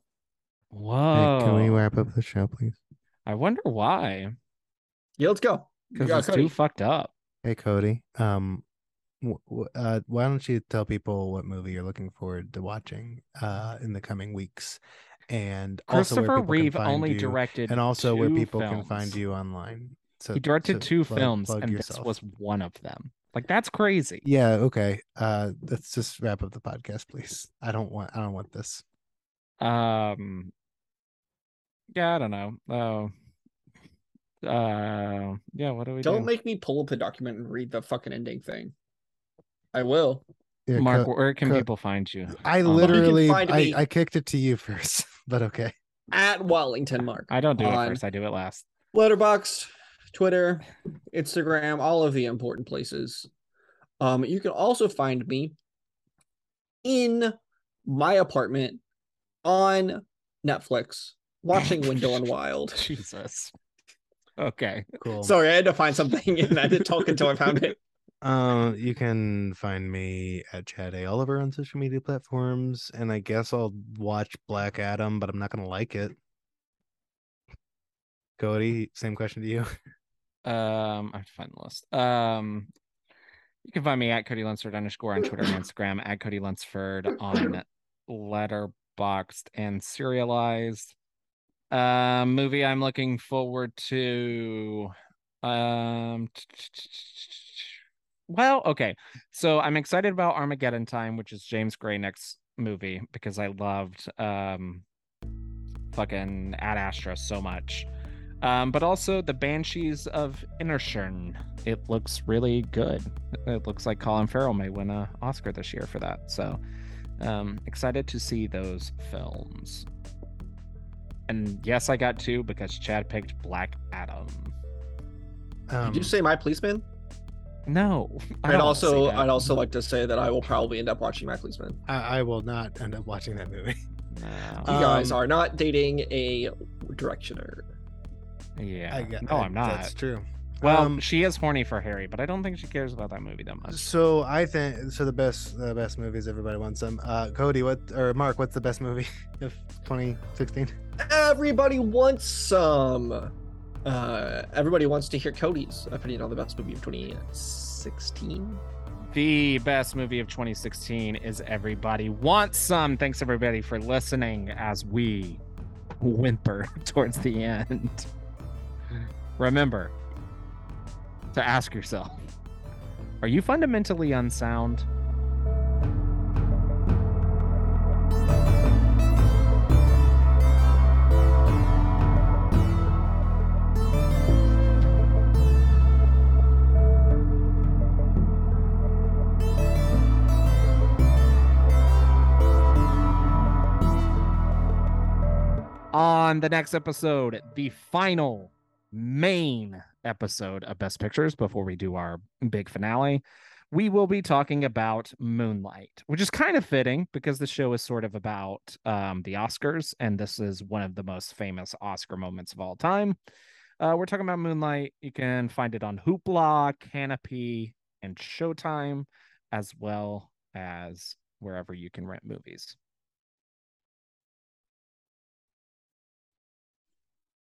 [SPEAKER 1] Whoa.
[SPEAKER 2] can
[SPEAKER 3] Oh.
[SPEAKER 2] we wrap up the show, please?
[SPEAKER 1] I wonder why.
[SPEAKER 3] Yeah, let's go.
[SPEAKER 1] Because
[SPEAKER 3] Yeah,
[SPEAKER 1] it's
[SPEAKER 3] Cody.
[SPEAKER 1] too fucked up.
[SPEAKER 2] Hey, Cody. Um, w- w- uh, why don't you tell people what movie you're looking forward to watching uh in the coming weeks, and also where
[SPEAKER 1] Christopher
[SPEAKER 2] people can
[SPEAKER 1] Reeve
[SPEAKER 2] find
[SPEAKER 1] only
[SPEAKER 2] you,
[SPEAKER 1] directed
[SPEAKER 2] and also where
[SPEAKER 1] two
[SPEAKER 2] people can find
[SPEAKER 1] films.
[SPEAKER 2] you online. So
[SPEAKER 1] He directed
[SPEAKER 2] so
[SPEAKER 1] two
[SPEAKER 2] plug-
[SPEAKER 1] films,
[SPEAKER 2] plug
[SPEAKER 1] and this
[SPEAKER 2] yourself.
[SPEAKER 1] was one of them. Like that's crazy.
[SPEAKER 2] Yeah. Okay. Uh, let's just wrap up the podcast, please. I don't want. I don't want this.
[SPEAKER 1] Um. Yeah, I don't know. Oh. Uh. Yeah. What do we
[SPEAKER 3] Don't
[SPEAKER 1] do?
[SPEAKER 3] make me pull up the document and read the fucking ending thing. I will.
[SPEAKER 2] Yeah,
[SPEAKER 1] Mark,
[SPEAKER 2] Co-
[SPEAKER 1] where can
[SPEAKER 2] Co-
[SPEAKER 1] people find you?
[SPEAKER 2] I
[SPEAKER 1] Mark, you can
[SPEAKER 2] literally.
[SPEAKER 3] find
[SPEAKER 2] I,
[SPEAKER 3] me-
[SPEAKER 2] I kicked it to you <laughs> first, but okay.
[SPEAKER 3] At Wallington Mark.
[SPEAKER 1] I don't do it
[SPEAKER 3] on
[SPEAKER 1] first. I do it last. <laughs>
[SPEAKER 3] Letterbox, Twitter, Instagram, all of the important places. Um, you can also find me in my apartment on Netflix
[SPEAKER 1] <laughs>
[SPEAKER 3] watching Window and Wild.
[SPEAKER 1] Jesus. Okay.
[SPEAKER 2] Cool.
[SPEAKER 3] Sorry, I had to find something and I didn't talk until I
[SPEAKER 1] <laughs>
[SPEAKER 3] found it.
[SPEAKER 2] Um, you can find me at Chad A. Oliver on social media platforms, and I guess I'll watch Black Adam, but I'm not gonna like it. Cody, same question to you. <laughs>
[SPEAKER 1] Um, I have to find the list. Um, you can find me at Cody Lunsford underscore on Twitter and Instagram at Cody Lunsford on Letterboxed and Serialized. Um, movie I'm looking forward to. Um, well, okay. So I'm excited about Armageddon Time, which is James Gray next movie because I loved um fucking Ad Astra so much um, but also the Banshees of Inisherin. It looks really good. It looks like Colin Farrell may win an Oscar this year for that. So um, excited to see those films. And yes, I got two because Chad picked Black Adam.
[SPEAKER 2] Um,
[SPEAKER 3] Did you say my policeman?
[SPEAKER 1] No, I
[SPEAKER 3] I'd
[SPEAKER 1] don't
[SPEAKER 3] also
[SPEAKER 1] see that.
[SPEAKER 3] I'd also like to say that I will probably end up watching my policeman.
[SPEAKER 2] I, I will not end up watching that movie. <laughs>
[SPEAKER 1] No.
[SPEAKER 3] You
[SPEAKER 2] Uh,
[SPEAKER 3] guys
[SPEAKER 2] Um,
[SPEAKER 3] are not dating a directioner.
[SPEAKER 1] yeah,
[SPEAKER 2] I get-
[SPEAKER 1] no,
[SPEAKER 2] I-
[SPEAKER 1] I'm not.
[SPEAKER 2] That's true.
[SPEAKER 1] Well,
[SPEAKER 2] um,
[SPEAKER 1] she is horny for Harry, but I don't think she cares about that movie that much.
[SPEAKER 2] So I think so. The best, the best movies everybody wants them. Uh, Cody, what or Mark, what's the best movie <laughs> of 2016?
[SPEAKER 3] Everybody wants some. Uh, everybody wants to hear Cody's opinion on the best movie of 2016.
[SPEAKER 1] The best movie of 2016 is Everybody Wants Some. Thanks, everybody, for listening as we whimper <laughs> towards the end. Remember to ask yourself are you fundamentally unsound? on the next episode, the final main episode of Best Pictures before we do our big finale. We will be talking about Moonlight, which is kind of fitting because the show is sort of about um, the Oscars, and this is one of the most famous Oscar moments of all time. Uh, we're talking about Moonlight. You can find it on Hoopla, Canopy, and Showtime, as well as wherever you can rent movies.